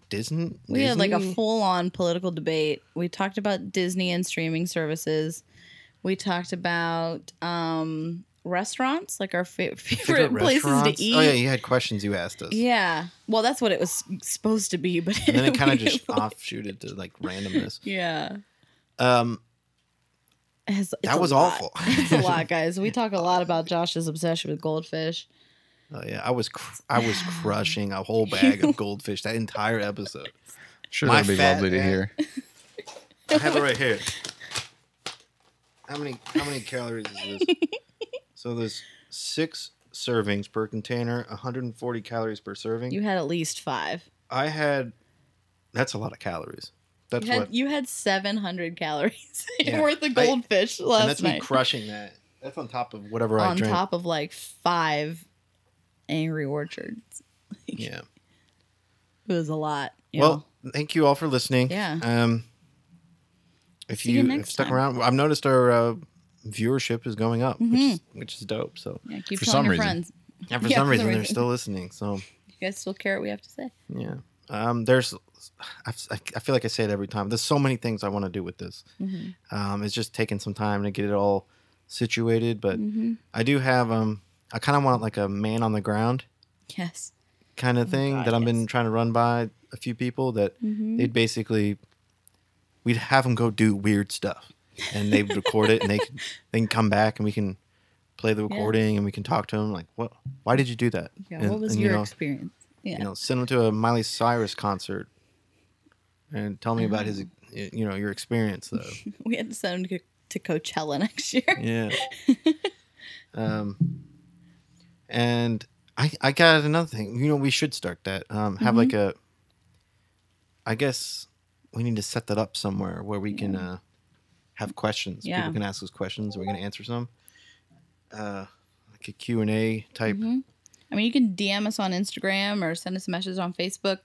[SPEAKER 2] Disney.
[SPEAKER 3] we had like a
[SPEAKER 2] Disney?
[SPEAKER 3] full-on political debate. We talked about Disney and streaming services. We talked about um, restaurants, like our fa- [laughs] favorite, places to
[SPEAKER 2] restaurants?
[SPEAKER 3] eat.
[SPEAKER 2] Oh yeah, you had questions you asked us.
[SPEAKER 3] Yeah. Well, that's what it was supposed to be, but
[SPEAKER 2] And then it kind
[SPEAKER 3] [laughs] we-
[SPEAKER 2] of just offshooted to like randomness.
[SPEAKER 3] yeah.
[SPEAKER 2] Um,
[SPEAKER 3] It has- it's
[SPEAKER 2] That
[SPEAKER 3] a
[SPEAKER 2] was
[SPEAKER 3] lot.
[SPEAKER 2] awful.
[SPEAKER 3] [laughs]
[SPEAKER 2] [laughs]
[SPEAKER 3] it's a lot, guys. We talk a lot about Josh's obsession with goldfish.
[SPEAKER 2] oh yeah, I was cr- I
[SPEAKER 3] [sighs]
[SPEAKER 2] was crushing a whole bag
[SPEAKER 3] [laughs]
[SPEAKER 2] of goldfish that entire episode.
[SPEAKER 1] Sure,
[SPEAKER 2] My
[SPEAKER 1] that'd be
[SPEAKER 2] fat
[SPEAKER 1] lovely to
[SPEAKER 2] ass.
[SPEAKER 1] hear.
[SPEAKER 2] I
[SPEAKER 3] [laughs]
[SPEAKER 2] have it right here. How many how many calories is this? so there's six servings per container, 140 calories per serving.
[SPEAKER 3] You had at least five.
[SPEAKER 2] I had that's a lot of calories. That's
[SPEAKER 3] you had
[SPEAKER 2] what
[SPEAKER 3] you had seven hundred calories [laughs]
[SPEAKER 2] Yeah.
[SPEAKER 3] worth of
[SPEAKER 2] I-
[SPEAKER 3] goldfish
[SPEAKER 2] and
[SPEAKER 3] last
[SPEAKER 2] that's me
[SPEAKER 3] night.
[SPEAKER 2] crushing that. That's on top of whatever I
[SPEAKER 3] on
[SPEAKER 2] drink.
[SPEAKER 3] top of like five angry orchards.
[SPEAKER 2] Yeah.
[SPEAKER 3] It was a lot. you know.
[SPEAKER 2] Well, thank you all for listening.
[SPEAKER 3] Yeah.
[SPEAKER 2] Um, if
[SPEAKER 3] See
[SPEAKER 2] you
[SPEAKER 3] you
[SPEAKER 2] have
[SPEAKER 3] next
[SPEAKER 2] stuck
[SPEAKER 3] time.
[SPEAKER 2] around, I've noticed our uh, viewership is going up, which, is, which is dope. So
[SPEAKER 3] yeah, keep
[SPEAKER 1] for
[SPEAKER 3] telling
[SPEAKER 1] some
[SPEAKER 3] your
[SPEAKER 1] reason.
[SPEAKER 3] friends.
[SPEAKER 2] yeah, for
[SPEAKER 3] Mm-hmm. Yeah,
[SPEAKER 2] some
[SPEAKER 3] for
[SPEAKER 2] reason,
[SPEAKER 3] some
[SPEAKER 2] they're
[SPEAKER 3] reason.
[SPEAKER 2] still listening. So
[SPEAKER 3] You guys still care what we have to say.
[SPEAKER 2] yeah, um, there's. I've, I I feel like I say it every time. There's so many things I want to do with this.
[SPEAKER 3] Mhm.
[SPEAKER 2] Um, it's just taking some time to get it all situated, but
[SPEAKER 3] Mhm.
[SPEAKER 2] I do have. Um, I kind of want like a man on the ground
[SPEAKER 3] Yes.
[SPEAKER 2] kind of thing
[SPEAKER 3] Oh God,
[SPEAKER 2] that I've been
[SPEAKER 3] yes.
[SPEAKER 2] trying to run by a few people that
[SPEAKER 3] Mhm.
[SPEAKER 2] they'd basically we'd have them go do weird stuff and they would record it and they
[SPEAKER 3] [laughs]
[SPEAKER 2] can, they can come back and we can play the recording and we can talk to them like what why did you do that
[SPEAKER 3] Yeah.
[SPEAKER 2] and,
[SPEAKER 3] what was
[SPEAKER 2] and,
[SPEAKER 3] your
[SPEAKER 2] you know,
[SPEAKER 3] experience? [laughs] Yeah.
[SPEAKER 2] you know send them to a Miley Cyrus concert and tell me about his e, you know your experience though
[SPEAKER 3] we had to send him to, to Coachella [laughs] next year.
[SPEAKER 2] yeah um and I I got another thing you know we should start that um
[SPEAKER 3] Mm-hmm.
[SPEAKER 2] have like a I guess we need to set that up somewhere where we can uh, have questions.
[SPEAKER 3] Yeah.
[SPEAKER 2] People can ask us questions. and We can answer some. Uh, like a Q and A type.
[SPEAKER 3] Mm-hmm. I mean, you can DM us on Instagram or send us a message on Facebook,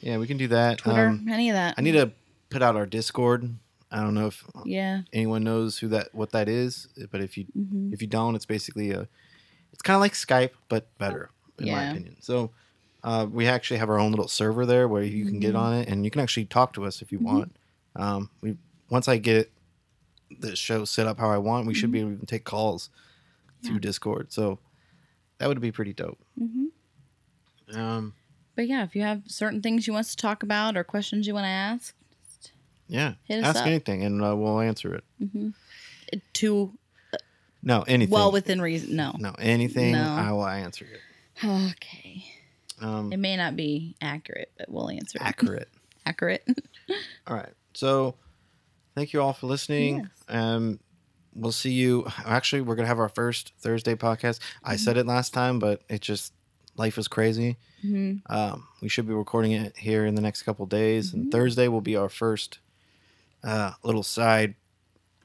[SPEAKER 2] Yeah, we can do that.
[SPEAKER 3] Twitter,
[SPEAKER 2] Um,
[SPEAKER 3] any of that.
[SPEAKER 2] I need to put out our Discord. I don't know if
[SPEAKER 3] yeah.
[SPEAKER 2] anyone knows who that what that is, but if you
[SPEAKER 3] Mhm.
[SPEAKER 2] if you don't, it's basically a it's kind of like Skype but better in my
[SPEAKER 3] Yeah.
[SPEAKER 2] opinion. So. Uh, we actually have our own little server there where you can
[SPEAKER 3] Mm-hmm.
[SPEAKER 2] get on it and you can actually talk to us if you want. Um, we once I get the show set up how I want, we
[SPEAKER 3] Mm-hmm.
[SPEAKER 2] should be able to take calls through Discord. So that would be pretty dope. Um,
[SPEAKER 3] Mm-hmm. But yeah, if you have certain things you want us to talk about or questions you want to ask,
[SPEAKER 2] yeah,
[SPEAKER 3] Hit us
[SPEAKER 2] ask
[SPEAKER 3] up.
[SPEAKER 2] anything and uh, we'll answer it.
[SPEAKER 3] mm-hmm. to
[SPEAKER 2] No, anything.
[SPEAKER 3] well within reason. No.
[SPEAKER 2] no anything.
[SPEAKER 3] No.
[SPEAKER 2] I will answer it.
[SPEAKER 3] Okay.
[SPEAKER 2] Um,
[SPEAKER 3] It may not be accurate, but we'll answer it.
[SPEAKER 2] accurate.
[SPEAKER 3] [laughs] accurate.
[SPEAKER 2] All right. So thank you all for listening. Um we'll see you actually we're going to have our first Thursday podcast. I said it last time, but it just life is crazy.
[SPEAKER 3] Mhm.
[SPEAKER 2] Um we should be recording it here in the next couple days and Thursday will be our first uh little side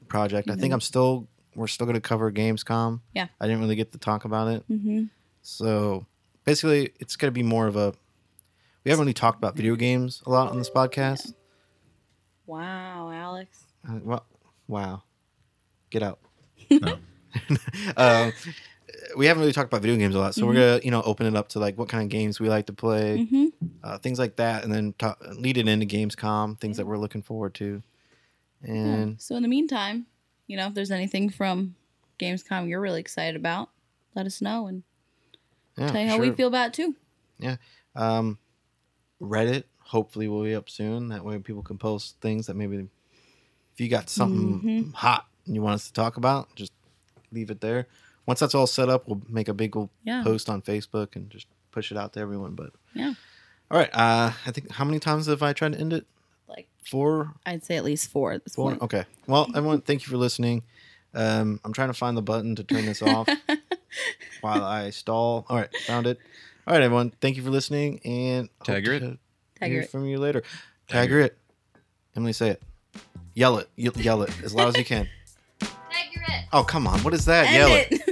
[SPEAKER 2] project. I think I'm still we're still going to cover Gamescom.
[SPEAKER 3] Yeah.
[SPEAKER 2] I didn't really get to talk about it.
[SPEAKER 3] Mhm.
[SPEAKER 2] So basically, it's going to be more of a. We haven't really talked about video games a lot on this podcast.
[SPEAKER 3] Wow, Alex.
[SPEAKER 2] Uh, well, wow. Get
[SPEAKER 3] [laughs]
[SPEAKER 2] out.
[SPEAKER 1] No.
[SPEAKER 2] [laughs] um, we haven't really talked about video games a lot, so
[SPEAKER 3] Mm-hmm.
[SPEAKER 2] we're gonna you know open it up to like what kind of games we like to play,
[SPEAKER 3] Mhm.
[SPEAKER 2] uh, things like that, and then ta lead it into Gamescom, things
[SPEAKER 3] Mm-hmm.
[SPEAKER 2] that we're looking forward to. And
[SPEAKER 3] So in the meantime, you know, if there's anything from Gamescom you're really excited about, let us know and
[SPEAKER 2] yeah,
[SPEAKER 3] tell you
[SPEAKER 2] for
[SPEAKER 3] how we
[SPEAKER 2] sure.
[SPEAKER 3] feel about it too.
[SPEAKER 2] Um, Reddit hopefully will be up soon. That way people can post things that maybe if you got something
[SPEAKER 3] Mm-hmm.
[SPEAKER 2] hot and you want us to talk about, just leave it there. Once that's all set up, we'll make a big old
[SPEAKER 3] Yeah.
[SPEAKER 2] post on Facebook and just push it out to everyone. But
[SPEAKER 3] Oh. Yeah.
[SPEAKER 2] all right, uh, I think how many times have I tried to end it?
[SPEAKER 3] Like
[SPEAKER 2] Four,
[SPEAKER 3] I'd say at least four at this
[SPEAKER 2] four.
[SPEAKER 3] point.
[SPEAKER 2] Okay. Well, everyone, thank you for listening. Um, I'm trying to find the button to turn this
[SPEAKER 3] [laughs]
[SPEAKER 2] off while I stall. All right, found it. All right, everyone, thank you for listening and hope
[SPEAKER 1] Taggart?
[SPEAKER 2] to- hear
[SPEAKER 3] Taggart.
[SPEAKER 2] from you later. Tagger
[SPEAKER 1] Tagger
[SPEAKER 2] it. Emily, say it. Yell it. Ye- yell it as loud as you
[SPEAKER 3] [laughs]
[SPEAKER 2] can.
[SPEAKER 4] Accurate.
[SPEAKER 2] Oh, come on. What is that?
[SPEAKER 3] End
[SPEAKER 2] yell it.
[SPEAKER 3] it.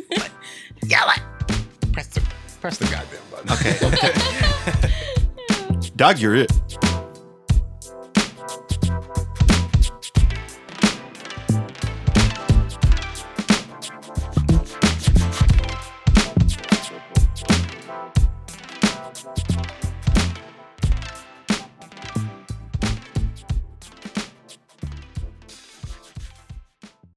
[SPEAKER 2] Press the
[SPEAKER 7] Press the goddamn button.
[SPEAKER 2] [laughs]
[SPEAKER 3] Okay. Dog, you're it. [laughs]